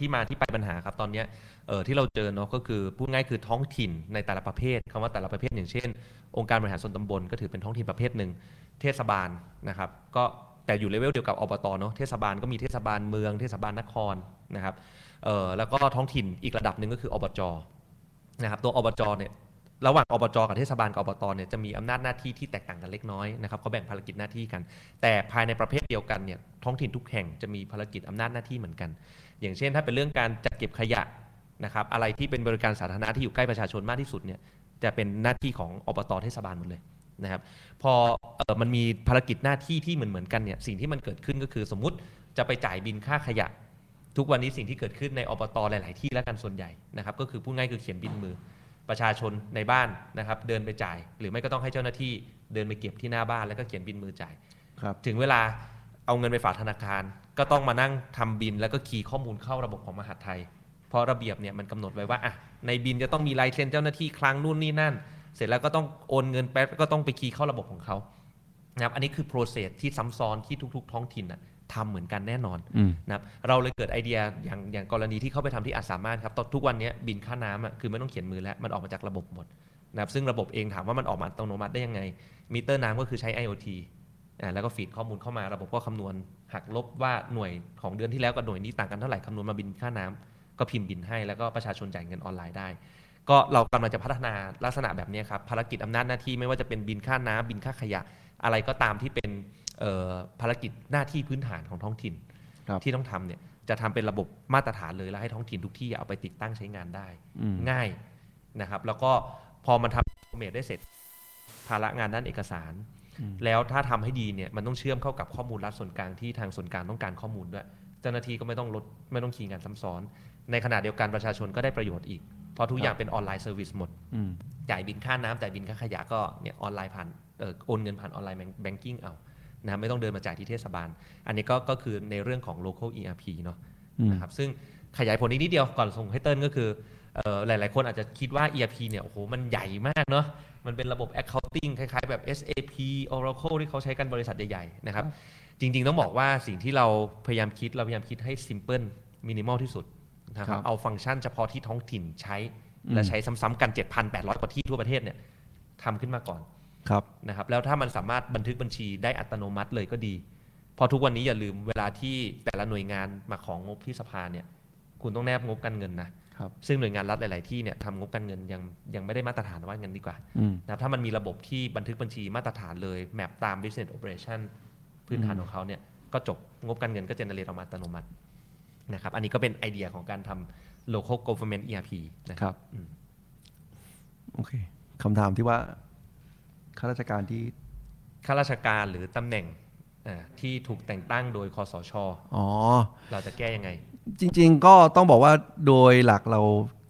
B: ที่มาที่ไปปัญหาครับตอนเนี้ย เอ่อที่เราเจอเนาะก็คือพูดง่ายคือท้องถิ่นในแต่ละประเภทคำว่าแต่ละประเภทอย่างเช่น องค์การบริหารส่วนตำบลก็ถือเป็นท้องถิ่นประเภทหนึ่งเทศบาลนะครับก็แต่อยู่เลเวลเดียวกับอบตเนาะเทศบาลก็มีเทศบาลเมือง เทศบาลนครนะครับเอ่อแล้วก็ท้องถิ่นอีกระดับหนึ่งก็คืออบจนะครับตัวอบจเนี่ยระหว่างอบจกับเทศบาลกับอบตเนี่ยจะมีอำนาจหน้าที่ที่แตกต่างกันเล็กน้อยนะครับเขาแบ่งภารกิจหน้าที่กัน แต่ภายในประเภทเดียวกันเนี่ยท้องถิ่นทุกแห่งจะมีภารกิจอำนาจหน้าที่เหมือนกัน อย่างเช่น ถ้าเป็นเรื่องการจัดเก็บขยะ นะครับอะไรที่เป็นบริการสาธารณะที่อยู่ใกล้ประชาชนมากที่สุดเนี่ยจะเป็นหน้าที่ของอบตเทศบาลหมดเลยนะครับพอเออมันมีภารกิจหน้าที่ที่เหมือนเหมือนๆกันเนี่ยสิ่งที่มันเกิดขึ้นก็คือสมมุติจะไปจ่ายบินค่าขยะ ทุกวันนี้สิ่งที่เกิดขึ้นในอบตหลาย ๆ ที่แล้วกันส่วนใหญ่นะครับก็คือพูดง่ายคือเขียนบินมือ ประชาชนในบ้านนะครับเดินไปจ่าย หรือไม่ก็ต้องให้เจ้าหน้าที่เดินไปเก็บที่หน้าบ้านแล้วก็เขียนบินมือจ่าย ถึงเวลาเอาเงินไปฝากธนาคาร ก็ต้องมานั่งทำบินแล้วก็คีย์ข้อมูลเข้าระบบของมหาดไทย เพราะระเบียบเนี่ยมันกำหนดไว้ว่าอ่ะในบินจะต้องมีลายเซ็นเจ้าหน้าที่คลังนู่นนี่นั่น เสร็จแล้วก็ต้องโอนเงินไปก็ต้องไปคีย์เข้าระบบของเขานะครับอันนี้คือ process ที่ซ้ำซ้อนที่ทุก ๆ ท้องถิ่นน่ะทำเหมือนกันแน่นอน
A: อืม
B: นะครับเราเลยเกิดไอเดียอย่างอย่างกรณีที่เข้าไปทำที่อาจสามารถครับตอนทุกวันเนี้ยบินค่าน้ำอ่ะคือไม่ต้องเขียนมือแล้วมันออกมาจากระบบหมดนะครับซึ่งระบบเองถามว่ามันออกมาอัตโนมัติได้ยังไง มิเตอร์น้ำก็คือใช้ IoT อ่าแล้วก็ฟีดข้อมูลเข้ามาระบบก็คำนวณหักลบว่าหน่วยของเดือนที่แล้วกับหน่วยนี้ต่างกันเท่าไหร่คำนวณมาบินค่าน้ำก็พิมพ์บินให้แล้วก็ประชาชนจ่ายเงินออนไลน์ได้ ก็เรากำลังจะพัฒนาลักษณะแบบเนี้ยครับภารกิจอำนาจหน้าที่ไม่ว่าจะเป็นบินค่าน้ำบินค่าขยะ อะไรก็ตามที่เป็นเอ่อภารกิจหน้าที่พื้นฐานของท้องถิ่น
A: ครับ
B: ที่ต้องทำเนี่ยจะทำเป็นระบบมาตรฐานเลยแล้วให้ท้องถิ่นทุกที่เอาไปติดตั้งใช้งานได้
A: อืม
B: ง่ายนะครับ แล้วก็พอมันทำโอเมดได้เสร็จ ภาระงานด้านเอกสาร
A: อืม
B: แล้วถ้าทำให้ดีเนี่ยมันต้องเชื่อมเข้ากับข้อมูลรัฐส่วนกลางที่ทางส่วนกลางต้องการข้อมูลด้วย เจ้าหน้าที่ก็ไม่ต้องลดไม่ต้องคีย์งานซ้ำซ้อน ในขณะเดียวกันประชาชนก็ได้ประโยชน์อีก เพราะทุกอย่างเป็นออนไลน์เซอร์วิสหมด
A: อืม
B: จ่ายบินค่าน้ำจ่ายบินค่าขยะก็เนี่ยออนไลน์ผ่านเอ่อโอนเงินผ่านออนไลน์แบงกิ้งเอานะครับไม่ต้องเดินมาจ่ายที่เทศบาล อันนี้ก็ก็คือในเรื่องของ local ERP เนาะ
A: อืม
B: นะครับซึ่งขยายผลอีกนิดเดียวก่อนส่งให้เติ้ลก็คือเอ่อหลาย ๆ คนอาจจะคิดว่า ERP เนี่ยโอ้โหมันใหญ่มากเนาะมันเป็นระบบ accounting คล้าย ๆ แบบ SAP Oracle ที่เขาใช้กันบริษัทใหญ่ ๆ นะครับ จริง ๆ ต้องบอกว่าสิ่งที่เราพยายามคิดเราพยายามคิดให้ simple minimal ที่สุดนะ
A: ค
B: ค
A: รั
B: รับบ เอาฟังก์ชันเฉพาะที่ท้องถิ่นใช้ และใช้ซ้ำๆกัน 7,800 กว่าที่ทั่วประเทศเนี่ยทำขึ้นมาก่อน
A: ครับ
B: นะครับแล้วถ้ามันสามารถบันทึกบัญชีได้อัตโนมัติเลยก็ดีเพอทุกวันนี้อย่าลืมเวลาที่แต่ละหน่วยงานมาของงบที่สภาเนี่ยคุณต้องแนบงบการเงินนะครับ ซึ่งหน่วยงานรัฐหลาย ๆ ที่เนี่ยทำงบการเงินยังยังไม่ได้มาตรฐานว่าเงินดีกว่า
A: อืม
B: นะครับถ้ามันมีระบบที่บันทึกบัญชีมาตรฐานเลยแมปตาม business operation พื้นฐาน
A: อืม
B: ของเขาเนี่ยก็จบงบการเงินก็เจเนเรตออกมาอัตโนมัตินะครับอันนี้ก็เป็นไอเดียของการทำ local government ERP นะค
A: ค
B: รับ
A: รับ
B: อืม
A: โอเคคำถามที่ว่าข้าราชการที่
B: ข้าราชการหรือตำแหน่ง อ่าที่ถูกแต่งตั้งโดยคอสช
A: อ๋อ
B: เราจะแก้ยังไง
A: จริงๆ ก็ต้องบอกว่าโดยหลักเรา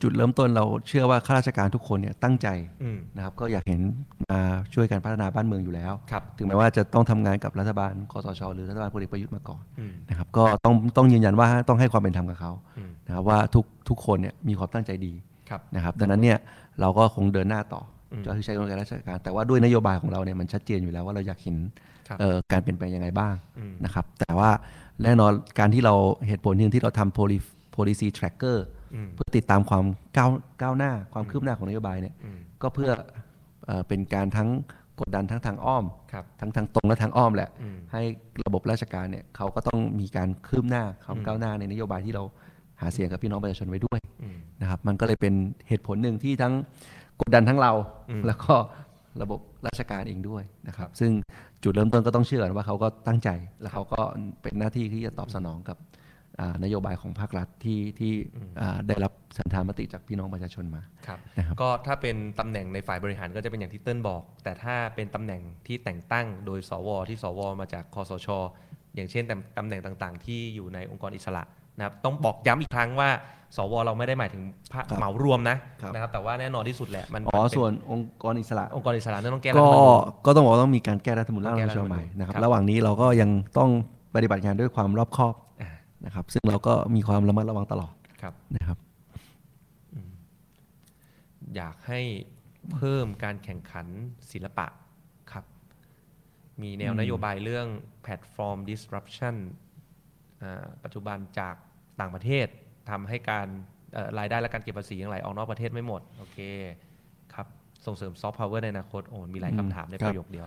A: จุดเริ่มต้นเราเชื่อว่าข้าราชการทุกคนเนี่ยตั้งใจ
B: อืม
A: นะครับ ก็อยากเห็นมาช่วยกันพัฒนาบ้านเมืองอยู่แล้ว
B: ครับ
A: ถึงแม้ว่าจะต้องทำงานกับรัฐบาลคอสช หรือรัฐบาลพลเอกประยุทธ์มาก่อน
B: อืม
A: นะครับ ก็ต้องต้องยืนยันว่าต้องให้ความเป็นธรรมกับเขา
B: อืม
A: นะครับว่าทุกทุกคนเนี่ยมีความตั้งใจดี
B: ครับ
A: นะครับ ดังนั้นเนี่ยเราก็คงเดินหน้าต่อ
B: อืม
A: จะใช้กลไกราชการ แต่ว่าด้วยนโยบายของเราเนี่ยมันชัดเจนอยู่แล้วว่าเราอยากเห็น
B: ครับ
A: เอ่อการเปลี่ยนแปลงยังไงบ้าง
B: อืม
A: นะครับแต่ว่าแน่นอนการที่เราเหตุผลหนึ่งที่เราทำ poli- policy tracker
B: อืม
A: เพื่อติดตามความก้าวก้าวหน้าความคืบหน้าของนโยบายเนี่ย
B: อืม
A: ก็เพื่อเอ่อเป็นการทั้งกดดันทั้งทางอ้อม
B: ครับ
A: ทั้งทางตรงและทางอ้อมแหละ
B: อืม
A: ให้ระบบราชการเนี่ยเขาก็ต้องมีการคืบหน้าความ
B: อืม
A: ก้าวหน้าในนโยบายที่เราหาเสียงกับพี่น้องประชาชนไว้ด้วย
B: อืม
A: นะครับมันก็เลยเป็นเหตุผลหนึ่งที่ทั้งกดดันทั้งเรา
B: อืม
A: แล้วก็ระบบราชการเองด้วยนะครับ ซึ่งจุดเริ่มต้นก็ต้องเชื่อก่อนว่าเขาก็ตั้งใจ และเขาก็เป็นหน้าที่ที่จะตอบสนองกับอ่านโยบายของภาครัฐที่ที่อ่าได้รับสันธามติจากพี่น้องประชาชนมา
B: ครับ
A: นะครับ
B: ก็ถ้าเป็นตำแหน่งในฝ่ายบริหารก็จะเป็นอย่างที่เติ้ลบอก แต่ถ้าเป็นตำแหน่งที่แต่งตั้งโดยสว ที่สว มาจากคอสช อย่างเช่นตำตำแหน่งต่างๆ ที่อยู่ในองค์กรอิสระนะครับต้องบอกย้ำอีกครั้งว่า สว เราไม่ได้หมายถึงพระ
A: ครับ
B: เหมารวมนะครับ นะครับแต่ว่าแน่นอนที่สุดแหละมัน
A: อ๋อ
B: มัเป็
A: ส่วนองค์กรอิสระ
B: องค์กรอิสระเนี่ยต้องแก้รัฐ
A: ก็
B: ธรรมนูญ
A: ก็ต้องบอกว่าต้องมีการแก้รัฐธรรมนูญร่างรัฐธรรมนูญใหม่นะครับ
B: ครับ
A: ระหว่างนี้เราก็ยังต้องปฏิบัติงานด้วยความรอบคอบ
B: อ่า
A: นะครับ ซึ่งเราก็มีความระมัดระวังตลอด
B: ครับ
A: นะครับ
B: อยากให้เพิ่มการแข่งขันศิลปะครับ มีแนวนโยบายเรื่องแพลตฟอร์ม disruption อ่าปัจจุบันจากต่างประเทศทำให้การเอ่อรายได้และการเก็บภาษียังไหลออกนอกประเทศไม่หมด โอเคครับ ส่งเสริมซอฟต์พาวเวอร์ในอนาคตโอ้มีหลาย
A: อืม
B: คำถามใน
A: ครั
B: ป
A: บ
B: ระโยคเดียว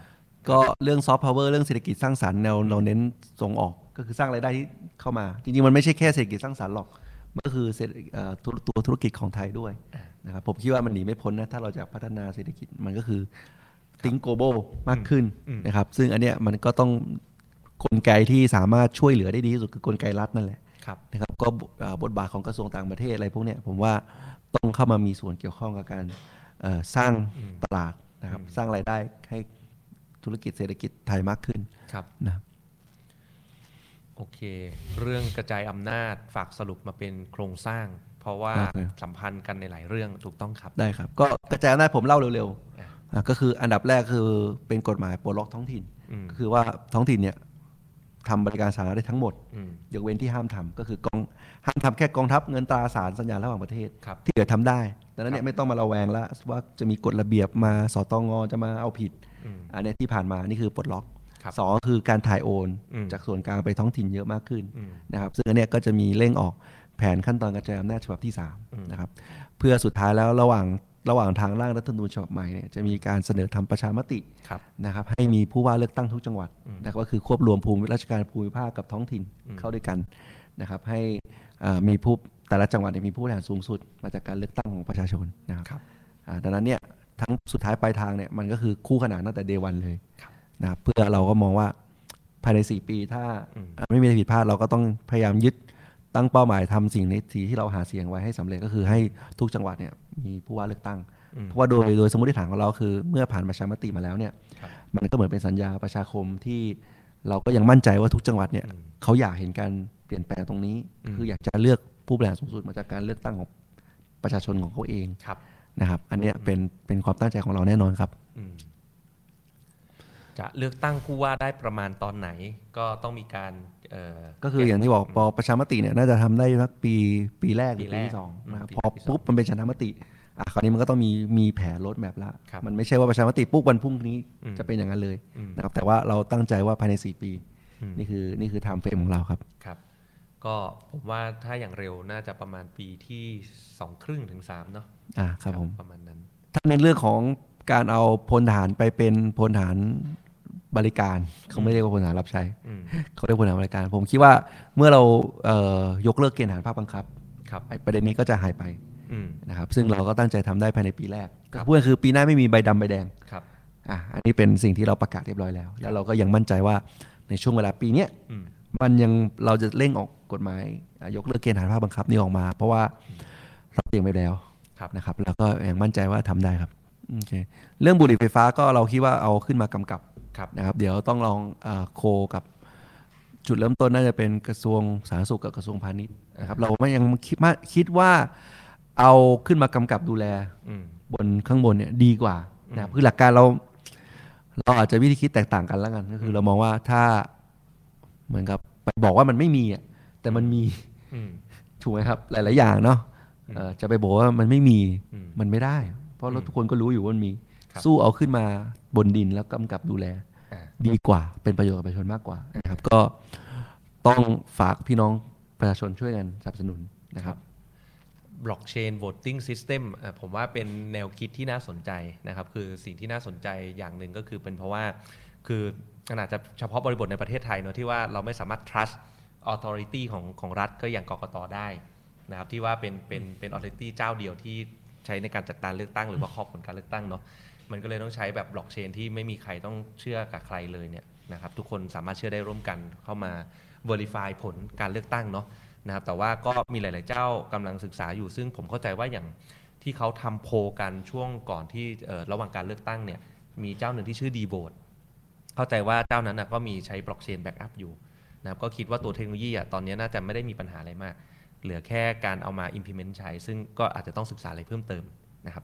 A: ก็เรื่องซอฟต์พาวเวอร์เรื่องเศรษฐกิจสร้างสรรค์เราเราเน้นส่งออกก็คือสร้างรายได้ที่เข้ามา จริงๆ มันไม่ใช่แค่เศรษฐกิจสร้างสรรค์หรอก มันก็คือเศรษฐเอ่อตัวตัวธุรกิจของไทยด้วย
B: อ่า
A: นะครับผมคิดว่ามันหนีไม่พ้นนะถ้าเราจะพัฒนาเศรษฐกิจมันก็คือ i ิงโก b a l มากขึ้น
B: อืม
A: นะครับซึ่งอันเนี้ยมันก็ต้องกลไกที่สามารถช่วยเหลือได้ดีที่สุดคือกลไกรัฐนั่นแหละ
B: ครับ
A: นะครับก็บเอ่อบทบาทของกระทรวงต่างประเทศอะไรพวกเนี้ยผมว่าต้องเข้ามามีส่วนเกี่ยวข้องกับการเอ่อสร้าง
B: อืม
A: ตลาดนะครับ
B: อืม
A: สร้างรายได้ให้ธุรกิจเศรษฐกิจไทยมากขึ้น
B: ครับ
A: นะครับ
B: โอเค เรื่องกระจายอำนาจฝากสรุปมาเป็นโครงสร้าง เพราะว่าสัมพันธ์กันในหลายเรื่องถูกต้องครับ
A: ได้ครับ ก็กระจายอำนาจผมเล่าเร็ว
B: อ่ะ
A: ๆอ่ะก็คืออันดับแรกคือเป็นกฎหมายปลดล็อกท้องถิ่น
B: อืม
A: ก็คือว่าท้องถิ่นเนี่ยทำบริการสาธารณะได้ทั้งหมด
B: อืม
A: ยกเว้นที่ห้ามทำก็คือกองห้ามทำแค่กองทัพเงินตราสารสัญญาระหว่างประเทศ
B: ครับ
A: ที่เหลือทำได้ดังนั้นเนี่ยไม่ต้องมาระแวงละว่าจะมีกฎระเบียบมาสตงจะมาเอาผิด
B: อืม
A: อันเนี้ยที่ผ่านมานี่คือปลดล็อก
B: ครับ
A: สองก็คือการถ่ายโอน
B: อืม
A: จากส่วนกลางไปท้องถิ่นเยอะมากขึ้น
B: อืม
A: นะครับ ซึ่งอันเนี้ยก็จะมีเร่งออกแผนขั้นตอนกระจายอำนาจฉบับที่
B: อืม
A: 3นะครับเพื่อสุดท้ายแล้วระหว่างระหว่างทางร่างรัฐธรรมนูญฉบับใหม่เนี่ยจะมีการเสนอทำประชามติ
B: ครับ
A: นะครับให้มีผู้ว่าเลือกตั้งทุกจังหวัด
B: อืม
A: นะครับก็คือควบรวมภูมิราชการภูมิภาคกับท้องถิ่น
B: อืม
A: เข้าด้วยกันนะครับให้เอ่อมีผู้แต่ละจังหวัดเนี่ยมีผู้บริหารสูงสุด มาจากการเลือกตั้งของประชาชนนะครับ
B: ครับ
A: อ่าดังนั้นเนี่ยทั้งสุดท้ายปลายทางเนี่ยมันก็คือคู่ขนานตั้งแต่เดวันเลย
B: ครับ
A: นะครับเพื่อเราก็มองว่าภายใน 4 ปีถ้า
B: อืม
A: ไม่มีอะไรผิดพลาดเราก็ต้องพยายามยึดตั้งเป้าหมายทำสิ่งในสีที่เราหาเสียงไว้ให้สำเร็จก็คือให้ทุกจังหวัดเนี่ยมีผู้ว่าเลือกตั้ง
B: อืม
A: เพราะว่าโดยโดยสมมติฐานของเราคือเมื่อผ่านประชามติมาแล้วเนี่ย
B: ครับ
A: มันก็เหมือนเป็นสัญญาประชาคมที่เราก็ยังมั่นใจว่าทุกจังหวัดเนี่ย
B: อืม
A: เขาอยากเห็นการเปลี่ยนแปลงตรงนี้
B: อืม
A: คืออยากจะเลือกผู้บริหารสูงสุดมาจากการเลือกตั้งของประชาชนของเขาเอง
B: ครับ
A: นะครับ อันเนี้ยเป็นเป็นความตั้งใจของเราแน่นอนครับ
B: อืม จะเลือกตั้งผู้ว่าได้ประมาณตอนไหน ก็ต้องมีการ เอ่อ
A: ก็คืออย่างที่บอกพอประชามติเนี่ยน่าจะทำได้สักปีปีแรกหรือ
B: ปี
A: ปี
B: แรก
A: ที่สองนะครับ
B: อื
A: พ
B: ม
A: อ
B: ปีที่สอง
A: ปุ๊บมันเป็นประชามติอ่ะคราวนี้มันก็ต้องมีมีแผนรถแมพละ
B: ครับ
A: มันไม่ใช่ว่าประชามติปุ๊บวันพรุ่งนี้
B: อืม
A: จะเป็นอย่างนั้นเลย
B: อืม
A: นะครับแต่ว่าเราตั้งใจว่าภายใน 4 ปี
B: อืม
A: นี่คือนี่คือไทม์เฟรมของเราครับ
B: ครับ ก็ผมว่าถ้าอย่างเร็วน่าจะประมาณปีที่สองครึ่งถึงสามเนาะ
A: อ่าครับผม
B: ประมาณนั้น
A: ถ้าในเรื่องของการเอาพลทหารไปเป็นพลทหารบริการเขาไม่เรียกว่าพลทหารรับใช้
B: อืม
A: เขาเรียกพลทหารบริการ ผมคิดว่าเมื่อเราเอ่อยกเลิกเกณฑ์ทหารภาคบังคับ
B: ครับ
A: ไอ้ประเด็นนี้ก็จะหายไป
B: อืม
A: นะครับซึ่งเราก็ตั้งใจทำได้ภายในปีแรก
B: ครับ
A: พูดก็คือปีหน้าไม่มีใบดำใบแดง
B: ครับ
A: อ่ะอันนี้เป็นสิ่งที่เราประกาศเรียบร้อยแล้ว แล้วเราก็ยังมั่นใจว่าในช่วงเวลาปีเนี้ย
B: อืม
A: มันยังเราจะเร่งออกกฎหมายอ่ะยกเลิกเกณฑ์ทหารภาคบังคับนี่ออกมา เพราะว่าเราเตรียมไปแล้ว
B: ครับ
A: นะครับแล้วก็ยังมั่นใจว่าทำได้ครับโอเคเรื่องบุหรี่ไฟฟ้าก็เราคิดว่าเอาขึ้นมากำกับ
B: ครับ
A: นะครับเดี๋ยวต้องลองเออโคกับ จุดเริ่มต้นน่าจะเป็นกระทรวงสาธารณสุขกับกระทรวงพาณิชย์นะครับเราไม่ยังคิดมาคิดว่าเอาขึ้นมากำกับดูแล
B: อืม
A: บนข้างบนเนี่ยดีกว่า
B: อื
A: นะ
B: ม
A: คือหลักการเรา เราอาจจะวิธีคิดแตกต่างกันแล้วกัน ก็คือ
B: ม
A: เรามองว่าถ้าเหมือนกับไปบอกว่ามันไม่มีอ่ะแต่มันมี
B: อืม
A: ถูกไหมครับ หลาย ๆ อย่างเนาะ
B: อืม
A: เอ่อจะไปบอกว่ามันไม่มี
B: อืม
A: มันไม่ได้ เพราะเรา
B: อืม
A: ทุกคนก็รู้อยู่ว่ามันมี
B: ครับ
A: สู้เอาขึ้นมาบนดินแล้วกำกับดูแล
B: อ่า
A: ดีกว่าเป็นประโยชน์กับประชาชนมากกว่านะครับ ก็ต้องฝากพี่น้องประชาชนช่วยกันสนับสนุนนะครับ
B: บล็อกเชน voting system อ่ะผมว่าเป็นแนวคิดที่น่าสนใจนะครับ คือสิ่งที่น่าสนใจอย่างหนึ่งก็คือเป็นเพราะว่า คือมันอาจจะเฉพาะบริบทในประเทศไทยเนอะที่ว่าเราไม่สามารถ trust authority ของของรัฐก็อย่างกกตได้นะครับที่ว่าเป็นเป็นเป็น authority เจ้าเดียวที่ใช้ในการจัดการเลือกตั้งหรือว่าครอบผลการเลือกตั้งเนาะมันก็เลยต้องใช้แบบบล็อกเชนที่ไม่มีใครต้องเชื่อกับใครเลยเนี่ยนะครับทุกคนสามารถเชื่อได้ร่วมกันเข้ามา verify ผลการเลือกตั้งเนาะ นะครับแต่ว่าก็มีหลาย ๆ เจ้ากำลังศึกษาอยู่ ซึ่งผมเข้าใจว่าอย่างที่เขาทำโพลกันช่วงก่อนที่เอ่อระหว่างการเลือกตั้งเนี่ยมีเจ้าหนึ่งที่ชื่อดีโบดเข้าใจว่าเจ้านั้นนะก็มีใช้บล็อกเชนแบ็กอัพอยู่นะครับก็คิดว่าตัวเทคโนโลยีอ่ะตอนนี้น่าจะไม่ได้มีปัญหาอะไรมาก เหลือแค่การเอามา implement ใช้ ซึ่งก็อาจจะต้องศึกษาอะไรเพิ่มเติมนะครับ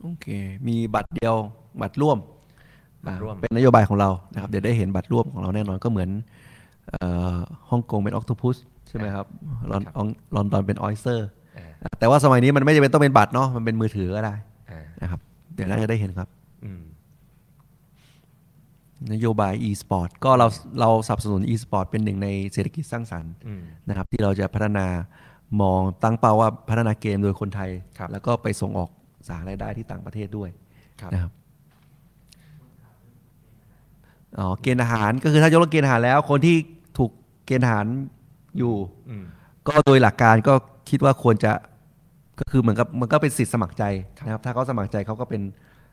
A: โอเค มีบัตรเดียว บัตรร่วม
B: บัตรร่วม
A: อ่าเป็นนโยบายของเรานะครับ เดี๋ยวได้เห็นบัตรร่วมของเราแน่นอนก็เหมือนเอ่อฮ่องกงเป็นออ t ต p พุสใช่ไหมครับลอนลอนดอนเป็นออยเซอร์
B: อ่า
A: แต่ว่าสมัยนี้มันไม่จำเป็นต้องเป็นบัตรเนาะ มันเป็นมือถือก็ได้
B: อ่า
A: นะครับ เดี๋ยวน่าจะได้เห็นครับ
B: อืม
A: นโยบาย e-sport ก็เราเราสนับสนุน e-sport เป็นหนึ่งในเศรษฐกิจสร้างสรรค์
B: อืม
A: นะครับที่เราจะพัฒนามองตั้งเป้าว่าพัฒนาเกมโดยคนไทย
B: ครับ
A: แล้วก็ไปส่งออกสารายได้ที่ต่างประเทศด้วยนะครับอ๋อเกณฑ์อาหารก็คือถ้ายกเลิกเกณฑ์อาหารแล้ว คนที่ถูกเกณฑ์อาหารอยู่
B: อืม
A: ก็โดยหลักการก็คิดว่าควรจะก็คือเหมือนกับมันก็เป็นสิทธิ์สมัครใจนะครับถ้าเขาสมัครใจเขาก็เป็น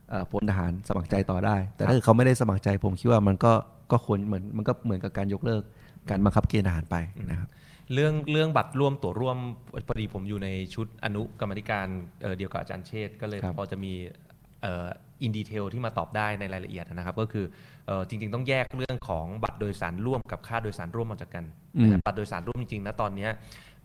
A: เอ่อพลทหารสมัครใจต่อได้ แต่ถ้าเกิดเขาไม่ได้สมัครใจผมคิดว่ามันก็ก็ควรเหมือนมันก็เหมือนกับการยกเลิกการบังคับเกณฑ์อาหารไปนะครับ
B: เรื่องเรื่องบัตรร่วมตั๋วร่วมพอดีผมอยู่ในชุดอนุกรรมาธิการเอ่อเดียวกับอาจารย์เชษฐ์ก็เลย
A: ครับ
B: พอจะมีเอินดีเทลที่มาตอบได้ในรายละเอียดนะครับ ก็คือเออจริง ๆ ต้องแยกเรื่องของบัตรโดยสารร่วมกับค่าโดยสารร่วมออกจากกัน
A: อืม
B: บัตรโดยสารร่วมจริง ๆ นะตอนเนี้ย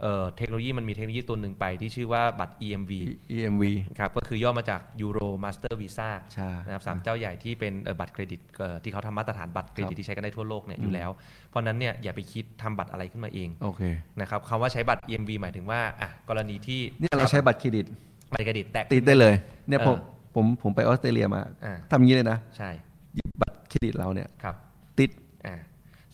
B: เอ่อเทคโนโลยีมันมีเทคโนโลยีตัวหนึ่งไปที่ชื่อว่าบัตร EMV
A: EMV
B: ครับก็คือย่อมาจาก Euro Master Visa
A: ใช่
B: นะครับสามเจ้าใหญ่ที่เป็นเอ่อบัตรเครดิตเอ่อที่เขาทำมาตรฐานบัตรเครดิตที่ใช้กันได้ทั่วโลกเนี่ยอยู่แล้ว เพราะฉะนั้นเนี่ยอย่าไปคิดทำบัตรอะไรขึ้นมาเอง
A: โอเค
B: นะครับคำว่าใช้บัตร EMV หมายถึงว่าอ่ะกรณีที่
A: เนี่ยเราใช้บัตรเครดิต
B: บัตรเครดิตแตะ
A: ติดได้เลย เนี่ยผม
B: เออ
A: ผมผมไปออสเตรเลียมา
B: อ่า
A: ทำอย่างนี้เลยนะ
B: ใช่
A: หยิบบัตรเครดิตเราเนี่ย
B: ครับ
A: ติด
B: อ่า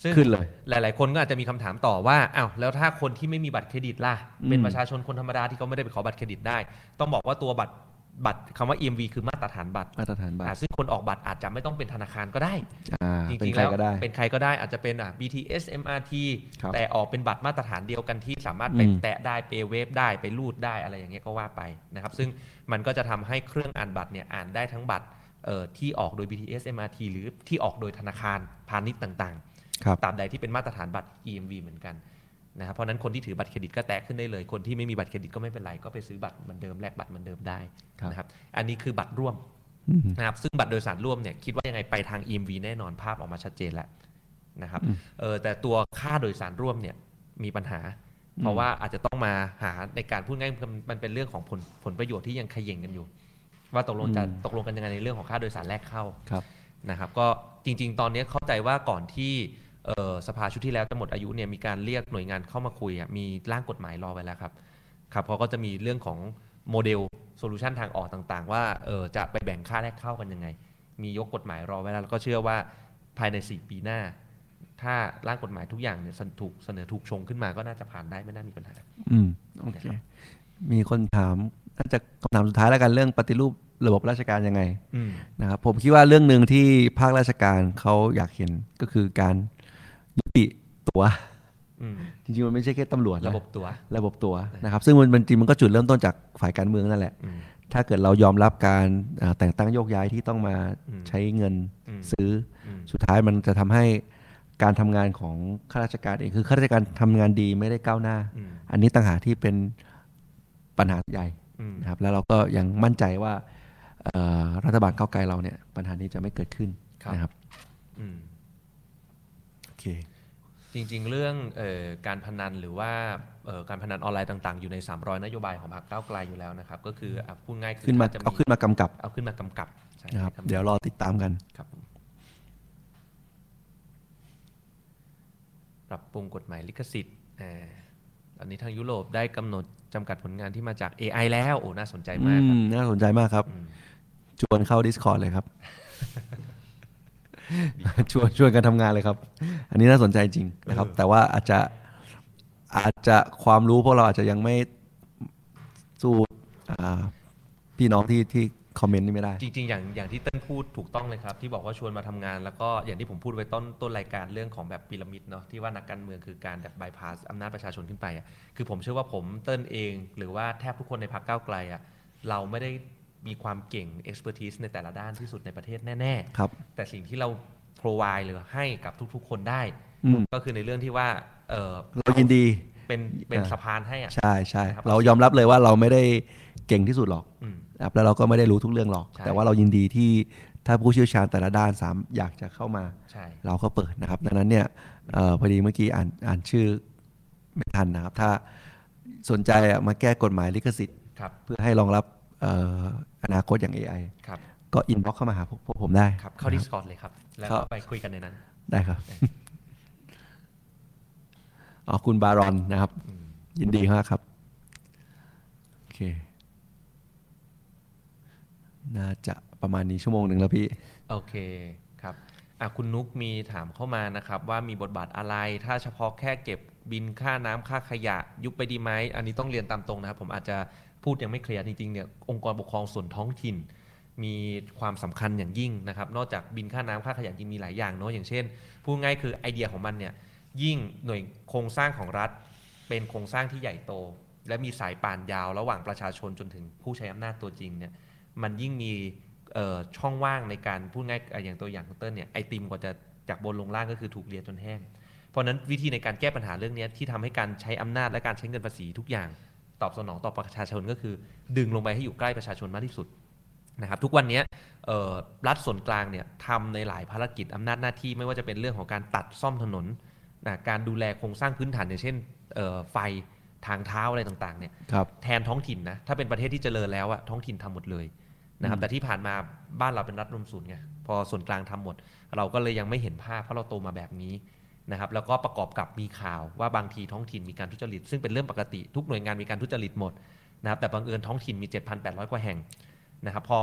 B: ซึ่ง
A: ขึ้นเลย
B: หลาย ๆ คนก็อาจจะมีคำถามต่อว่าอ้าวแล้วถ้าคนที่ไม่มีบัตรเครดิตล่ะ
A: อืม
B: เป็นประชาชนคนธรรมดาที่เขาไม่ได้ไปขอบัตรเครดิตได้ ต้องบอกว่าตัวบัตรบัตรคำว่า EMV คือมาตรฐานบัตร
A: มาตรฐานบัต
B: อ่ะ
A: ร
B: ซึ่งคนออกบัตรอาจจะไม่ต้องเป็นธนาคารก็ได้
A: อ่า
B: จ
A: เป็น
B: ริงๆ
A: ใคร
B: แล้ว
A: ก็ได้
B: เป็นใครก็ได้อาจจะเป็นอ่ะ BTS MRT
A: ครับ
B: แต่ออกเป็นบัตรมาตรฐานเดียวกันที่สามารถไป
A: อืม
B: แตะได้ไปเวฟได้ไปรูดได้อะไรอย่างเงี้ยก็ว่าไปนะครับ ซึ่งมันก็จะทำให้เครื่องอ่านบัตรเนี่ยอ่านได้ทั้งบัตรเอ่อที่ออกโดย BTS MRT หรือที่ออกโดยธนาคารพาณิชย์ต่าง
A: ครับ
B: ๆตราบใดที่เป็นมาตรฐานบัตร EMV เหมือนกันนะครับเพราะฉะนั้นคนที่ถือบัตรเครดิตก็แตะขึ้นได้เลย คนที่ไม่มีบัตรเครดิตก็ไม่เป็นไรก็ไปซื้อบัตรเหมือนเดิมแลกบัตรเหมือนเดิมได้
A: ครับ
B: นะครับอันนี้คือบัตรร่วม
A: อืม
B: นะครับซึ่งบัตรโดยสารร่วมเนี่ยคิดว่ายังไงไปทาง EMV แน่นอนภาพออกมาชัดเจนแล้วนะครับ
A: อืม
B: เออแต่ตัวค่าโดยสารร่วมเนี่ยมีปัญหา
A: อืม
B: เพราะว่าอาจจะต้องมาหาในการพูดง่ายๆมันเป็นเรื่องของผลผลประโยชน์ที่ยังเขย่งกันอยู่ ว่าตกลงจะตกลงกันยังไงในเรื่องของค่าโดยสารแรกเข้า
A: ครับ
B: นะครับก็จริงๆ ตอนนี้เข้าใจว่าก่อนที่เอ่อสภาชุดที่แล้วจะหมดอายุเนี่ยมีการเรียกหน่วยงานเข้ามาคุยอะมีร่างกฎหมายรอไว้แล้วครับครับเขาก็จะมีเรื่องของโมเดลโซลูชันทางออกต่างๆ ว่าเอ่อจะไปแบ่งค่าแรกเข้ากันยังไง มียกกฎหมายรอไว้แล้วแล้วก็เชื่อว่าภายใน 4 ปีหน้า ถ้าร่างกฎหมายทุกอย่างเนี่ยเสนอถูกเสนอถูกชงขึ้นมาก็น่าจะผ่านได้ไม่น่ามีปัญหา
A: อืมโอเค
B: นะครับ
A: มีคนถามน่าจะคำถามสุดท้ายแล้วกันเรื่องปฏิรูประบบราชการยังไง
B: อืม
A: นะครับผมคิดว่าเรื่องหนึ่งที่ภาคราชการเขาอยากเห็นก็คือการยุติตัว
B: อืม
A: จริงๆมันไม่ใช่แค่ตำรวจน
B: ระบบตัว
A: ระบบตัวนะครับ ซึ่งมันมันจริงมันก็จุดเริ่มต้นจากฝ่ายการเมืองนั่นแหละ
B: อืม
A: ถ้าเกิดเรายอมรับการเอ่อแต่งตั้งโยกย้ายที่ต้องมา
B: อืม
A: ใช้เงิน
B: อืม
A: ซื้อ
B: อืม
A: สุดท้ายมันจะทำให้การทำงานของข้าราชการเองคือข้าราชการทำงานดีไม่ได้ก้าวหน้า
B: อืม
A: อันนี้ต่างหากที่เป็นปัญหาใหญ่
B: อืม
A: นะครับ แล้วเราก็ยังมั่นใจว่าเอ่อรัฐบาลก้าวไกลเราเนี่ยปัญหานี้จะไม่เกิดขึ้นนะครับ
B: อืม
A: โอเค
B: จริง ๆ เรื่องเออการพนันหรือว่าเอ่อการพนันออนไลน์ต่าง ๆ อยู่ใน 300 นโยบายของพรรคก้าวไกลอยู่แล้วนะครับ ก็คืออ่ะพูดง่ายคือ
A: ขึ้นมา
B: จะ
A: เอาขึ้นมากำกับ
B: เอาขึ้นมากำกับใช่
A: นะครับ เดี๋ยวรอติดตามกัน
B: ครับผมปรับปรุงกฎหมายลิขสิทธิ์อ่าตอนนี้ทางยุโรปได้กำหนดจำกัดผลงานที่มาจาก AI แล้วโอ้น่าสนใจ
A: อื
B: มากครับ
A: มน่าสนใจมากครับ
B: อืม
A: ชวนเข้า Discord เลยครับ ชวนชวนกันทำงานเลยครับ อันนี้น่าสนใจจริงนะครับ
B: เออ
A: แต่ว่าอาจจะอาจจะความรู้พวกเราอาจจะยังไม่สู้อ่าพี่น้องที่ที่คอมเมนต์นี่ไม่ได้
B: จริงๆ อย่างอย่างที่เต้นพูดถูกต้องเลยครับ ที่บอกว่าชวนมาทำงาน แล้วก็อย่างที่ผมพูดไว้ต้นต้นรายการเรื่องของแบบพีระมิดเนาะที่ว่านักการเมืองคือการแบบบายพาสอำนาจประชาชนขึ้นไปอะคือผมเชื่อว่าผมเต้นเอง หรือว่าแทบทุกคนในพรรคก้าวไกลอะเราไม่ได้มีความเก่ง expertise ในแต่ละด้านที่สุดในประเทศแน่
A: ครับ
B: ๆ แต่สิ่งที่เรา provide หรือให้กับทุกๆ คนได้
A: อืม
B: ก็คือในเรื่องที่ว่าเออ
A: เรายินดี
B: เป็นเป็นสะพานให้อะ
A: ใช่ใช่
B: ครับ
A: เรายอมรับเลยว่าเราไม่ได้เก่งที่สุดหรอก
B: อืม
A: นะครับแล้วเราก็ไม่ได้รู้ทุกเรื่องหรอก
B: ใช่
A: แต่ว่าเรายินดีที่ถ้าผู้เชี่ยวชาญแต่ละด้านสามอยากจะเข้ามา
B: ใช่
A: เราก็เปิดนะครับดังนั้นเนี่ยเออพอดีเมื่อกี้อ่านอ่านชื่อไม่ทันนะครับ ถ้าสนใจอะมาแก้กฎหมายลิขสิทธิ์
B: ครับ
A: เพื่อให้รองรับเอ่ออนาคตอย่าง AI
B: ครับ
A: ก็อินบ็อกเข้ามาหาพวกพวกผมได้
B: ครับเข้า Discord เลยครับ แล้ว
A: ครั
B: ก็
A: บ
B: ไปคุยกันในนั้น
A: ได้ครับอ๋อคุณบารอนนะครับ
B: อืม
A: ยินดีมากครับ โอเค น่าจะประมาณนี้ชั่วโมงหนึ่งแล้วพี่
B: โอเคครับอ่ะคุณนุกมีถามเข้ามานะครับว่ามีบทบาทอะไร ถ้าเฉพาะแค่เก็บบินค่าน้ำค่าขยะยุบไปดีไหมอันนี้ต้องเรียนตามตรงนะครับ ผมอาจจะพูดยังไม่เคลียร์จริงๆเนี่ยองค์กรปกครองส่วนท้องถิ่น มีความสำคัญอย่างยิ่งนะครับ นอกจากบินค่าน้ำค่าขยะจริงมีหลายอย่างเนาะอย่างเช่นพูดง่ายคือไอเดียของมันเนี่ยยิ่งหน่วยโครงสร้างของรัฐ เป็นโครงสร้างที่ใหญ่โต และมีสายป่านยาวระหว่างประชาชนจนถึงผู้ใช้อำนาจตัวจริงเนี่ย มันยิ่งมีเอ่อช่องว่างในการพูดง่ายอ่ะอย่างตัวอย่างของเติ้ลเนี่ยไอติมกว่าจะจากบนลงล่างก็คือถูกเลียจนแห้ง เพราะฉะนั้นวิธีในการแก้ปัญหาเรื่องเนี้ยที่ทำให้การใช้อำนาจและการใช้เงินภาษีทุกอย่าง ตอบสนองต่อประชาชนก็คือ ดึงลงไปให้อยู่ใกล้ประชาชนมากที่สุดนะครับทุกวันเนี้ยเอ่อรัฐส่วนกลางเนี่ยทำในหลายภารกิจอำนาจหน้าที่ไม่ว่าจะเป็นเรื่องของการตัดซ่อมถนนนะการดูแลโครงสร้างพื้นฐานอย่างเช่นเอ่อไฟทางเท้าอะไรต่างๆเนี่ย
A: ครับ
B: แทนท้องถิ่นนะ ถ้าเป็นประเทศที่เจริญแล้วอะท้องถิ่นทำหมดเลยนะครับ
A: อืม
B: แต่ที่ผ่านมาบ้านเราเป็นรัฐรวมศูนย์ไง พอส่วนกลางทำหมด เราก็เลยยังไม่เห็นภาพเพราะเราโตมาแบบนี้นะครับ แล้วก็ประกอบกับมีข่าวว่าบางทีท้องถิ่นมีการทุจริต ซึ่งเป็นเรื่องปกติทุกหน่วยงานมีการทุจริตหมดนะครับ แต่บังเอิญท้องถิ่นมี 7,800 กว่าแห่งนะครับ พอ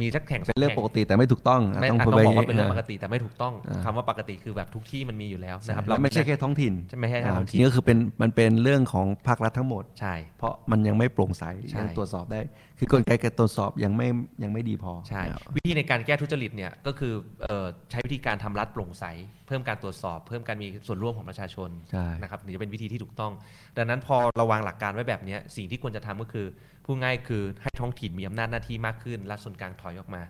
B: มีสักแห่ง
A: เป็นเรื่องป
B: สักแห่ง
A: กติแต่ไม่ถูกต้องะ
B: ไม่
A: ต้อง
B: อ่ะ
A: พูด
B: ต้อง
A: ไป
B: บอกว่าเป็นเรื่องปกติแต่ไม่ถูกต้อง
A: อ่า
B: คำว่าปกติคือแบบทุกที่มันมีอยู่แล้วนะครับ
A: แล้วไม่ใช่แค่ท้องถิ่น
B: ไม่ใช่แค่ท้องถิ่น
A: นี่ก็คือเป็นมันเป็นเรื่องของภาครัฐทั้งหมด
B: ใช่
A: เพราะมันยังไม่โปร่งใส
B: ใช่
A: ยังตรวจสอบได้ คือกลไกการตรวจสอบยังไม่ยังไม่ดีพอ
B: ใช่
A: นะครับ
B: วิธีในการแก้ทุจริตเนี่ยก็คือเอ่อใช้วิธีการทำรัฐโปร่งใส เพิ่มการตรวจสอบ เพิ่มการมีส่วนร่วมของประชาชน
A: ใช่
B: นะครับถึงจะเป็นวิธีที่ถูกต้อง ดังนั้นพอเราวางหลักการไว้แบบเนี้ยสิ่งที่ควรจะทำก็คือพูดง่ายคือให้ท้องถิ่นมีอำนาจหน้าที่มากขึ้นรัฐส่วนกลางถอยออกมา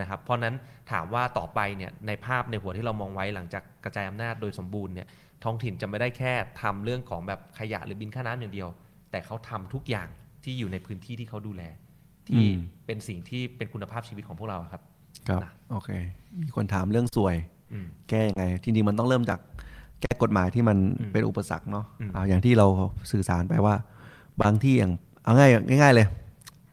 B: นะครับเพราะฉะนั้นถามว่าต่อไปเนี่ยในภาพในหัวที่เรามองไว้หลังจากกระจายอำนาจโดยสมบูรณ์เนี่ยท้องถิ่นจะไม่ได้แค่ทำเรื่องของแบบขยะหรือบินค่าน้ำอย่างเดียว แต่เขาทำทุกอย่างที่อยู่ในพื้นที่ที่เขาดูแล ที่
A: อืม
B: เป็นสิ่งที่เป็นคุณภาพชีวิตของพวกเราครับ
A: ครับ
B: นะ
A: โอเค มีคนถามเรื่องสวย
B: อืม
A: แก้ยังไงจริงๆมันต้องเริ่มจากแก้กฎหมายที่มัน
B: อืม
A: เป็นอุปสรรคเนาะ
B: อืม
A: เอาอย่างที่เราสื่อสารไปว่า บางที่อย่างเอาง่ายง่าย ๆ เลย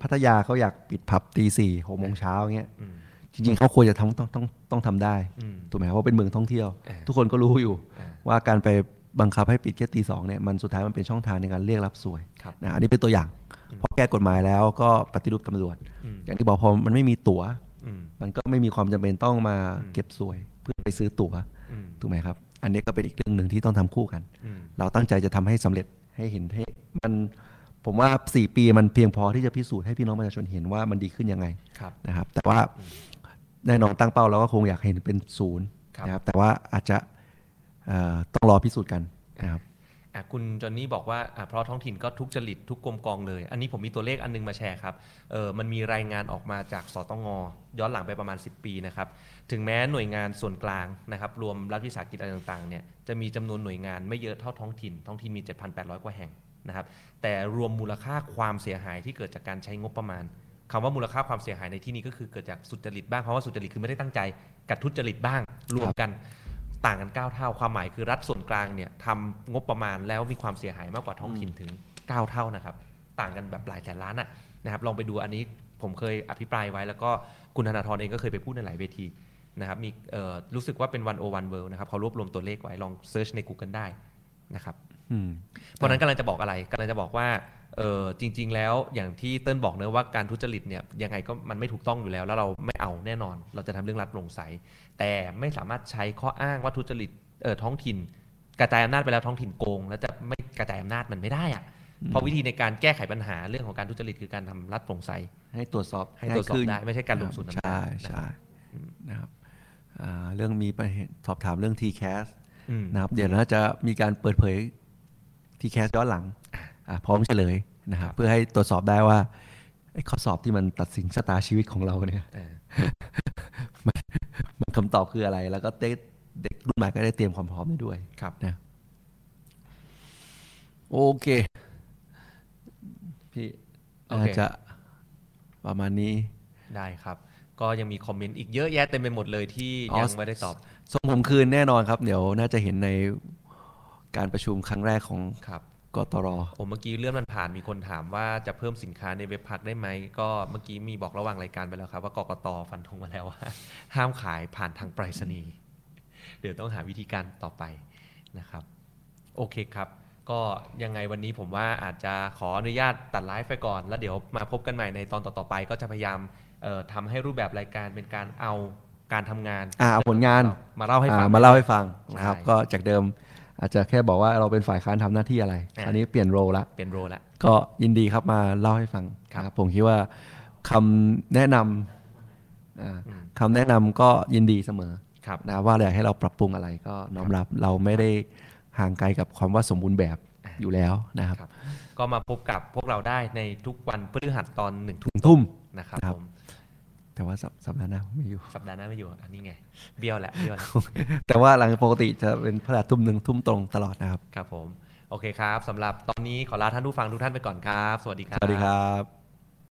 A: พัทยาเขาอยากปิดผับตีสี่หกโมงเช้าอย่างเงี้ย
B: อืม
A: จริงๆเขาควรจะทำต้องต้องต้องทำได้
B: อืม
A: ถูกไหมครับเพราะเป็นเมืองท่องเที่ยว
B: เออ
A: ทุกคนก็รู้อยู่
B: อ่า
A: ว่าการไปบังคับให้ปิดแค่ตีสองเนี่ยมันสุดท้ายมันเป็นช่องทางในการเรียกรับสวย
B: ครับ
A: นะอันนี้เป็นตัวอย่าง
B: อืม
A: พอแก้กฎหมายแล้วก็ปฏิรูปตำรวจ
B: อืม
A: อย่างที่บอกพอมันไม่มีตั๋ว
B: อืม
A: มันก็ไม่มีความจำเป็นต้องมา
B: อืม
A: เก็บสวยเพื่อไปซื้อตั๋ว
B: อืม
A: ถูกไหมครับ อันนี้ก็เป็นอีกเรื่องหนึ่งที่ต้องทำคู่กัน
B: อืม
A: เราตั้งใจจะทำให้สำเร็จให้เห็นให้มันผมว่า 4 ปีมันเพียงพอที่จะพิสูจน์ให้พี่น้องประชาชนเห็นว่ามันดีขึ้นยังไง
B: ครับ
A: นะครับ แต่ว่าแน่นอนตั้งเป้าเราก็คงอยากเห็นเป็นศูนย์
B: ครับ
A: นะครับแต่ว่าอาจจะเอ่อต้องรอพิสูจน์กันนะครับ
B: อ่ะคุณจอนนี่บอกว่าอ่ะเพราะท้องถิ่นก็ทุกจริตทุกกลมกองเลย อันนี้ผมมีตัวเลขอันนึงมาแชร์ครับเออมันมีรายงานออกมาจากสตงย้อนหลังไปประมาณ 10 ปีนะครับ ถึงแม้หน่วยงานส่วนกลางนะครับ รวมรัฐวิสาหกิจอะไรต่างๆเนี่ยจะมีจำนวนหน่วยงานไม่เยอะเท่าท้องถิ่น ท้องถิ่นมี 7,800 กว่าแห่งนะครับ แต่รวมมูลค่าความเสียหายที่เกิดจากการใช้งบประมาณคำว่ามูลค่าความเสียหายในที่นี้ก็คือเกิดจากสุจริตบ้างเพราะว่าสุจริตคือไม่ได้ตั้งใจกับทุจริตบ้างรวมกัน ต่างกัน 9 เท่า ความหมายคือรัฐส่วนกลางเนี่ยทำงบประมาณแล้วมีความเสียหายมากกว่าท้องถิ่นถึง 9 เท่านะครับ ต่างกันแบบหลายแสนล้านอะนะครับลองไปดูอันนี้ผมเคยอภิปรายไว้ แล้วก็คุณธนาธรเองก็เคยไปพูดในหลายเวทีนะครับมีเอ่อรู้สึกว่าเป็นวันโอวันเวิลด์นะครับเขารวบรวมตัวเลขไว้ลองเซิร์ชใน Google ได้นะครับ
A: อืม
B: เพราะฉะนั้นกำลังจะบอกอะไรกำลังจะบอกว่าเออจริง ๆ แล้วอย่างที่เติ้ลบอกเนอะว่าการทุจริตเนี่ยยังไงก็มันไม่ถูกต้องอยู่แล้ว แล้วเราไม่เอาแน่นอน เราจะทำเรื่องรัฐโปร่งใส แต่ไม่สามารถใช้ข้ออ้างว่าทุจริตเออท้องถิ่น กระจายอำนาจไปแล้วท้องถิ่นโกง แล้วจะไม่กระจายอำนาจมันไม่ได้อะ
A: อืม
B: เพราะวิธีในการแก้ไขปัญหาเรื่องของการทุจริตคือการทำรัฐโปร่งใส
A: ให้ตรวจสอบ
B: ให้ตรวจสอ
A: ง่ย
B: บ
A: ขึ้น
B: ได้ไม่ใช่การลงทุน
A: ใช่
B: น้ำตาล
A: ใช่นะครับอ่าเรื่องมีประเด็นสอบถามเรื่อง TCAS
B: อืม
A: นะครับเดี๋ยวเราจะมีการเปิดเผย TCAS ย้อนหลังอ่ะพร้อมเฉลยนะครับ
B: ครับ
A: เพื่อให้ตรวจสอบได้ว่าไอ้ข้อสอบที่มันตัดสินชะตาชีวิตของเราเนี่ย
B: เออ
A: มันคำตอบคืออะไร แล้วก็เด็กเด็กรุ่นใหม่ก็ได้เตรียมความพร้อมได้ด้วย
B: ครับ
A: นะโอเค พี่
B: โอ
A: น่า
B: เค
A: จะประมาณนี้
B: ได้ครับ ก็ยังมีคอมเมนต์อีกเยอะแยะเต็มไปหมดเลยที่
A: อ๋อ
B: ยังไม่ได้ตอบ
A: ส่งผมคืนแน่นอนครับ เดี๋ยวน่าจะเห็นในการประชุมครั้งแรกของ
B: ครับ
A: กตร
B: โอ้เมื่อกี้เรื่องมันผ่านมีคนถามว่าจะเพิ่มสินค้าในเว็บพักได้ไหม ก็เมื่อกี้มีบอกระหว่างรายการไปแล้วครับ ว่ากกตฟันธงมาแล้วว่า ห้ามขายผ่านทางไปรษณีย์ เดี๋ยวต้องหาวิธีการต่อไปนะครับ โอเคครับ ก็ยังไงวันนี้ผมว่าอาจจะขออนุญาตตัดไลฟ์ไปก่อน แล้วเดี๋ยวมาพบกันใหม่ในตอนต่อๆไป ก็จะพยายามเอ่อทำให้รูปแบบรายการเป็นการเอาการทำงาน
A: อ่าเอาผลงาน
B: มาเล่าให้ฟัง
A: อ่ามาเล่าให้ฟังนะครับ
B: ใช่
A: ก็จากเดิมอาจจะแค่บอกว่าเราเป็นฝ่ายค้านทำหน้าที่อะไร
B: อ่า
A: อันนี้เปลี่ยนโรลละ
B: เป็นโรละ
A: ก็ยินดีครับมาเล่าให้ฟัง
B: ครับ
A: นะผมคิดว่าคำแนะนำอ่า
B: อืม
A: คำแนะนำก็ยินดีเสมอ
B: ครับ
A: นะว่าอะไรให้เราปรับปรุงอะไรก็น้อมรับเราไม่ได้ห่างไกลกับความว่าสมบูรณ์แบบอยู่แล้วนะครับ
B: ครับ ก็มาพบกับพวกเราได้ในทุกวันพฤหัสตอนหนึ่งทุ่ม
A: ถึงทุ่ม
B: นะครับ
A: ครับ
B: ผม
A: แต่ว่าสัปสัปดาห์หน้าผมไม่อยู่
B: สัปดาห์หน้าไม่อยู่ อันนี้ไง เบี้ยวแหละเบี้ยวแหละ
A: แต่ว่าหลังปกติจะเป็นพระราชทุ่มหนึ่งทุ่มตรงตลอดนะครับ
B: ครับผม โอเคครับสำหรับตอนนี้ขอลาท่านผู้ฟังทุกท่านไปก่อนครับ สวัสดีค
A: ส
B: รับ
A: วัสดีครับ